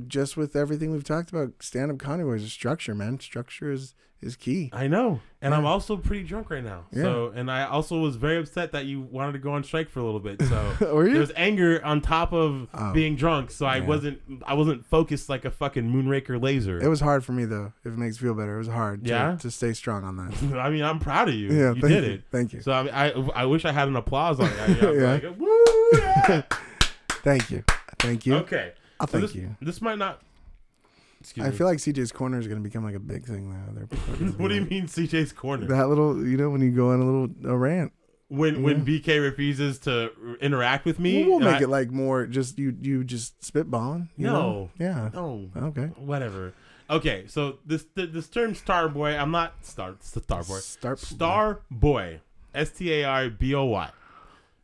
[SPEAKER 3] just with everything we've talked about, stand up comedy was a structure, man. Structure is is key.
[SPEAKER 2] I know. And I'm
[SPEAKER 3] Yeah.
[SPEAKER 2] also pretty drunk right now. So, and I also was very upset that you wanted to go on strike for a little bit. So,
[SPEAKER 3] Were you?
[SPEAKER 2] there's anger on top of
[SPEAKER 3] Oh.
[SPEAKER 2] being drunk. So, I
[SPEAKER 3] Yeah.
[SPEAKER 2] wasn't, I wasn't focused like a fucking Moonraker laser.
[SPEAKER 3] It was hard for me though. If it makes you feel better, it was hard.
[SPEAKER 2] Yeah?
[SPEAKER 3] To, to stay strong on that.
[SPEAKER 2] I mean, I'm proud of you.
[SPEAKER 3] Yeah.
[SPEAKER 2] you
[SPEAKER 3] thank
[SPEAKER 2] did
[SPEAKER 3] you.
[SPEAKER 2] it.
[SPEAKER 3] Thank you.
[SPEAKER 2] So I, mean, I I wish I had an applause on it. I, yeah.
[SPEAKER 3] Yeah.
[SPEAKER 2] Like, Woo, yeah.
[SPEAKER 3] Thank you. Thank you.
[SPEAKER 2] Okay.
[SPEAKER 3] Oh,
[SPEAKER 2] So
[SPEAKER 3] thank
[SPEAKER 2] this,
[SPEAKER 3] you.
[SPEAKER 2] This might not. Excuse
[SPEAKER 3] I
[SPEAKER 2] me.
[SPEAKER 3] feel like CJ's corner is gonna become like a big thing now. Other people are gonna be
[SPEAKER 2] what do you
[SPEAKER 3] like-
[SPEAKER 2] mean, CJ's corner?
[SPEAKER 3] That little, you know, when you go on a little a rant.
[SPEAKER 2] when when
[SPEAKER 3] Yeah.
[SPEAKER 2] BK refuses to r- interact with me,
[SPEAKER 3] We'll, we'll
[SPEAKER 2] and
[SPEAKER 3] make
[SPEAKER 2] I-
[SPEAKER 3] it like more just you you just spitballing. you know? Yeah.
[SPEAKER 2] no, Uh, no,
[SPEAKER 3] Okay.
[SPEAKER 2] whatever. Okay, so this th- this term star boy, I'm not star star boy,
[SPEAKER 3] Star
[SPEAKER 2] star boy, S T A R B O Y,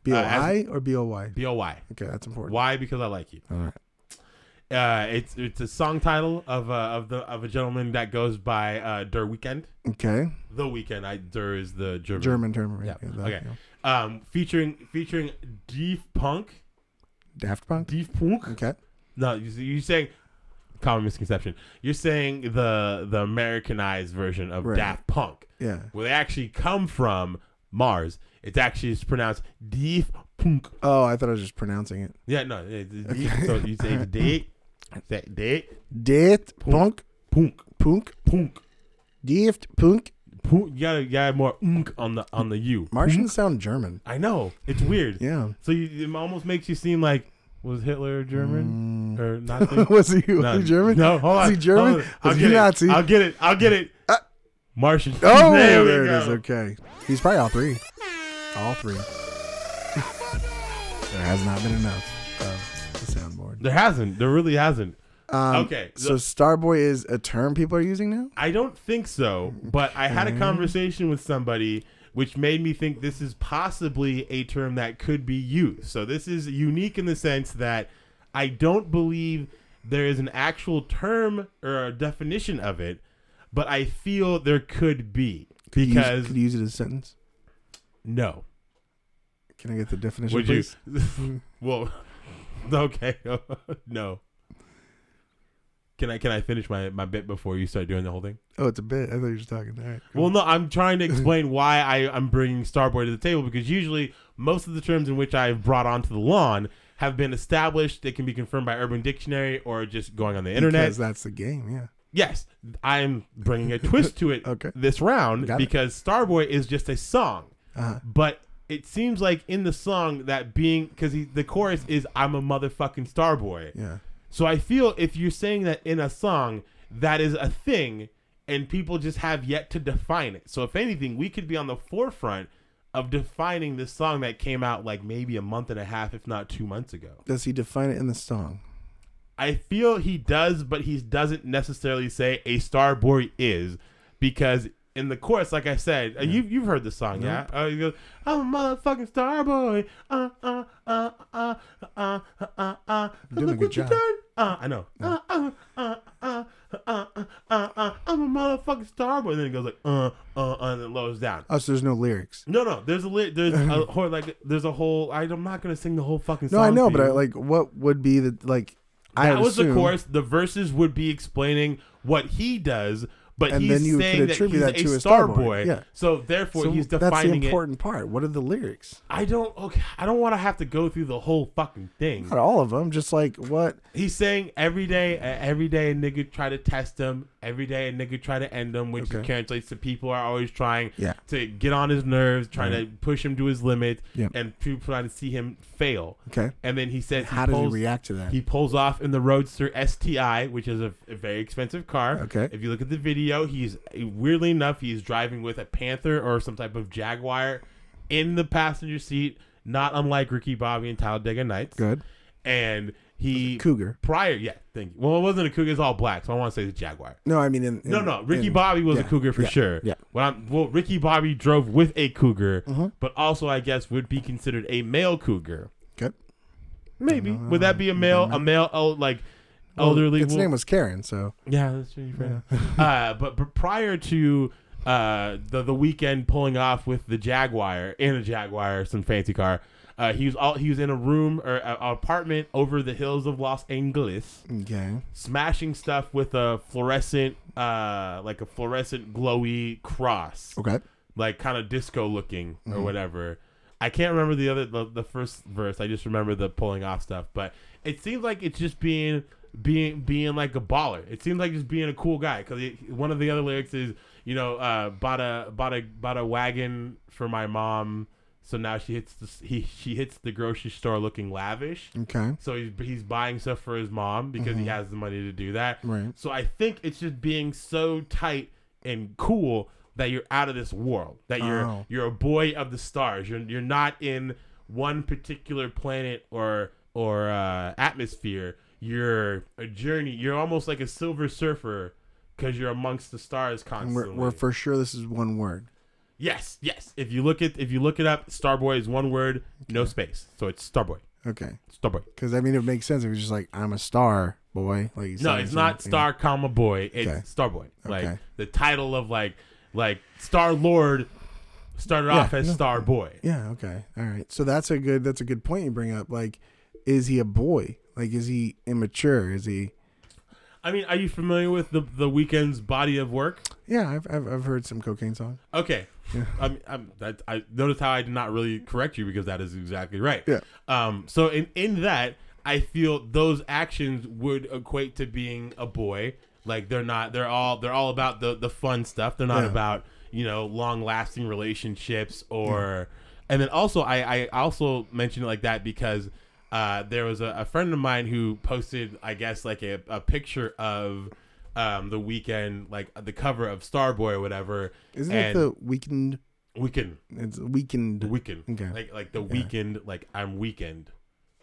[SPEAKER 3] B O
[SPEAKER 2] uh, as-
[SPEAKER 3] I or B O Y.
[SPEAKER 2] B O Y.
[SPEAKER 3] Okay, that's important.
[SPEAKER 2] Why? Because I like you.
[SPEAKER 3] All right.
[SPEAKER 2] Uh, it's it's a song title of uh, of the of a gentleman that goes by uh, Der Weekend.
[SPEAKER 3] Okay.
[SPEAKER 2] The Weekend. I Der is the German.
[SPEAKER 3] German term. Right?
[SPEAKER 2] Yeah.
[SPEAKER 3] that-
[SPEAKER 2] Okay. Um, featuring featuring Deep Punk.
[SPEAKER 3] Daft Punk.
[SPEAKER 2] Deep Punk.
[SPEAKER 3] Okay.
[SPEAKER 2] No, you, you're saying common misconception. You're saying the the Americanized version of
[SPEAKER 3] Right.
[SPEAKER 2] Daft Punk,
[SPEAKER 3] Yeah.
[SPEAKER 2] where they actually come from Mars. It's actually it's pronounced Deep Punk.
[SPEAKER 3] Oh, I thought I was just pronouncing it.
[SPEAKER 2] Yeah, no, it's it's Deep. So you say it's Deep, say Deep
[SPEAKER 3] Daft Punk.
[SPEAKER 2] Punk.
[SPEAKER 3] Punk.
[SPEAKER 2] Punk.
[SPEAKER 3] Daft Punk.
[SPEAKER 2] Punk. You gotta, you gotta have more unk on the on the U.
[SPEAKER 3] Martians sound German.
[SPEAKER 2] I know it's weird.
[SPEAKER 3] Yeah.
[SPEAKER 2] So you, it almost makes you seem like was Hitler German or Nazi?
[SPEAKER 3] Mm. was he, was
[SPEAKER 2] No,
[SPEAKER 3] he German?
[SPEAKER 2] No, hold on.
[SPEAKER 3] Was he German?
[SPEAKER 2] Hold on. I'll
[SPEAKER 3] Was he
[SPEAKER 2] get it.
[SPEAKER 3] Nazi? Uh,
[SPEAKER 2] I'll get it. I'll get it. Martian.
[SPEAKER 3] Oh,
[SPEAKER 2] There
[SPEAKER 3] there,
[SPEAKER 2] we
[SPEAKER 3] it
[SPEAKER 2] go.
[SPEAKER 3] is. Okay. He's probably all three. All three. There has not been enough of the soundboard.
[SPEAKER 2] There hasn't. There really hasn't.
[SPEAKER 3] Um,
[SPEAKER 2] okay.
[SPEAKER 3] So Starboy is a term people are using now?
[SPEAKER 2] I don't think so, but I had a
[SPEAKER 3] Mm.
[SPEAKER 2] conversation with somebody which made me think this is possibly a term that could be used. So this is unique in the sense that I don't believe there is an actual term or a definition of it, but I feel there could be.
[SPEAKER 3] Could you
[SPEAKER 2] Because
[SPEAKER 3] use, could you use it as a sentence?
[SPEAKER 2] no.
[SPEAKER 3] Can I get the definition,
[SPEAKER 2] Would
[SPEAKER 3] please?
[SPEAKER 2] you? well, okay. no. Can I can I finish my, my bit before you start doing the whole thing?
[SPEAKER 3] Oh, it's a bit. I thought you were just talking. All right.
[SPEAKER 2] Well, no, I'm trying to explain why I, I'm bringing Starboy to the table because usually most of the terms in which I've brought onto the lawn have been established. They can be confirmed by Urban Dictionary or just going on the internet.
[SPEAKER 3] Because that's the game, yeah.
[SPEAKER 2] Yes, I'm bringing a twist to it
[SPEAKER 3] Okay.
[SPEAKER 2] this round
[SPEAKER 3] Got it.
[SPEAKER 2] because Starboy is just a song.
[SPEAKER 3] Uh-huh.
[SPEAKER 2] But it seems like in the song that being because the chorus is "I'm a motherfucking Starboy,"
[SPEAKER 3] Yeah.
[SPEAKER 2] so I feel if you're saying that in a song, that is a thing, and people just have yet to define it. So if anything, we could be on the forefront of defining this song that came out like maybe a month and a half, if not two months ago.
[SPEAKER 3] Does he define it in the song?
[SPEAKER 2] I feel he does, but he doesn't necessarily say a star boy is because in the chorus, like I said, uh you you've heard the song, yeah? Uh, he goes, I'm a motherfucking star boy. Uh uh uh uh uh uh uh. uh.
[SPEAKER 3] You're doing
[SPEAKER 2] Look
[SPEAKER 3] a good
[SPEAKER 2] what you
[SPEAKER 3] job.
[SPEAKER 2] done. Uh, I know. Uh, uh, uh, uh, uh, uh, uh, uh, I'm a motherfucking star boy. And then it goes like uh uh, uh and then lowers down.
[SPEAKER 3] Oh, so there's no lyrics.
[SPEAKER 2] No, no. There's a li- there's a whole like there's a whole. I, I'm not gonna sing the whole fucking song.
[SPEAKER 3] No, I know,
[SPEAKER 2] to
[SPEAKER 3] but I,
[SPEAKER 2] you.
[SPEAKER 3] like, what would be the, like, I
[SPEAKER 2] that
[SPEAKER 3] would
[SPEAKER 2] was the
[SPEAKER 3] assume-
[SPEAKER 2] chorus. The verses would be explaining what he does, but
[SPEAKER 3] And
[SPEAKER 2] he's
[SPEAKER 3] then you
[SPEAKER 2] saying
[SPEAKER 3] could
[SPEAKER 2] that he's
[SPEAKER 3] attribute that to
[SPEAKER 2] a
[SPEAKER 3] a
[SPEAKER 2] star
[SPEAKER 3] starboy.
[SPEAKER 2] boy.
[SPEAKER 3] Yeah.
[SPEAKER 2] So therefore,
[SPEAKER 3] So
[SPEAKER 2] he's
[SPEAKER 3] that's the
[SPEAKER 2] defining it.
[SPEAKER 3] important part. What are the lyrics?
[SPEAKER 2] I don't. Okay, I don't want to have to go through the whole fucking thing.
[SPEAKER 3] Not all of them. Just like what?
[SPEAKER 2] He's saying every day, uh, every day a nigga try to test him. Every day a nigga try to end him, which
[SPEAKER 3] Okay.
[SPEAKER 2] translates to people are always trying
[SPEAKER 3] Yeah.
[SPEAKER 2] to get on his nerves, trying to push him to his limit,
[SPEAKER 3] Yep.
[SPEAKER 2] and people trying to see him fail.
[SPEAKER 3] Okay.
[SPEAKER 2] And then he says,
[SPEAKER 3] How does
[SPEAKER 2] pulls-
[SPEAKER 3] he react to that?
[SPEAKER 2] He pulls off in the Roadster STI, which is a, a very expensive car.
[SPEAKER 3] Okay.
[SPEAKER 2] If you look at the video, he's weirdly enough, he's driving with a Panther or some type of Jaguar in the passenger seat, not unlike Ricky Bobby and Talladega Nights.
[SPEAKER 3] Good.
[SPEAKER 2] And He
[SPEAKER 3] Cougar.
[SPEAKER 2] prior, yeah, thank you. Well, it wasn't a cougar; it's all black, so I want to say it's a jaguar.
[SPEAKER 3] No, I mean in,
[SPEAKER 2] No,
[SPEAKER 3] in-
[SPEAKER 2] no, Ricky
[SPEAKER 3] in-
[SPEAKER 2] Bobby was
[SPEAKER 3] yeah,
[SPEAKER 2] a cougar for
[SPEAKER 3] yeah,
[SPEAKER 2] sure.
[SPEAKER 3] Yeah, Mm-hmm.
[SPEAKER 2] What I'm well, Ricky Bobby drove with a cougar, but also I guess would be considered a male cougar.
[SPEAKER 3] good.
[SPEAKER 2] Maybe
[SPEAKER 3] Don't know.
[SPEAKER 2] would that be a male? A male el- like elderly?
[SPEAKER 3] Its
[SPEAKER 2] wo-
[SPEAKER 3] name was Karen, so
[SPEAKER 2] yeah, that's true. You're right. uh, but, but prior to uh, the the weekend pulling off with the Jaguar in a Jaguar, some fancy car. Uh, he was all he was in a room or a, an apartment over the hills of Los Angeles,
[SPEAKER 3] okay.
[SPEAKER 2] smashing stuff with a fluorescent, uh, like a fluorescent glowy cross
[SPEAKER 3] Okay.
[SPEAKER 2] like kind of disco looking or whatever. I can't remember the other the, the first verse. I just remember the pulling off stuff, but it seems like it's just being being being like a baller. It seems like just being a cool guy because one of the other lyrics is you know uh, bought a bought a bought a wagon for my mom, so now she hits the s- he she hits the grocery store looking lavish.
[SPEAKER 3] Okay.
[SPEAKER 2] So he's he's buying stuff for his mom because he has the money to do that.
[SPEAKER 3] Mm-hmm. Right.
[SPEAKER 2] So I think it's just being so tight and cool that you're out of this world. That you're
[SPEAKER 3] Oh.
[SPEAKER 2] you're a boy of the stars. You're you're not in one particular planet or or uh, atmosphere. You're a journey. You're almost like a silver surfer because you're amongst the stars
[SPEAKER 3] And we're,
[SPEAKER 2] constantly.
[SPEAKER 3] we're for sure this is one word.
[SPEAKER 2] yes, yes. If you look at if you look it up, Starboy is one word, no space. So it's Starboy.
[SPEAKER 3] Okay.
[SPEAKER 2] Starboy.
[SPEAKER 3] Because I mean, it makes sense if it's just like I'm a star boy. Like you
[SPEAKER 2] No,
[SPEAKER 3] said,
[SPEAKER 2] it's
[SPEAKER 3] you
[SPEAKER 2] not
[SPEAKER 3] know,
[SPEAKER 2] Star Comma Boy. It's
[SPEAKER 3] Okay.
[SPEAKER 2] Starboy. Like
[SPEAKER 3] Okay.
[SPEAKER 2] the title of like like Star Lord started off as
[SPEAKER 3] no.
[SPEAKER 2] Star Boy.
[SPEAKER 3] Yeah. Okay. All right. So that's a good. That's a good point you bring up. Like, is he a boy? Like, is he immature? Is he?
[SPEAKER 2] I mean, are you familiar with the the weekend's body of work?
[SPEAKER 3] Yeah, I've I've, I've heard some cocaine song.
[SPEAKER 2] Okay. I'm, I'm, that, I notice how I did not really correct you because that is exactly right.
[SPEAKER 3] Yeah.
[SPEAKER 2] Um. So in in that, I feel those actions would equate to being a boy. Like they're not. They're all. They're all about the the fun stuff. They're not
[SPEAKER 3] Yeah.
[SPEAKER 2] about you know long lasting relationships or. And then also I I also mentioned it like that because. Uh, there was a, a friend of mine who posted, I guess, like a, a picture of um, the weekend, like the cover of Starboy or whatever.
[SPEAKER 3] Isn't
[SPEAKER 2] and
[SPEAKER 3] it the weekend?
[SPEAKER 2] Weekend,
[SPEAKER 3] It's weekend.
[SPEAKER 2] the weekend,
[SPEAKER 3] Okay.
[SPEAKER 2] like like the weekend, like I'm weekend.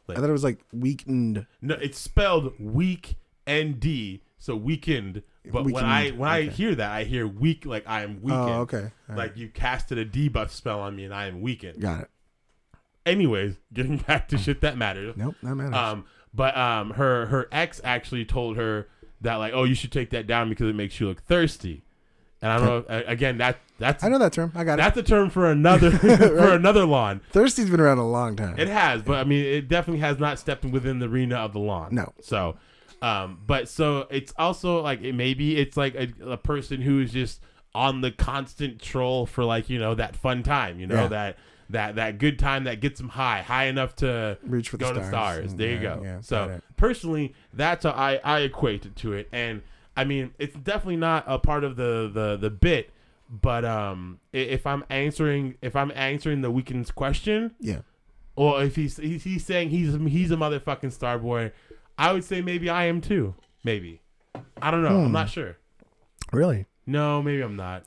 [SPEAKER 3] I thought it was like weekend.
[SPEAKER 2] No, it's spelled week and D, so weekend. But when I
[SPEAKER 3] Weekend,
[SPEAKER 2] when I
[SPEAKER 3] okay.
[SPEAKER 2] hear that, I hear week like I am weekend.
[SPEAKER 3] Oh, okay. All
[SPEAKER 2] Like you casted a debuff spell on me, and I am weekend.
[SPEAKER 3] Got it.
[SPEAKER 2] Anyways, getting back to shit that matters.
[SPEAKER 3] Nope, that matters.
[SPEAKER 2] Um, but um, her her ex actually told her that like, oh, you should take that down because it makes you look thirsty. And I don't know. a- Again, that that's
[SPEAKER 3] I know that term. I got
[SPEAKER 2] that's a term for another for another lawn.
[SPEAKER 3] it. Thirsty's been around a long time.
[SPEAKER 2] It has, but I mean, it definitely has not stepped within the arena of the lawn.
[SPEAKER 3] No.
[SPEAKER 2] So, um, but so it's also like it maybe it's like a, a person who is just on the constant troll for like you know that fun time, you know
[SPEAKER 3] Yeah.
[SPEAKER 2] that that that good time that gets them high, high enough to
[SPEAKER 3] Reach for the
[SPEAKER 2] go to
[SPEAKER 3] stars.
[SPEAKER 2] stars. There you
[SPEAKER 3] Yeah,
[SPEAKER 2] go.
[SPEAKER 3] yeah, got
[SPEAKER 2] so
[SPEAKER 3] it.
[SPEAKER 2] personally, that's how I I equate it to it, and I mean it's definitely not a part of the the the bit. But um, i- if I'm answering if I'm answering the weekend's question,
[SPEAKER 3] yeah.
[SPEAKER 2] or if he's he's, he's saying he's he's a motherfucking star boy, I would say maybe I am too. Maybe I don't know. I'm
[SPEAKER 3] Hmm.
[SPEAKER 2] not sure.
[SPEAKER 3] Really?
[SPEAKER 2] No, maybe I'm not.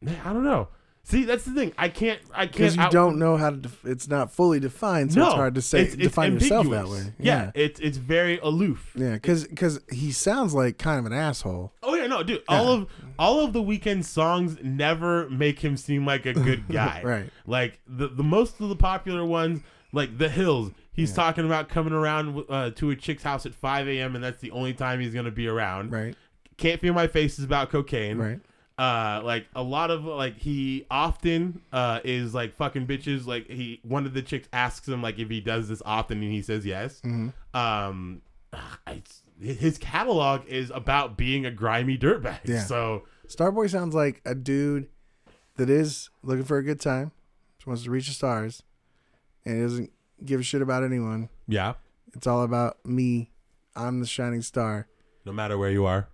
[SPEAKER 2] Man, I don't know. See, that's the thing. I can't. I can't.
[SPEAKER 3] Because you
[SPEAKER 2] out-
[SPEAKER 3] don't know how to. Def- it's not fully defined, so
[SPEAKER 2] no,
[SPEAKER 3] it's hard to say
[SPEAKER 2] It's, it's
[SPEAKER 3] define yourself that
[SPEAKER 2] ambiguous.
[SPEAKER 3] way.
[SPEAKER 2] Yeah, it's it's very aloof.
[SPEAKER 3] Yeah, because he sounds like kind of an asshole.
[SPEAKER 2] Oh yeah, no, dude. All of all of the weekend songs never make him seem like a good guy.
[SPEAKER 3] Right.
[SPEAKER 2] Like the the most of the popular ones, like The Hills. He's talking about coming around uh, to a chick's house at 5 a.m. and that's the only time he's gonna be around.
[SPEAKER 3] Right.
[SPEAKER 2] Can't feel my face is about cocaine.
[SPEAKER 3] Right.
[SPEAKER 2] Uh, like a lot of like he often uh is like fucking bitches. Like he one of the chicks asks him like if he does this often and he says yes.
[SPEAKER 3] Mm-hmm.
[SPEAKER 2] Um, it's, his catalog is about being a grimy dirtbag.
[SPEAKER 3] Yeah.
[SPEAKER 2] So
[SPEAKER 3] Starboy sounds like a dude that is looking for a good time, just wants to reach the stars, and doesn't give a shit about anyone.
[SPEAKER 2] yeah,
[SPEAKER 3] It's all about me. I'm the shining star.
[SPEAKER 2] no matter where you are,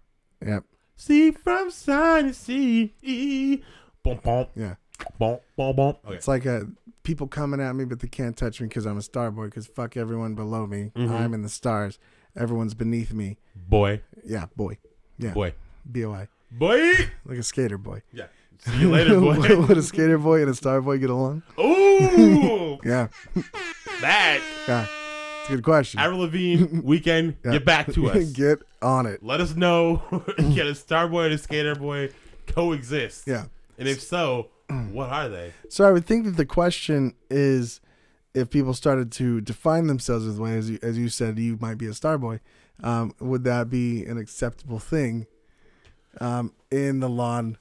[SPEAKER 3] Yep.
[SPEAKER 2] see from sign to sea. Bom bom
[SPEAKER 3] Yeah.
[SPEAKER 2] bom bom bom. Okay.
[SPEAKER 3] It's like a people coming at me, but they can't touch me because I'm a star boy. Because fuck everyone below me.
[SPEAKER 2] Mm-hmm.
[SPEAKER 3] I'm in the stars. Everyone's beneath me.
[SPEAKER 2] Boy,
[SPEAKER 3] Yeah, boy. Yeah,
[SPEAKER 2] boy,
[SPEAKER 3] B O I.
[SPEAKER 2] boy.
[SPEAKER 3] Like a skater boy.
[SPEAKER 2] Yeah. See you later, boy.
[SPEAKER 3] Would a skater boy and a star boy get along?
[SPEAKER 2] Ooh,
[SPEAKER 3] Yeah,
[SPEAKER 2] that
[SPEAKER 3] yeah. It's a good question.
[SPEAKER 2] Avril Lavigne, weekend,
[SPEAKER 3] Yeah.
[SPEAKER 2] get back to us.
[SPEAKER 3] Get on it.
[SPEAKER 2] Let us know. Can a star boy and a skater boy coexist?
[SPEAKER 3] Yeah.
[SPEAKER 2] And if so, what are they?
[SPEAKER 3] So I would think that the question is if people started to define themselves as way as you, as you said you might be a star boy, um, would that be an acceptable thing um, in the lawn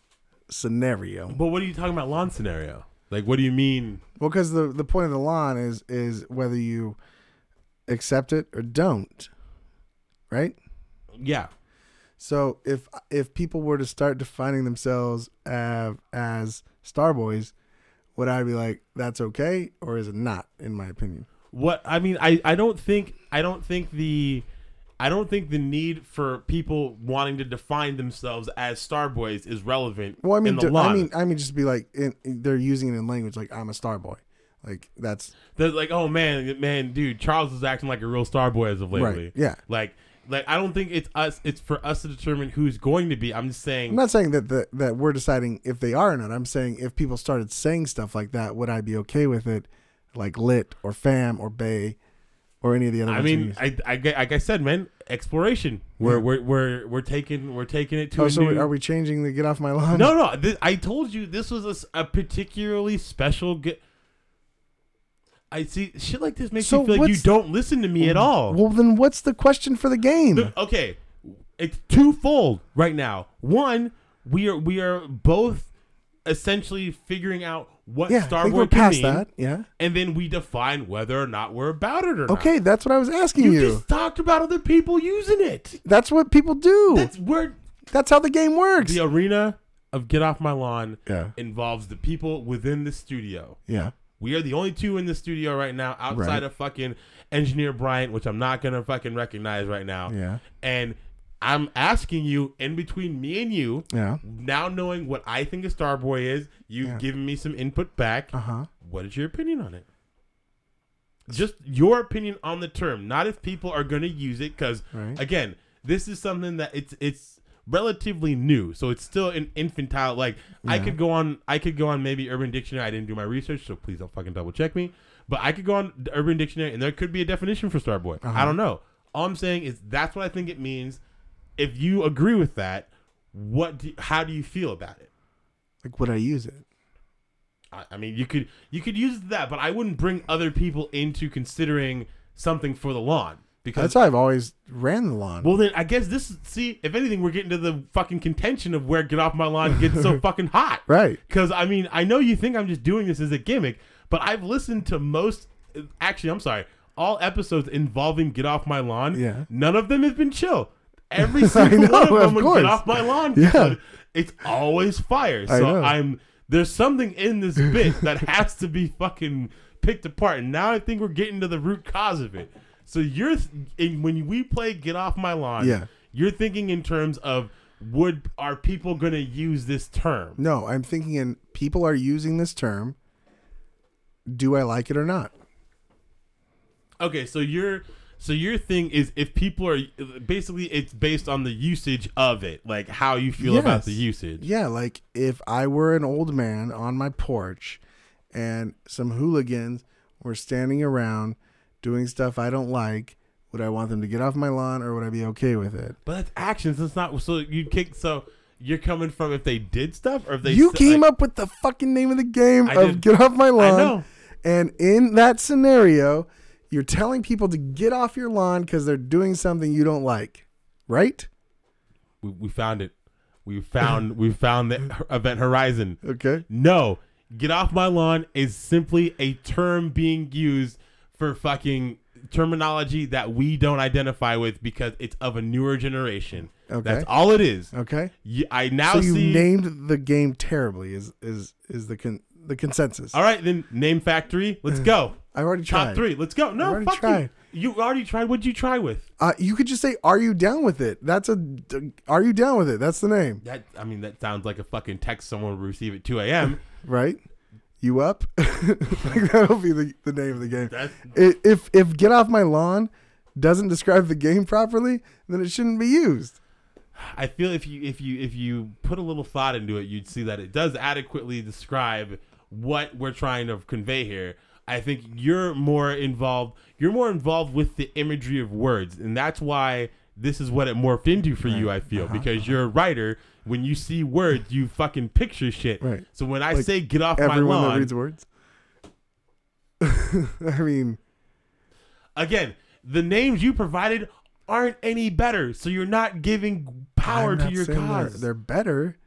[SPEAKER 3] scenario?
[SPEAKER 2] But what are you talking about lawn scenario? Like what do you mean?
[SPEAKER 3] Well, because the the point of the lawn is is whether you accept it or don't, right?
[SPEAKER 2] Yeah.
[SPEAKER 3] So if if people were to start defining themselves as, as star boys, would I be like that's okay or is it not? In my opinion,
[SPEAKER 2] what I mean, I, I don't think I don't think the I don't think the need for people wanting to define themselves as star boys is relevant.
[SPEAKER 3] well, I mean,
[SPEAKER 2] in the
[SPEAKER 3] do-
[SPEAKER 2] lawn.
[SPEAKER 3] I mean, I mean, just be like in, they're using it in language like I'm a star boy, like that's
[SPEAKER 2] They're like, oh man, man, dude, Charles is acting like a real star boy as of lately.
[SPEAKER 3] Right, yeah.
[SPEAKER 2] Like, like I don't think it's us. It's for us to determine who's going to be. I'm just saying.
[SPEAKER 3] I'm not saying that the, that we're deciding if they are or not. I'm saying if people started saying stuff like that, would I be okay with it? Like lit or fam or bay or any of the other.
[SPEAKER 2] I
[SPEAKER 3] ones we
[SPEAKER 2] mean,
[SPEAKER 3] use.
[SPEAKER 2] I, I, gue- like I said, man, exploration. We're, we're, we're, we're taking, we're taking it to.
[SPEAKER 3] oh,
[SPEAKER 2] a
[SPEAKER 3] so
[SPEAKER 2] new,
[SPEAKER 3] are we changing the get off my lawn?
[SPEAKER 2] No, no. This, I told you this was a s- a, particularly special. Ge- I see shit like this makes
[SPEAKER 3] So
[SPEAKER 2] you feel like you
[SPEAKER 3] what's-
[SPEAKER 2] don't listen to me at all.
[SPEAKER 3] Well, then what's the question for the game?
[SPEAKER 2] The- okay, it's twofold right now. One, we are we are both essentially figuring out what
[SPEAKER 3] yeah, I
[SPEAKER 2] Star
[SPEAKER 3] think
[SPEAKER 2] Wars
[SPEAKER 3] we're
[SPEAKER 2] can
[SPEAKER 3] past
[SPEAKER 2] mean,
[SPEAKER 3] that. Yeah.
[SPEAKER 2] and then we define whether or not we're about it or not.
[SPEAKER 3] Okay, that's what I was asking
[SPEAKER 2] you,
[SPEAKER 3] you.
[SPEAKER 2] just talked about other people using it.
[SPEAKER 3] That's what people do.
[SPEAKER 2] That's
[SPEAKER 3] That's,
[SPEAKER 2] we're
[SPEAKER 3] how the game works.
[SPEAKER 2] the arena of get off my lawn
[SPEAKER 3] Yeah.
[SPEAKER 2] involves the people within the studio.
[SPEAKER 3] yeah.
[SPEAKER 2] We are the only two in the studio right now outside
[SPEAKER 3] Right.
[SPEAKER 2] of fucking engineer Bryant, which I'm not gonna fucking recognize right now.
[SPEAKER 3] Yeah.
[SPEAKER 2] And I'm asking you in between me and you,
[SPEAKER 3] Yeah.
[SPEAKER 2] now knowing what I think a Starboy is, you've given me some input back.
[SPEAKER 3] Uh huh.
[SPEAKER 2] What is your opinion on it? Just your opinion on the term, not if people are going to use it. Because
[SPEAKER 3] Right.
[SPEAKER 2] again, this is something that it's it's relatively new, so it's still an infantile. Like I could go on, I could go on maybe Urban Dictionary. I didn't do my research, so please don't fucking double check me. But I could go on the Urban Dictionary, and there could be a definition for Starboy. I don't know. All I'm saying is that's what I think it means. If you agree with that, what? Do, how do you feel about it?
[SPEAKER 3] Like, would I use it?
[SPEAKER 2] I, I mean, you could you could use that, but I wouldn't bring other people into considering something for the lawn because
[SPEAKER 3] That's how I've always ran the lawn.
[SPEAKER 2] well, then I guess this is- see if anything we're getting to the fucking contention of where get off my lawn gets so fucking hot,
[SPEAKER 3] Right.
[SPEAKER 2] Because I mean, I know you think I'm just doing this as a gimmick, but I've listened to most. Actually, I'm sorry. All episodes involving get off my lawn.
[SPEAKER 3] Yeah.
[SPEAKER 2] None of them have been chill. Every single
[SPEAKER 3] know,
[SPEAKER 2] one of
[SPEAKER 3] of
[SPEAKER 2] them would
[SPEAKER 3] course.
[SPEAKER 2] get off my lawn.
[SPEAKER 3] Yeah.
[SPEAKER 2] dude. It's always fire. So
[SPEAKER 3] I know.
[SPEAKER 2] I'm there's something in this bit that has to be fucking picked apart. And now I think we're getting to the root cause of it. So you're th- and when we play get off my lawn,
[SPEAKER 3] Yeah.
[SPEAKER 2] you're thinking in terms of would are people going to use this term?
[SPEAKER 3] no, I'm thinking in people are using this term. Do I like it or not?
[SPEAKER 2] Okay, so your so your thing is if people are basically it's based on the usage of it, like how you feel about
[SPEAKER 3] Yes.
[SPEAKER 2] the usage.
[SPEAKER 3] Yeah, like if I were an old man on my porch and some hooligans were standing around doing stuff I don't like, would I want them to get off my lawn or would I be okay with it?
[SPEAKER 2] But that's actions. That's not so you kick. So you're coming from if they did stuff or if they
[SPEAKER 3] you
[SPEAKER 2] said,
[SPEAKER 3] came
[SPEAKER 2] like-
[SPEAKER 3] up with the fucking name of the game
[SPEAKER 2] I
[SPEAKER 3] of
[SPEAKER 2] did.
[SPEAKER 3] get off my lawn.
[SPEAKER 2] know.
[SPEAKER 3] And in that scenario, you're telling people to get off your lawn because they're doing something you don't like, right?
[SPEAKER 2] We, we found it. We found we found the h- event horizon.
[SPEAKER 3] Okay.
[SPEAKER 2] No, get off my lawn is simply a term being used for fucking terminology that we don't identify with because it's of a newer generation.
[SPEAKER 3] Okay.
[SPEAKER 2] That's all it is.
[SPEAKER 3] Okay.
[SPEAKER 2] Y- I now
[SPEAKER 3] So you
[SPEAKER 2] see.
[SPEAKER 3] named the game terribly. Is is is the con- the consensus?
[SPEAKER 2] all right, then name factory. Let's go.
[SPEAKER 3] I already tried.
[SPEAKER 2] Top three. Let's go. No,
[SPEAKER 3] already
[SPEAKER 2] fuck
[SPEAKER 3] tried.
[SPEAKER 2] you. You already tried. What'd you try with?
[SPEAKER 3] Uh, you could just say, "Are you down with it?" That's a. Are you down with it? That's the name,
[SPEAKER 2] That I mean, that sounds like a fucking text someone would receive at 2 a.m.
[SPEAKER 3] right? You up? like that'll be the, the name of the game.
[SPEAKER 2] That's-
[SPEAKER 3] I- If if get off my lawn doesn't describe the game properly, then it shouldn't be used.
[SPEAKER 2] I feel if you if you if you put a little thought into it, you'd see that it does adequately describe what we're trying to convey here. I think you're more involved. You're more involved with the imagery of words, and that's why this is what it morphed into for you. I
[SPEAKER 3] Uh-huh,
[SPEAKER 2] feel because you're a writer. When you see words, you fucking picture shit.
[SPEAKER 3] Right.
[SPEAKER 2] So when I
[SPEAKER 3] Like,
[SPEAKER 2] say "get off my
[SPEAKER 3] Everyone
[SPEAKER 2] lawn,"
[SPEAKER 3] that reads words. I mean,
[SPEAKER 2] again, the names you provided aren't any better. So you're not giving power
[SPEAKER 3] I'm
[SPEAKER 2] to
[SPEAKER 3] not
[SPEAKER 2] your
[SPEAKER 3] saying they're-
[SPEAKER 2] cause.
[SPEAKER 3] They're, better.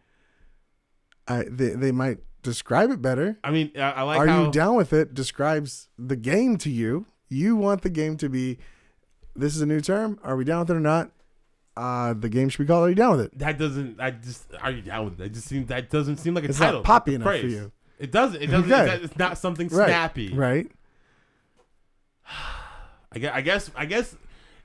[SPEAKER 3] I they they might describe it better.
[SPEAKER 2] I mean, I, I like
[SPEAKER 3] Are
[SPEAKER 2] how
[SPEAKER 3] you down with it? Describes the game to you. You want the game to be. This is a new term. Are we down with it or not? Uh, the game should be called. Are you down with it?
[SPEAKER 2] that doesn't. I just are you down with that? Just seems that doesn't seem like a
[SPEAKER 3] It's not
[SPEAKER 2] title. like
[SPEAKER 3] poppy
[SPEAKER 2] a
[SPEAKER 3] enough for
[SPEAKER 2] phrase.
[SPEAKER 3] you.
[SPEAKER 2] It doesn't. It doesn't.
[SPEAKER 3] Okay.
[SPEAKER 2] It's not something
[SPEAKER 3] Right.
[SPEAKER 2] snappy.
[SPEAKER 3] Right.
[SPEAKER 2] I gue- I guess. I guess.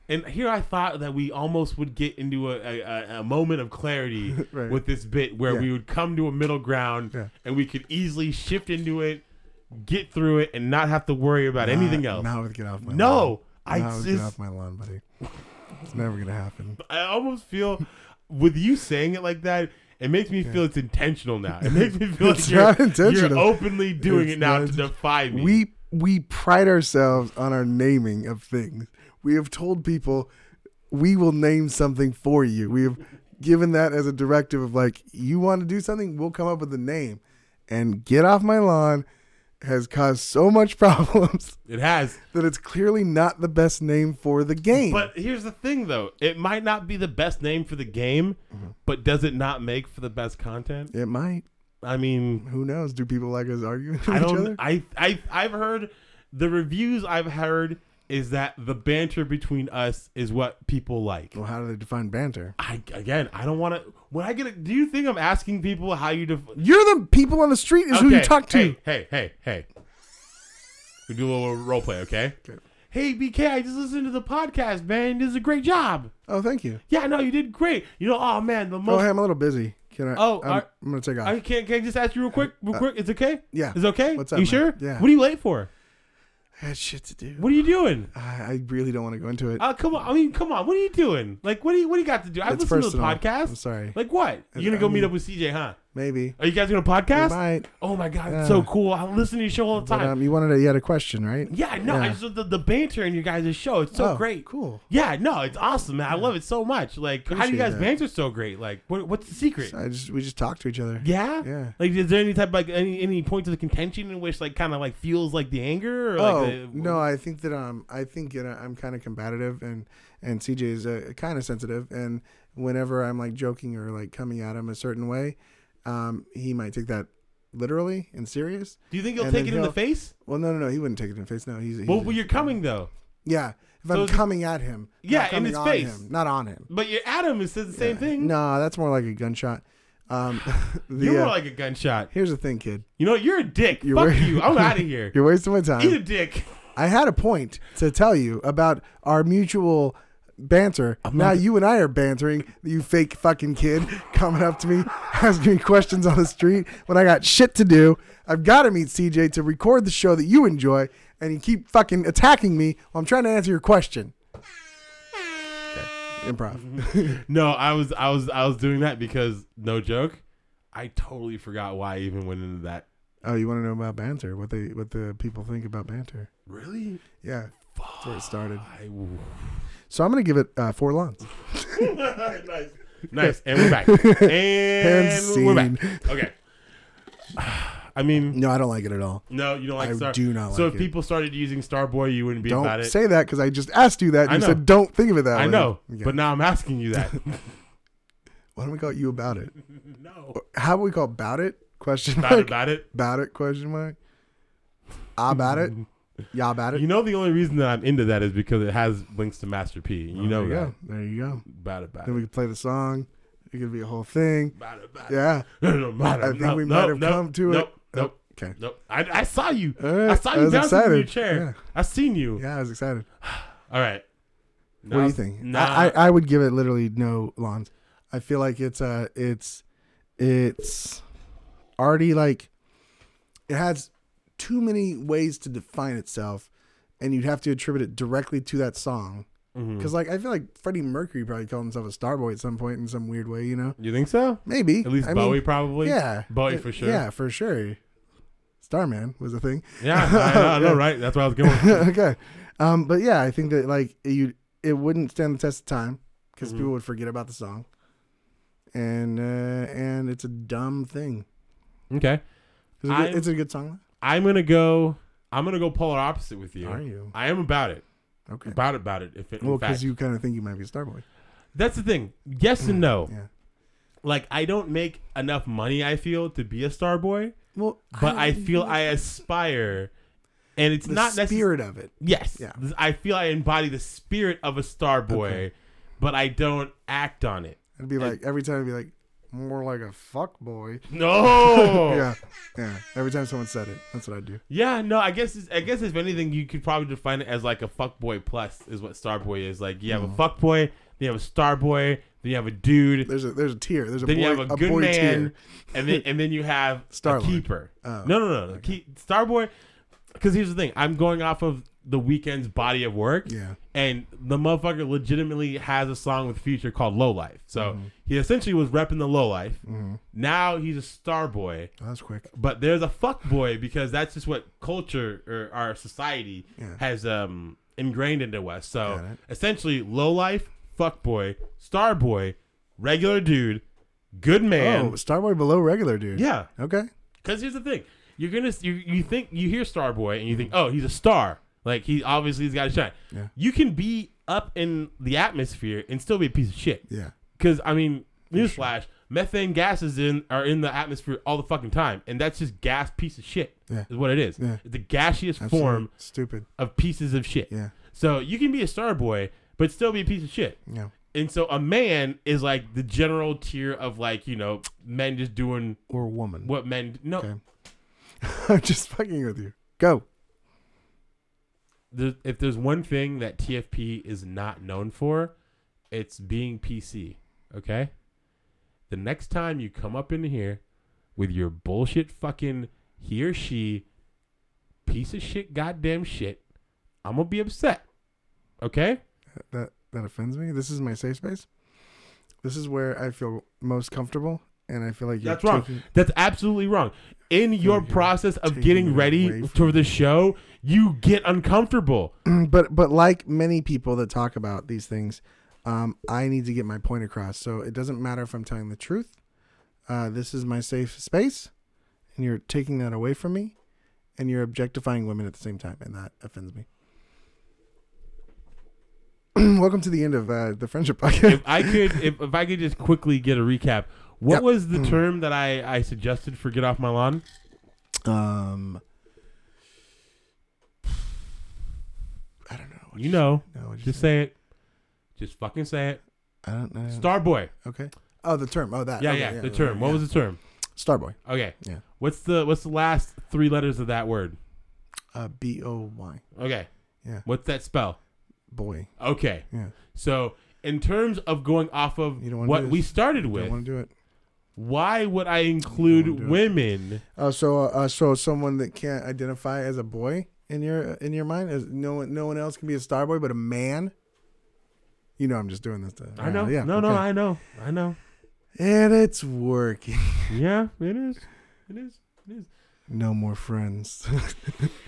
[SPEAKER 2] And here I thought that we almost would get into a, a, a- a moment of clarity
[SPEAKER 3] Right.
[SPEAKER 2] with this bit where
[SPEAKER 3] Yeah.
[SPEAKER 2] we would come to a middle ground
[SPEAKER 3] Yeah.
[SPEAKER 2] and we could easily shift into it, get through it, and not have to worry about anything
[SPEAKER 3] Not-
[SPEAKER 2] else.
[SPEAKER 3] Not with get off my lawn.
[SPEAKER 2] no, I
[SPEAKER 3] Not with get
[SPEAKER 2] just
[SPEAKER 3] off my lawn, buddy. It's never gonna happen.
[SPEAKER 2] I almost feel with you saying it like that, it makes me feel it's intentional now. It makes me feel like
[SPEAKER 3] It's
[SPEAKER 2] you're,
[SPEAKER 3] not intentional.
[SPEAKER 2] you're openly doing
[SPEAKER 3] It's
[SPEAKER 2] it now
[SPEAKER 3] not
[SPEAKER 2] to
[SPEAKER 3] inten-
[SPEAKER 2] defy me.
[SPEAKER 3] We we pride ourselves on our naming of things. We have told people we will name something for you. We have given that as a directive of like you want to do something, we'll come up with a name. And get off my lawn has caused so much problems
[SPEAKER 2] it has.
[SPEAKER 3] that it's clearly not the best name for the game.
[SPEAKER 2] But here's the thing though. It might not be the best name for the game,
[SPEAKER 3] Mm-hmm.
[SPEAKER 2] but does it not make for the best content?
[SPEAKER 3] it might.
[SPEAKER 2] I mean,
[SPEAKER 3] Who knows? Do people like us arguing with
[SPEAKER 2] I
[SPEAKER 3] each
[SPEAKER 2] don't
[SPEAKER 3] other?
[SPEAKER 2] I I I've heard the reviews I've heard is that the banter between us is what people like.
[SPEAKER 3] well, how do they define banter?
[SPEAKER 2] I again, I don't want to when I get it, do you think I'm asking people how you def-
[SPEAKER 3] You're the people on the street is who you
[SPEAKER 2] Okay,
[SPEAKER 3] talk to.
[SPEAKER 2] Hey, hey, hey, hey. We do a little role play, okay? Hey, BK, I just listened to the podcast, man. You did a great job.
[SPEAKER 3] Oh, thank you.
[SPEAKER 2] Yeah, no, you did great. You know, oh man, the
[SPEAKER 3] Oh,
[SPEAKER 2] most.
[SPEAKER 3] hey, I'm a little busy. Can I?
[SPEAKER 2] Oh,
[SPEAKER 3] I'm,
[SPEAKER 2] are-
[SPEAKER 3] I'm gonna take off.
[SPEAKER 2] I can't. Can I just ask you real quick? Real quick, it's okay.
[SPEAKER 3] Uh, yeah.
[SPEAKER 2] it's okay.
[SPEAKER 3] What's up,
[SPEAKER 2] you
[SPEAKER 3] man?
[SPEAKER 2] sure?
[SPEAKER 3] Yeah.
[SPEAKER 2] What are you late for?
[SPEAKER 3] I had shit to do.
[SPEAKER 2] What are you doing?
[SPEAKER 3] I, I really don't want to go into it.
[SPEAKER 2] Uh, come on. I mean, come on. What are you doing? Like, what do you? What do you got to do? I
[SPEAKER 3] It's
[SPEAKER 2] listened to the
[SPEAKER 3] personal.
[SPEAKER 2] podcast.
[SPEAKER 3] I'm sorry.
[SPEAKER 2] Like, what?
[SPEAKER 3] I-
[SPEAKER 2] You gonna go
[SPEAKER 3] I
[SPEAKER 2] meet
[SPEAKER 3] mean-
[SPEAKER 2] up with CJ? Huh?
[SPEAKER 3] Maybe.
[SPEAKER 2] Are you guys gonna podcast?
[SPEAKER 3] might.
[SPEAKER 2] Oh my god, it's
[SPEAKER 3] Yeah.
[SPEAKER 2] so cool. I listen to your show all the
[SPEAKER 3] But,
[SPEAKER 2] time.
[SPEAKER 3] um, you wanted a, you had a question, right?
[SPEAKER 2] Yeah, no, I just the, the banter in your guys' show. It's so
[SPEAKER 3] Oh,
[SPEAKER 2] great.
[SPEAKER 3] Cool.
[SPEAKER 2] Yeah, no, it's awesome, man. I love it so much. Like, how do you
[SPEAKER 3] Appreciate
[SPEAKER 2] guys
[SPEAKER 3] that.
[SPEAKER 2] banter so great? Like, what, what's the secret?
[SPEAKER 3] So I just we just talked to each other.
[SPEAKER 2] uh, yeah,
[SPEAKER 3] Yeah.
[SPEAKER 2] Like, is there any type like any any points of contention in which like kind of like fuels like the anger? Or,
[SPEAKER 3] Oh
[SPEAKER 2] like, uh, the,
[SPEAKER 3] no! I think that um I think you know, I'm kind of combative and and CJ is uh, kind of sensitive and whenever I'm like joking or like coming at him a certain way, um he might take that literally and serious.
[SPEAKER 2] Do you think you'll
[SPEAKER 3] And
[SPEAKER 2] take it
[SPEAKER 3] then
[SPEAKER 2] in the
[SPEAKER 3] he'll-
[SPEAKER 2] face?
[SPEAKER 3] Well, no, no, no, he wouldn't take it in the face. No, he's, he's
[SPEAKER 2] Well, well, you're coming though.
[SPEAKER 3] yeah. If
[SPEAKER 2] So
[SPEAKER 3] I'm
[SPEAKER 2] it's-
[SPEAKER 3] coming at him, not
[SPEAKER 2] Yeah, in
[SPEAKER 3] coming
[SPEAKER 2] his
[SPEAKER 3] on
[SPEAKER 2] face.
[SPEAKER 3] him, not on him.
[SPEAKER 2] But your Adam is says the same thing.
[SPEAKER 3] No, that's more like a gunshot. Um, the,
[SPEAKER 2] you're
[SPEAKER 3] uh,
[SPEAKER 2] more like a gunshot.
[SPEAKER 3] here's the thing, kid.
[SPEAKER 2] You know, you're a dick.
[SPEAKER 3] You're
[SPEAKER 2] Fuck
[SPEAKER 3] wearing-
[SPEAKER 2] you. I'm out of here.
[SPEAKER 3] You're wasting my time.
[SPEAKER 2] Eat a dick.
[SPEAKER 3] I had a point to tell you about our mutual banter. now you and I are bantering. You fake fucking kid coming up to me, asking me questions on the street when I got shit to do. I've got to meet CJ to record the show that you enjoy, and you keep fucking attacking me while I'm trying to answer your question.
[SPEAKER 2] Mm-hmm.
[SPEAKER 3] Improv.
[SPEAKER 2] No, I was I was I was doing that because no joke, I totally forgot why I even went into that.
[SPEAKER 3] oh, you want to know about banter? What they what the people think about banter?
[SPEAKER 2] Really?
[SPEAKER 3] Yeah, that's where it started.
[SPEAKER 2] I
[SPEAKER 3] So I'm gonna give it uh, four lawns.
[SPEAKER 2] nice. Nice. And we're back. And,
[SPEAKER 3] scene.
[SPEAKER 2] we're back. Okay. I mean,
[SPEAKER 3] No, I don't like it at all.
[SPEAKER 2] no, you don't like
[SPEAKER 3] I
[SPEAKER 2] Star.
[SPEAKER 3] do not
[SPEAKER 2] so
[SPEAKER 3] like
[SPEAKER 2] if
[SPEAKER 3] it.
[SPEAKER 2] people started using Starboy, you wouldn't be about
[SPEAKER 3] Don't
[SPEAKER 2] it.
[SPEAKER 3] say that because I just asked you that. And
[SPEAKER 2] I
[SPEAKER 3] you
[SPEAKER 2] know.
[SPEAKER 3] said don't think of it that way.
[SPEAKER 2] I know,
[SPEAKER 3] Yeah.
[SPEAKER 2] but now I'm asking you that.
[SPEAKER 3] why don't we call you about it?
[SPEAKER 2] no.
[SPEAKER 3] How about we call about it? Question mark.
[SPEAKER 2] About, it, about it.
[SPEAKER 3] About it? Question mark. I about it. Y'all about it.
[SPEAKER 2] You know, the only reason that I'm into that is because it has links to Master P. You
[SPEAKER 3] Oh, there
[SPEAKER 2] know
[SPEAKER 3] you
[SPEAKER 2] that.
[SPEAKER 3] go. There you go.
[SPEAKER 2] About it, about
[SPEAKER 3] Then we
[SPEAKER 2] it.
[SPEAKER 3] could play the song. It could be a whole thing.
[SPEAKER 2] About it, about it.
[SPEAKER 3] Yeah.
[SPEAKER 2] No, no, no,
[SPEAKER 3] I think
[SPEAKER 2] no,
[SPEAKER 3] we
[SPEAKER 2] no,
[SPEAKER 3] might have
[SPEAKER 2] no,
[SPEAKER 3] come to
[SPEAKER 2] no,
[SPEAKER 3] it.
[SPEAKER 2] No,
[SPEAKER 3] Okay.
[SPEAKER 2] no. I, I saw you.
[SPEAKER 3] All right.
[SPEAKER 2] I saw
[SPEAKER 3] I
[SPEAKER 2] you
[SPEAKER 3] was
[SPEAKER 2] down from your
[SPEAKER 3] excited.
[SPEAKER 2] chair. I seen you.
[SPEAKER 3] Yeah, I was excited.
[SPEAKER 2] All right.
[SPEAKER 3] what
[SPEAKER 2] Now-
[SPEAKER 3] do you think?
[SPEAKER 2] Nah,
[SPEAKER 3] I, I I would give it literally no lawns. I feel like it's uh it's it's already like it has too many ways to define itself, and you'd have to attribute it directly to that song.
[SPEAKER 2] Mm-hmm.
[SPEAKER 3] Because like I feel like Freddie Mercury probably called himself a starboy at some point in some weird way, you know?
[SPEAKER 2] you think so?
[SPEAKER 3] Maybe
[SPEAKER 2] At least
[SPEAKER 3] I mean,
[SPEAKER 2] Bowie, probably.
[SPEAKER 3] Yeah,
[SPEAKER 2] Bowie
[SPEAKER 3] Uh,
[SPEAKER 2] for sure.
[SPEAKER 3] Yeah, for sure. Starman was a thing.
[SPEAKER 2] Yeah, I, I know, right? That's what I was going. with.
[SPEAKER 3] okay. Um, but yeah, I think that like you, it wouldn't stand the test of time because
[SPEAKER 2] Mm-hmm.
[SPEAKER 3] people would forget about the song, and uh, and it's a dumb thing.
[SPEAKER 2] Okay,
[SPEAKER 3] 'Cause It's a,
[SPEAKER 2] I'm-
[SPEAKER 3] good, it's a good song.
[SPEAKER 2] I'm gonna go. I'm gonna go polar opposite with you.
[SPEAKER 3] Are you?
[SPEAKER 2] I am about it.
[SPEAKER 3] Okay.
[SPEAKER 2] About it. About it. If it, in
[SPEAKER 3] Well,
[SPEAKER 2] fact.
[SPEAKER 3] because you kind of think you might be a Starboy.
[SPEAKER 2] That's the thing. Yes and no.
[SPEAKER 3] Yeah.
[SPEAKER 2] Like I don't make enough money. I feel to be a star boy,
[SPEAKER 3] Well,
[SPEAKER 2] but I, feel I aspire, and it's
[SPEAKER 3] the
[SPEAKER 2] not necessarily.
[SPEAKER 3] spirit of it.
[SPEAKER 2] Yes.
[SPEAKER 3] Yeah.
[SPEAKER 2] This- I feel I embody the spirit of a star boy,
[SPEAKER 3] Okay.
[SPEAKER 2] but I don't act on it.
[SPEAKER 3] It'd be like every time it'd be like more like a fuck boy.
[SPEAKER 2] No. yeah.
[SPEAKER 3] Yeah, yeah. Every time someone said it, that's what I do.
[SPEAKER 2] no. I guess. It's, I guess if anything, you could probably define it as like a fuckboy plus is what star boy is. Like you have a fuckboy, then you have a star boy, then you have a dude,
[SPEAKER 3] There's Mm. a there's a tier. There's a
[SPEAKER 2] then
[SPEAKER 3] boy,
[SPEAKER 2] you have a, good
[SPEAKER 3] boy
[SPEAKER 2] man,
[SPEAKER 3] tier.
[SPEAKER 2] and then and then you have a
[SPEAKER 3] Star-Lord.
[SPEAKER 2] keeper.
[SPEAKER 3] Oh,
[SPEAKER 2] no, no, no, no. Keep, Starboy. Because here's the thing: I'm going off of the weekend's body of work,
[SPEAKER 3] Yeah.
[SPEAKER 2] and the motherfucker legitimately has a song with Future called "Low Life." So
[SPEAKER 3] Mm-hmm.
[SPEAKER 2] he essentially was repping the low life. Now he's a star boy,
[SPEAKER 3] Oh, that was quick.
[SPEAKER 2] but there's a fuck boy because that's just what culture or our society
[SPEAKER 3] Yeah.
[SPEAKER 2] has um ingrained into us.
[SPEAKER 3] Got
[SPEAKER 2] So
[SPEAKER 3] it.
[SPEAKER 2] essentially, low life, fuck boy, star boy, regular dude, good man.
[SPEAKER 3] oh, Starboy below regular dude.
[SPEAKER 2] Yeah,
[SPEAKER 3] Okay.
[SPEAKER 2] because here's the thing: you're gonna you, you think you hear Star Boy and you think, oh, he's a star. Like he obviously he's got to shine.
[SPEAKER 3] Yeah.
[SPEAKER 2] You can be up in the atmosphere and still be a piece of shit.
[SPEAKER 3] Yeah.
[SPEAKER 2] Because I mean, newsflash: methane gases in are in the atmosphere all the fucking time, and that's just gas piece of shit.
[SPEAKER 3] Yeah.
[SPEAKER 2] Is what it is.
[SPEAKER 3] Yeah.
[SPEAKER 2] It's the gaseous
[SPEAKER 3] Absolutely.
[SPEAKER 2] form
[SPEAKER 3] Stupid.
[SPEAKER 2] of pieces of shit.
[SPEAKER 3] Yeah.
[SPEAKER 2] So you can be a Star Boy, but still be a piece of shit.
[SPEAKER 3] Yeah.
[SPEAKER 2] And so a man is like the general tier of like you know men just doing
[SPEAKER 3] Or woman.
[SPEAKER 2] what men no
[SPEAKER 3] Okay. I'm just fucking with you. Go.
[SPEAKER 2] there, if there's one thing that TFP is not known for, it's being PC. Okay. The next time you come up in here with your bullshit fucking he or she piece of shit goddamn shit, I'm gonna be upset. Okay.
[SPEAKER 3] That that offends me. This is my safe space. This is where I feel most comfortable, and I feel like you're
[SPEAKER 2] That's wrong.
[SPEAKER 3] taking-
[SPEAKER 2] That's absolutely wrong. In your
[SPEAKER 3] Taking-
[SPEAKER 2] process of
[SPEAKER 3] taking
[SPEAKER 2] getting
[SPEAKER 3] it away
[SPEAKER 2] ready
[SPEAKER 3] from
[SPEAKER 2] for the show, you get uncomfortable.
[SPEAKER 3] but but like many people that talk about these things, um, I need to get my point across. So it doesn't matter if I'm telling the truth. Uh, this is my safe space, and you're taking that away from me, and you're objectifying women at the same time, and that offends me. Welcome to the end of uh, the friendship podcast.
[SPEAKER 2] if I could, if, if I could just quickly get a recap, what
[SPEAKER 3] Yep. Hmm.
[SPEAKER 2] was the term that I, I suggested for get off my lawn?
[SPEAKER 3] Um, I don't know. What
[SPEAKER 2] You know,
[SPEAKER 3] No, what you
[SPEAKER 2] just
[SPEAKER 3] say?
[SPEAKER 2] say it. Just fucking say it.
[SPEAKER 3] I don't know.
[SPEAKER 2] Starboy.
[SPEAKER 3] okay. Oh, the term. Oh, that.
[SPEAKER 2] Yeah,
[SPEAKER 3] Okay,
[SPEAKER 2] yeah, The term. What
[SPEAKER 3] yeah.
[SPEAKER 2] was the term?
[SPEAKER 3] Starboy?
[SPEAKER 2] Okay.
[SPEAKER 3] Yeah.
[SPEAKER 2] What's the What's the last three letters of that word?
[SPEAKER 3] Uh, B O Y.
[SPEAKER 2] Okay.
[SPEAKER 3] Yeah.
[SPEAKER 2] What's that spell?
[SPEAKER 3] Boy.
[SPEAKER 2] Okay.
[SPEAKER 3] Yeah.
[SPEAKER 2] So in terms of going off of
[SPEAKER 3] You don't wanna
[SPEAKER 2] what
[SPEAKER 3] do
[SPEAKER 2] we
[SPEAKER 3] this.
[SPEAKER 2] started
[SPEAKER 3] Don't
[SPEAKER 2] with,
[SPEAKER 3] want to do it.
[SPEAKER 2] why would I
[SPEAKER 3] wanna do
[SPEAKER 2] include
[SPEAKER 3] it.
[SPEAKER 2] women?
[SPEAKER 3] Oh, so uh, uh, so someone that can't identify as a boy in your in your mind as no one no one else can be a star boy but a man. You know, I'm just doing this. To,
[SPEAKER 2] I know. no, no,
[SPEAKER 3] Uh, okay.
[SPEAKER 2] I know. I know.
[SPEAKER 3] and it's working.
[SPEAKER 2] Yeah, it is. It is. It is.
[SPEAKER 3] No more friends.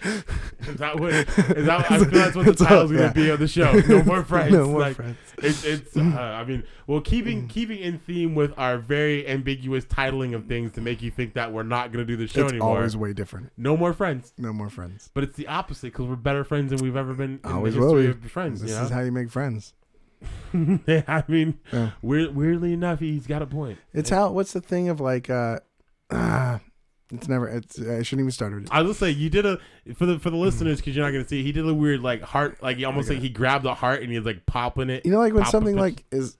[SPEAKER 2] Is that what? Is that, I feel that's what the
[SPEAKER 3] It's all-
[SPEAKER 2] title's gonna
[SPEAKER 3] yeah.
[SPEAKER 2] be of the show. No more friends.
[SPEAKER 3] no more Mm.
[SPEAKER 2] Like,
[SPEAKER 3] friends.
[SPEAKER 2] It's, it's uh, I mean, well, keeping keeping in theme with our very ambiguous titling of things to make you think that we're not gonna do the show
[SPEAKER 3] It's
[SPEAKER 2] anymore.
[SPEAKER 3] always way different.
[SPEAKER 2] no more friends,
[SPEAKER 3] No more friends.
[SPEAKER 2] but it's the opposite because we're better friends than we've ever been. In
[SPEAKER 3] Always
[SPEAKER 2] the
[SPEAKER 3] will
[SPEAKER 2] history
[SPEAKER 3] be.
[SPEAKER 2] of friends.
[SPEAKER 3] This
[SPEAKER 2] you
[SPEAKER 3] is
[SPEAKER 2] know?
[SPEAKER 3] how you make friends.
[SPEAKER 2] I mean,
[SPEAKER 3] Yeah.
[SPEAKER 2] weird, weirdly enough, he's got a point.
[SPEAKER 3] It's how. What's the thing of like? uh, uh It's never. It's. I shouldn't even start with it.
[SPEAKER 2] I will say you did a for the
[SPEAKER 3] Mm.
[SPEAKER 2] for the listeners because you're not gonna see. He did a weird like heart, like he almost like he grabbed a heart and he was like popping it.
[SPEAKER 3] You know, like when
[SPEAKER 2] Pop a
[SPEAKER 3] something
[SPEAKER 2] pimp-
[SPEAKER 3] like is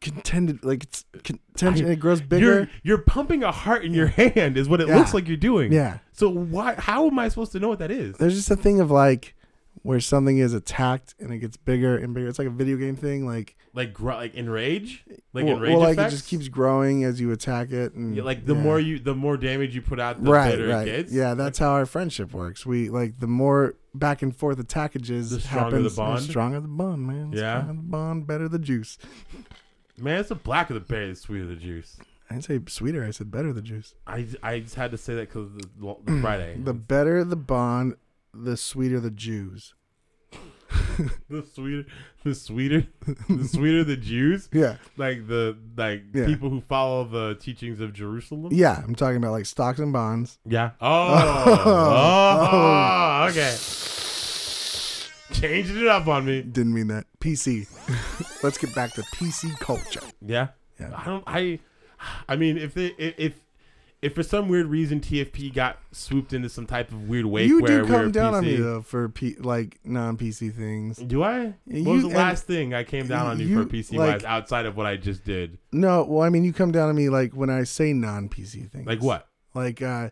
[SPEAKER 3] contended, like it's contention, it grows
[SPEAKER 2] You're
[SPEAKER 3] bigger.
[SPEAKER 2] you're pumping a heart in your hand is what it
[SPEAKER 3] Yeah.
[SPEAKER 2] looks like you're doing.
[SPEAKER 3] Yeah,
[SPEAKER 2] So why? How am I supposed to know what that is?
[SPEAKER 3] there's just a thing of like where something is attacked and it gets bigger and bigger. It's like a video game thing, like
[SPEAKER 2] Like gr- like enrage? Like
[SPEAKER 3] well,
[SPEAKER 2] enrage
[SPEAKER 3] well, like it
[SPEAKER 2] effects?
[SPEAKER 3] just keeps growing as you attack it, and
[SPEAKER 2] Yeah, like the
[SPEAKER 3] yeah.
[SPEAKER 2] more you, the more damage you put out, the
[SPEAKER 3] right,
[SPEAKER 2] better
[SPEAKER 3] right,
[SPEAKER 2] it gets.
[SPEAKER 3] yeah. That's how our friendship works. We like the more back and forth attackages
[SPEAKER 2] The stronger the
[SPEAKER 3] happens,
[SPEAKER 2] bond?
[SPEAKER 3] stronger the bond, man.
[SPEAKER 2] Yeah.
[SPEAKER 3] stronger the bond, better the juice.
[SPEAKER 2] Man, it's the black of the berry, the sweet of the juice.
[SPEAKER 3] I didn't say sweeter. I said better the juice.
[SPEAKER 2] I, I just had to say that because the, the Friday.
[SPEAKER 3] The better the bond, the sweeter the Jews.
[SPEAKER 2] the sweeter, the sweeter, the sweeter the Jews,
[SPEAKER 3] Yeah.
[SPEAKER 2] like the like
[SPEAKER 3] Yeah.
[SPEAKER 2] people who follow the teachings of Jerusalem.
[SPEAKER 3] Yeah. I'm talking about like stocks and bonds.
[SPEAKER 2] Yeah. Oh. Oh,
[SPEAKER 3] Oh.
[SPEAKER 2] Okay. Changing it up on me.
[SPEAKER 3] Didn't mean that. PC. Let's get back to PC culture.
[SPEAKER 2] Yeah.
[SPEAKER 3] Yeah.
[SPEAKER 2] I don't. I. I mean, if they if. if if for some weird reason TFP got swooped into some type of weird wake,
[SPEAKER 3] you
[SPEAKER 2] where
[SPEAKER 3] do
[SPEAKER 2] we
[SPEAKER 3] come
[SPEAKER 2] were
[SPEAKER 3] down on me
[SPEAKER 2] PC
[SPEAKER 3] though for P- like non PC things.
[SPEAKER 2] Do I?
[SPEAKER 3] Yeah,
[SPEAKER 2] what was
[SPEAKER 3] you-
[SPEAKER 2] the
[SPEAKER 3] and-
[SPEAKER 2] last thing I came down on you,
[SPEAKER 3] you,
[SPEAKER 2] for PC
[SPEAKER 3] like-
[SPEAKER 2] wise outside of what I just did?
[SPEAKER 3] No, well, I mean, you come down on me like when I say non PC things.
[SPEAKER 2] Like what?
[SPEAKER 3] Like uh,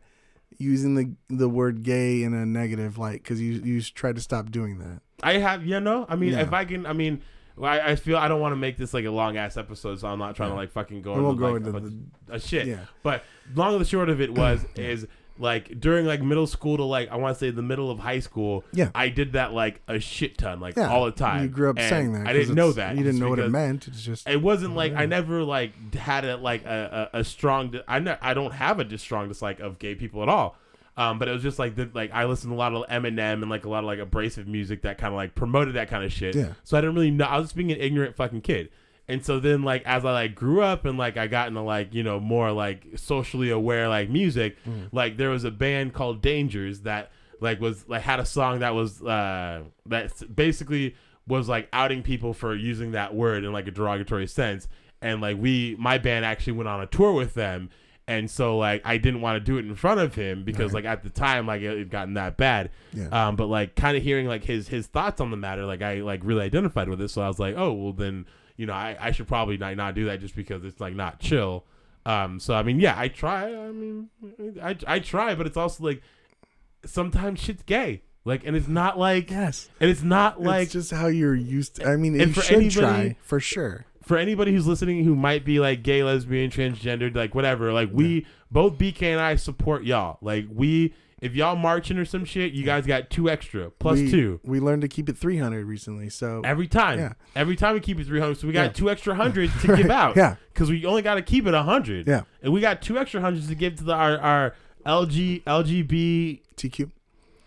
[SPEAKER 3] using the the word gay in a negative light because you you try to stop doing that.
[SPEAKER 2] I have, you know, I mean,
[SPEAKER 3] Yeah.
[SPEAKER 2] if I can, I mean, I, I feel I don't want to make this like a long ass episode, so I'm not trying to like fucking go
[SPEAKER 3] We won't
[SPEAKER 2] into,
[SPEAKER 3] go
[SPEAKER 2] like,
[SPEAKER 3] into
[SPEAKER 2] a,
[SPEAKER 3] the-
[SPEAKER 2] a shit.
[SPEAKER 3] yeah.
[SPEAKER 2] But long and the short of it was is like during like middle school to like I want to say the middle of high school.
[SPEAKER 3] Yeah.
[SPEAKER 2] I did that like a shit ton, like
[SPEAKER 3] Yeah,
[SPEAKER 2] all the time.
[SPEAKER 3] You grew up
[SPEAKER 2] And
[SPEAKER 3] saying that.
[SPEAKER 2] I
[SPEAKER 3] 'cause
[SPEAKER 2] didn't know
[SPEAKER 3] it's-
[SPEAKER 2] that.
[SPEAKER 3] You didn't
[SPEAKER 2] just
[SPEAKER 3] know what it
[SPEAKER 2] because-
[SPEAKER 3] meant. It's just
[SPEAKER 2] It wasn't like I never like had a like a, a, a strong. I ne- I don't have a dis- strong dislike of gay people at all. Um, but it was just like the, like I listened to a lot of Eminem and like a lot of like abrasive music that kind of like promoted that kind of shit.
[SPEAKER 3] Yeah.
[SPEAKER 2] So I didn't really know. I was just being an ignorant fucking kid. And so then like as I like grew up and like I got into like you know more like socially aware like music, like there was a band called Dangers that like was like had a song that was uh that s- basically was like outing people for using that word in like a derogatory sense and like we my band actually went on a tour with them and so like I didn't want to do it in front of him because like at the time like it had gotten that bad.
[SPEAKER 3] Yeah.
[SPEAKER 2] Um, but like kind of hearing like his his thoughts on the matter, like I like really identified with it. So I was like, oh well, then you know I, I should probably not not do that just because it's like not chill. Um, so I mean yeah, I try. I mean I I try, but it's also like sometimes shit's gay. Like and it's not like
[SPEAKER 3] yes.
[SPEAKER 2] and it's not like
[SPEAKER 3] it's just how you're used to. I mean, you
[SPEAKER 2] and for
[SPEAKER 3] should
[SPEAKER 2] anybody-
[SPEAKER 3] try for sure.
[SPEAKER 2] for anybody who's listening who might be like gay, lesbian, transgendered, like whatever, like we both BK and I support y'all. Like we if y'all marching or some shit, you guys got two extra, plus
[SPEAKER 3] we,
[SPEAKER 2] two.
[SPEAKER 3] We learned to keep it 300 recently, so
[SPEAKER 2] Every time.
[SPEAKER 3] Yeah.
[SPEAKER 2] Every time we keep it 300, so we got
[SPEAKER 3] Yeah.
[SPEAKER 2] two extra hundreds to give out.
[SPEAKER 3] Yeah.
[SPEAKER 2] Cuz we only got to keep it 100.
[SPEAKER 3] Yeah.
[SPEAKER 2] And we got two extra hundreds to give to the our our LG LGB
[SPEAKER 3] TQ.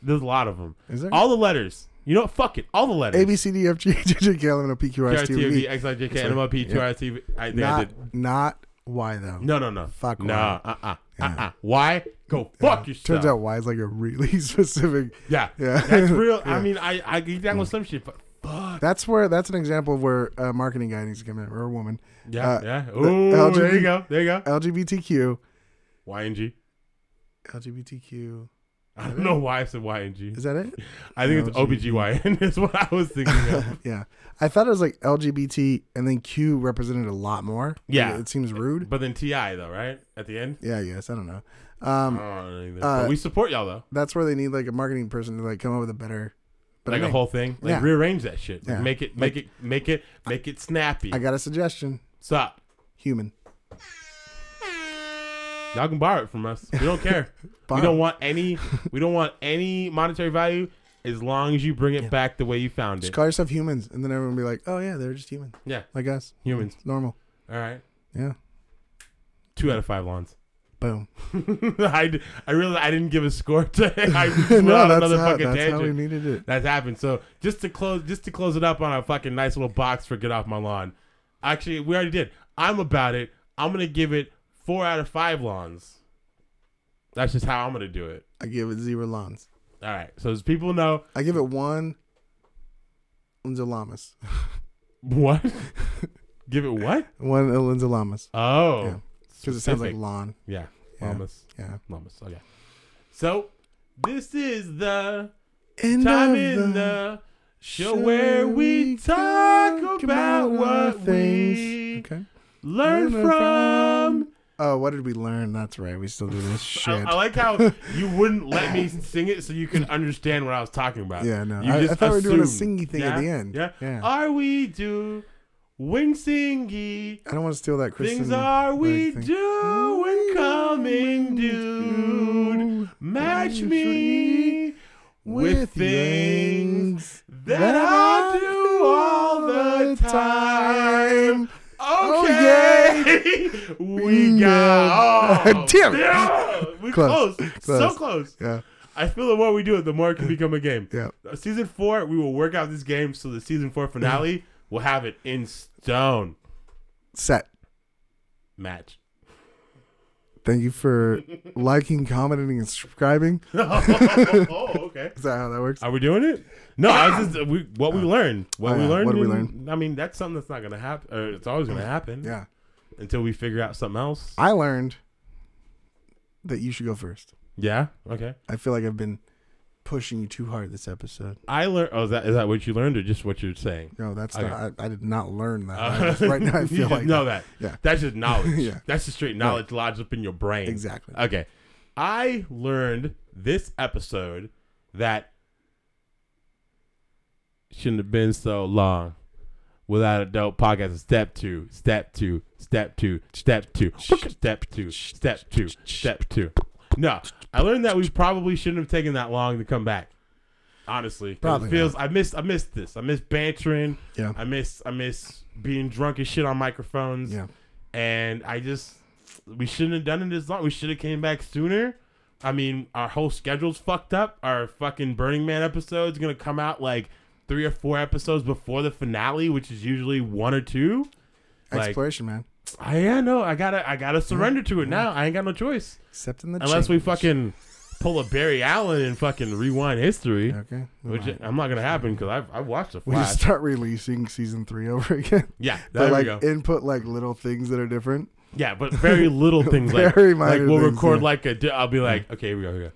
[SPEAKER 2] there's a lot of them.
[SPEAKER 3] Is there?
[SPEAKER 2] All the letters. You know what? Fuck it. All the letters.
[SPEAKER 3] A B C D E F G H I J K L M N O P Q R S T U
[SPEAKER 2] TRTV,
[SPEAKER 3] V.
[SPEAKER 2] XIJK,
[SPEAKER 3] It's like-
[SPEAKER 2] NMLP,
[SPEAKER 3] yeah.
[SPEAKER 2] 2RTV. I think I
[SPEAKER 3] Not
[SPEAKER 2] did
[SPEAKER 3] not why though.
[SPEAKER 2] No, no, no.
[SPEAKER 3] Fuck
[SPEAKER 2] No.
[SPEAKER 3] why.
[SPEAKER 2] Uh. Uh. Uh. uh Why? Go fuck yourself.
[SPEAKER 3] Turns out why is like a really specific.
[SPEAKER 2] Yeah.
[SPEAKER 3] Yeah.
[SPEAKER 2] That's real. I
[SPEAKER 3] Yeah. Mm.
[SPEAKER 2] mean, I I get down with some shit, but fuck.
[SPEAKER 3] That's where that's an example of where a marketing guy needs to come in or a woman.
[SPEAKER 2] Yeah.
[SPEAKER 3] Uh,
[SPEAKER 2] yeah.
[SPEAKER 3] the
[SPEAKER 2] Ooh. there you
[SPEAKER 3] LGBT
[SPEAKER 2] go. There you
[SPEAKER 3] Uh,
[SPEAKER 2] go.
[SPEAKER 3] LGBTQ
[SPEAKER 2] YNG.
[SPEAKER 3] LGBTQ
[SPEAKER 2] I don't know why I said YNG.
[SPEAKER 3] is that it?
[SPEAKER 2] I think it's
[SPEAKER 3] LGBT.
[SPEAKER 2] OBGYN is what I was thinking of.
[SPEAKER 3] yeah, I thought it was like LGBT and then Q represented a lot more.
[SPEAKER 2] Yeah.
[SPEAKER 3] it seems rude.
[SPEAKER 2] But then TI though, right? At the end.
[SPEAKER 3] Yeah, I guess I don't know.
[SPEAKER 2] I
[SPEAKER 3] Um,
[SPEAKER 2] don't know either.
[SPEAKER 3] Uh,
[SPEAKER 2] but we support y'all though.
[SPEAKER 3] that's where they need like a marketing person to like come up with a better. But
[SPEAKER 2] like
[SPEAKER 3] I
[SPEAKER 2] a whole thing. Like
[SPEAKER 3] Yeah.
[SPEAKER 2] rearrange that shit. Like,
[SPEAKER 3] Yeah.
[SPEAKER 2] Make it make it make it make it snappy.
[SPEAKER 3] I got a suggestion.
[SPEAKER 2] Stop.
[SPEAKER 3] Human.
[SPEAKER 2] Y'all can borrow it from us. We don't care. we
[SPEAKER 3] Borrow.
[SPEAKER 2] don't want any. We don't want any monetary value as long as you bring it back the way you found
[SPEAKER 3] Just
[SPEAKER 2] it.
[SPEAKER 3] call yourself humans, and then everyone will be like, "Oh yeah, they're just human,
[SPEAKER 2] yeah,
[SPEAKER 3] like us,
[SPEAKER 2] humans.
[SPEAKER 3] normal."
[SPEAKER 2] All right.
[SPEAKER 3] Yeah.
[SPEAKER 2] Two out of five lawns.
[SPEAKER 3] Boom.
[SPEAKER 2] I, d- I realized I didn't give a score today. I just
[SPEAKER 3] no,
[SPEAKER 2] went on
[SPEAKER 3] that's,
[SPEAKER 2] another
[SPEAKER 3] how,
[SPEAKER 2] fucking
[SPEAKER 3] that's how we
[SPEAKER 2] tangent.
[SPEAKER 3] needed it.
[SPEAKER 2] That's happened. So just to close, just to close it up on a fucking nice little box for get off my lawn. Actually, we already did. I'm about it. I'm gonna give it four out of five lawns. That's just how I'm gonna do it.
[SPEAKER 3] I give it zero lawns.
[SPEAKER 2] All right. So as people know,
[SPEAKER 3] I give it one. Lindsay Lamas.
[SPEAKER 2] What? Give it what?
[SPEAKER 3] One Lindsay Lamas
[SPEAKER 2] Oh.
[SPEAKER 3] Yeah. because it sounds like
[SPEAKER 2] Specific.
[SPEAKER 3] lawn.
[SPEAKER 2] Yeah.
[SPEAKER 3] Yeah.
[SPEAKER 2] Llamas.
[SPEAKER 3] Yeah.
[SPEAKER 2] Llamas. Okay. So, this is the
[SPEAKER 3] And
[SPEAKER 2] time
[SPEAKER 3] of
[SPEAKER 2] in
[SPEAKER 3] the-
[SPEAKER 2] the show where we talk about what we
[SPEAKER 3] Okay.
[SPEAKER 2] learn from.
[SPEAKER 3] Oh, what did we learn? That's right. We still do this
[SPEAKER 2] I,
[SPEAKER 3] shit.
[SPEAKER 2] I like how you wouldn't let me sing it so you could understand what I was talking about.
[SPEAKER 3] Yeah, no.
[SPEAKER 2] You
[SPEAKER 3] I- I
[SPEAKER 2] just
[SPEAKER 3] thought we were doing a
[SPEAKER 2] assumed.
[SPEAKER 3] singy thing at the end.
[SPEAKER 2] Yeah.
[SPEAKER 3] Yeah.
[SPEAKER 2] Are we doing singy?
[SPEAKER 3] I don't want to steal that Kristen.
[SPEAKER 2] Things are we
[SPEAKER 3] Wiig thing.
[SPEAKER 2] doing coming, dude. Match me with things that I do all the time.
[SPEAKER 3] Oh,
[SPEAKER 2] Okay. We got. Oh,
[SPEAKER 3] Damn it.
[SPEAKER 2] damn, we
[SPEAKER 3] Close.
[SPEAKER 2] close.
[SPEAKER 3] Close.
[SPEAKER 2] So close.
[SPEAKER 3] Yeah.
[SPEAKER 2] I feel the more we do it, the more it can become a game.
[SPEAKER 3] Yeah.
[SPEAKER 2] Uh, Season four, we will work out this game so the season four finale will have it in stone.
[SPEAKER 3] Set.
[SPEAKER 2] Match.
[SPEAKER 3] Thank you for liking, commenting, and subscribing.
[SPEAKER 2] Oh, okay.
[SPEAKER 3] Is that how that works?
[SPEAKER 2] Are we doing it? No, I was just we, what we learned. What
[SPEAKER 3] Oh,
[SPEAKER 2] we
[SPEAKER 3] yeah.
[SPEAKER 2] learned.
[SPEAKER 3] What did we Mm.
[SPEAKER 2] in- I mean, that's something that's not gonna happen. Or it's always gonna happen.
[SPEAKER 3] Yeah.
[SPEAKER 2] Until we figure out something else.
[SPEAKER 3] I learned that you should go first.
[SPEAKER 2] Yeah. Okay.
[SPEAKER 3] I feel like I've been pushing you too hard this episode.
[SPEAKER 2] I learned. Oh, is that is that what you learned, or just what you're saying?
[SPEAKER 3] No, that's
[SPEAKER 2] Okay.
[SPEAKER 3] not. I, I did not learn that. I
[SPEAKER 2] Uh,
[SPEAKER 3] just- right now, I
[SPEAKER 2] you
[SPEAKER 3] feel
[SPEAKER 2] just
[SPEAKER 3] like
[SPEAKER 2] know that.
[SPEAKER 3] Yeah.
[SPEAKER 2] That's just knowledge.
[SPEAKER 3] Yeah.
[SPEAKER 2] That's just straight knowledge lodged up in your brain.
[SPEAKER 3] Exactly.
[SPEAKER 2] Okay. I learned this episode that shouldn't have been so long without a dope podcast. Step two, step two, step two, step two, step two, step two, step two. No, I learned that we probably shouldn't have taken that long to come back. Honestly, 'Cause
[SPEAKER 3] Probably
[SPEAKER 2] it feels I missed I missed this. I miss bantering.
[SPEAKER 3] Yeah.
[SPEAKER 2] I miss I miss being drunk as shit on microphones
[SPEAKER 3] Yeah.
[SPEAKER 2] and I just we shouldn't have done it as long. We should have came back sooner. I mean, our whole schedule's fucked up. Our fucking Burning Man episode's gonna come out like three or four episodes before the finale, which is usually one or two. Like-
[SPEAKER 3] Exploration, man.
[SPEAKER 2] I yeah, no, I gotta I gotta surrender to it now. I ain't got no choice
[SPEAKER 3] Except in the
[SPEAKER 2] unless we
[SPEAKER 3] change.
[SPEAKER 2] fucking pull a Barry Allen and fucking rewind history,
[SPEAKER 3] Okay. we
[SPEAKER 2] which
[SPEAKER 3] might.
[SPEAKER 2] I'm not gonna happen because I've I've watched the
[SPEAKER 3] we just
[SPEAKER 2] Flash.
[SPEAKER 3] start releasing season three over again.
[SPEAKER 2] yeah, there
[SPEAKER 3] But
[SPEAKER 2] we
[SPEAKER 3] like
[SPEAKER 2] go.
[SPEAKER 3] input like little things that are different.
[SPEAKER 2] Yeah, but very little things like,
[SPEAKER 3] Very
[SPEAKER 2] like
[SPEAKER 3] minor
[SPEAKER 2] we'll
[SPEAKER 3] things,
[SPEAKER 2] record
[SPEAKER 3] yeah. Mm.
[SPEAKER 2] like a di- I'll be like, okay, here we go, here we go.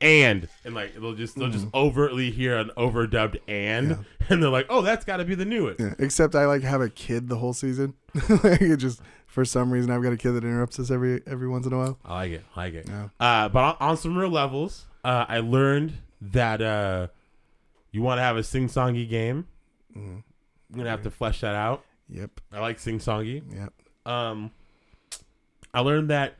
[SPEAKER 2] And and like they'll just they'll just overtly hear an overdubbed and and they're like, "Oh, that's got to be the new one."
[SPEAKER 3] Yeah. Except I like have a kid the whole season. like it just for some reason I've got a kid that interrupts us every every once in a while.
[SPEAKER 2] I like it. I like it.
[SPEAKER 3] Yeah.
[SPEAKER 2] Uh, but on, on some real levels, uh, I learned that uh, you want to have a sing-songy game.
[SPEAKER 3] Mm-hmm.
[SPEAKER 2] I'm going to have to flesh that out.
[SPEAKER 3] Yep.
[SPEAKER 2] I like sing-songy.
[SPEAKER 3] Yep.
[SPEAKER 2] Um, I learned that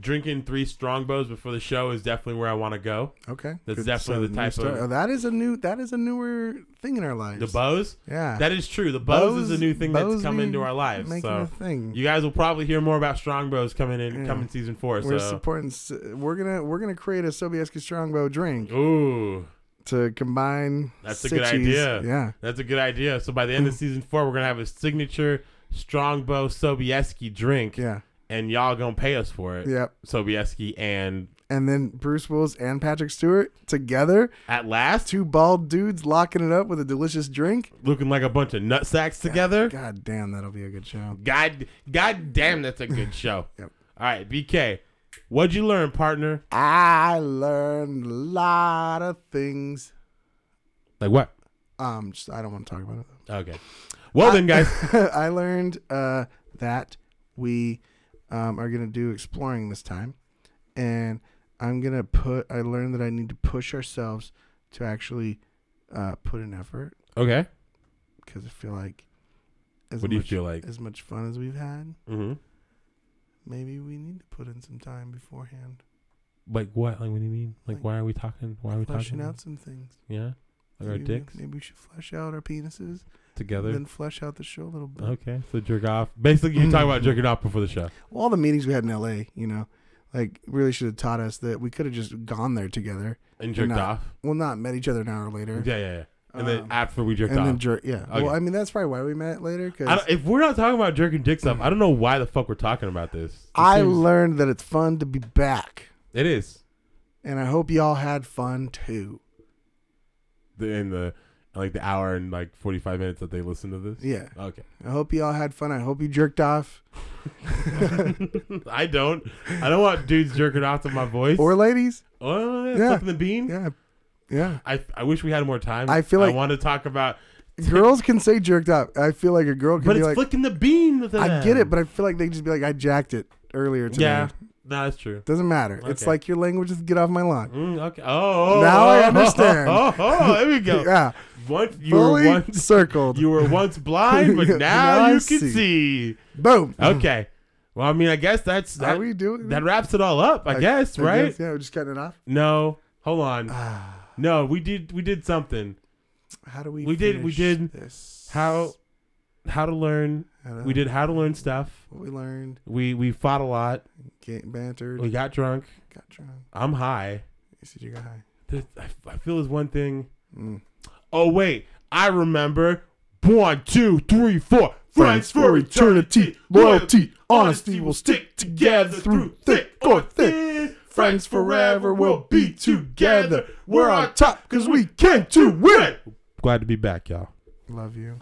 [SPEAKER 2] drinking three strongbows before the show is definitely where I want to go.
[SPEAKER 3] Okay.
[SPEAKER 2] That's definitely the
[SPEAKER 3] new
[SPEAKER 2] type
[SPEAKER 3] story.
[SPEAKER 2] of-
[SPEAKER 3] Oh, that is a new that is a newer thing in our lives.
[SPEAKER 2] The bows?
[SPEAKER 3] Yeah.
[SPEAKER 2] That is true. The bows, is a new thing
[SPEAKER 3] Bows
[SPEAKER 2] that's come
[SPEAKER 3] being-
[SPEAKER 2] into our lives.
[SPEAKER 3] Making
[SPEAKER 2] So
[SPEAKER 3] a thing.
[SPEAKER 2] you guys will probably hear more about strong bows coming in
[SPEAKER 3] Yeah.
[SPEAKER 2] coming season four.
[SPEAKER 3] we're
[SPEAKER 2] so
[SPEAKER 3] supporting. s- We're gonna we're gonna create a Sobieski Strongbow drink
[SPEAKER 2] ooh,
[SPEAKER 3] to combine.
[SPEAKER 2] That's a good
[SPEAKER 3] sitchis.
[SPEAKER 2] idea.
[SPEAKER 3] Yeah.
[SPEAKER 2] that's a good idea. So by the end of season four, we're gonna have a signature strongbow Sobieski drink,
[SPEAKER 3] Yeah.
[SPEAKER 2] and y'all gonna pay us for it.
[SPEAKER 3] Yep.
[SPEAKER 2] Sobieski and
[SPEAKER 3] And then Bruce Willis and Patrick Stewart together,
[SPEAKER 2] at last,
[SPEAKER 3] two bald dudes locking it up with a delicious drink.
[SPEAKER 2] looking like a bunch of nutsacks together.
[SPEAKER 3] God damn, that'll be a good show.
[SPEAKER 2] God, God damn, that's a good show.
[SPEAKER 3] Yep.
[SPEAKER 2] All right, BK, what'd you learn, partner?
[SPEAKER 3] I learned a lot of things.
[SPEAKER 2] Like what?
[SPEAKER 3] Um, just, I don't want to talk about it.
[SPEAKER 2] Okay. Well then, guys.
[SPEAKER 3] I learned uh, that we um, are going to do exploring this time. And I'm going to put, I learned that I need to push ourselves to actually uh, put in effort
[SPEAKER 2] Okay.
[SPEAKER 3] because I feel like as,
[SPEAKER 2] What do you
[SPEAKER 3] much,
[SPEAKER 2] feel like?
[SPEAKER 3] as much fun as we've had,
[SPEAKER 2] Mm-hmm.
[SPEAKER 3] maybe we need to put in some time beforehand,
[SPEAKER 2] Like what? Like what do you mean? Like,
[SPEAKER 3] Like,
[SPEAKER 2] why are we talking? Why are we
[SPEAKER 3] fleshing
[SPEAKER 2] talking?
[SPEAKER 3] out some things.
[SPEAKER 2] Yeah, like our
[SPEAKER 3] maybe,
[SPEAKER 2] dicks
[SPEAKER 3] We, maybe we should flesh out our penises,
[SPEAKER 2] together.
[SPEAKER 3] then flesh out the show a little bit.
[SPEAKER 2] okay, so jerk off. Basically, you're talking about jerking off before the show.
[SPEAKER 3] all the meetings we had in LA, you know, like really should have taught us that we could have just gone there together.
[SPEAKER 2] And jerked
[SPEAKER 3] not.
[SPEAKER 2] off.
[SPEAKER 3] Well, not met each other an hour later.
[SPEAKER 2] Yeah, yeah, yeah. And then
[SPEAKER 3] Um,
[SPEAKER 2] after we jerked
[SPEAKER 3] And
[SPEAKER 2] off.
[SPEAKER 3] then jerk. Yeah. Well,
[SPEAKER 2] Okay.
[SPEAKER 3] I mean, that's probably why we met later
[SPEAKER 2] I
[SPEAKER 3] because
[SPEAKER 2] don't, if we're not talking about jerking dicks off, I don't know why the fuck we're talking about this. It
[SPEAKER 3] I
[SPEAKER 2] seems-
[SPEAKER 3] learned that it's fun to be back,
[SPEAKER 2] it is
[SPEAKER 3] and I hope y'all had fun too.
[SPEAKER 2] the, in the like the hour and like 45 minutes that they listen to this.
[SPEAKER 3] Yeah.
[SPEAKER 2] Okay.
[SPEAKER 3] I hope y'all had fun. I hope you jerked off,
[SPEAKER 2] I don't. I don't want dudes jerking off to my voice.
[SPEAKER 3] or ladies.
[SPEAKER 2] oh, yeah,
[SPEAKER 3] Yeah.
[SPEAKER 2] flipping the bean.
[SPEAKER 3] Yeah. Yeah.
[SPEAKER 2] I, I wish we had more time.
[SPEAKER 3] I feel
[SPEAKER 2] I
[SPEAKER 3] like-
[SPEAKER 2] want to talk about,
[SPEAKER 3] Girls can say jerked off. I feel like a girl can
[SPEAKER 2] but
[SPEAKER 3] be
[SPEAKER 2] it's
[SPEAKER 3] like,
[SPEAKER 2] flicking the bean. With
[SPEAKER 3] I get it, but I feel like they can just be like, I jacked it earlier today.
[SPEAKER 2] yeah, no, that's true.
[SPEAKER 3] Doesn't matter. It's
[SPEAKER 2] Okay.
[SPEAKER 3] like your language is get off my lawn.
[SPEAKER 2] Mm, okay. Oh, oh,
[SPEAKER 3] Now I
[SPEAKER 2] oh,
[SPEAKER 3] understand.
[SPEAKER 2] Oh, oh, oh, there we go.
[SPEAKER 3] Yeah.
[SPEAKER 2] Once you
[SPEAKER 3] Fully
[SPEAKER 2] were once
[SPEAKER 3] circled.
[SPEAKER 2] you were once blind, but
[SPEAKER 3] Now
[SPEAKER 2] now,
[SPEAKER 3] I
[SPEAKER 2] you can
[SPEAKER 3] see.
[SPEAKER 2] see.
[SPEAKER 3] Boom.
[SPEAKER 2] Okay. Well, I mean, I guess that's
[SPEAKER 3] How
[SPEAKER 2] that.
[SPEAKER 3] we doing?
[SPEAKER 2] that wraps it all up. I, guess,
[SPEAKER 3] I
[SPEAKER 2] right?
[SPEAKER 3] yeah, Ah. we're just cutting it off.
[SPEAKER 2] No, hold on. no, we did we did something.
[SPEAKER 3] How do we?
[SPEAKER 2] We did- we
[SPEAKER 3] finish
[SPEAKER 2] did-
[SPEAKER 3] this.
[SPEAKER 2] How how to learn.
[SPEAKER 3] How to-
[SPEAKER 2] We did how to learn stuff.
[SPEAKER 3] what we learned.
[SPEAKER 2] We we fought a lot.
[SPEAKER 3] Get bantered.
[SPEAKER 2] We got drunk.
[SPEAKER 3] got drunk.
[SPEAKER 2] I'm high.
[SPEAKER 3] You said you got high.
[SPEAKER 2] There- I, I feel there's one thing.
[SPEAKER 3] Mm.
[SPEAKER 2] Oh wait, I remember. One, two, three, four. Friends for eternity. Loyalty, honesty will stick together through thick or thin. Friends forever will be together. We're on top because we came to win. Glad to be back, y'all.
[SPEAKER 3] Love you.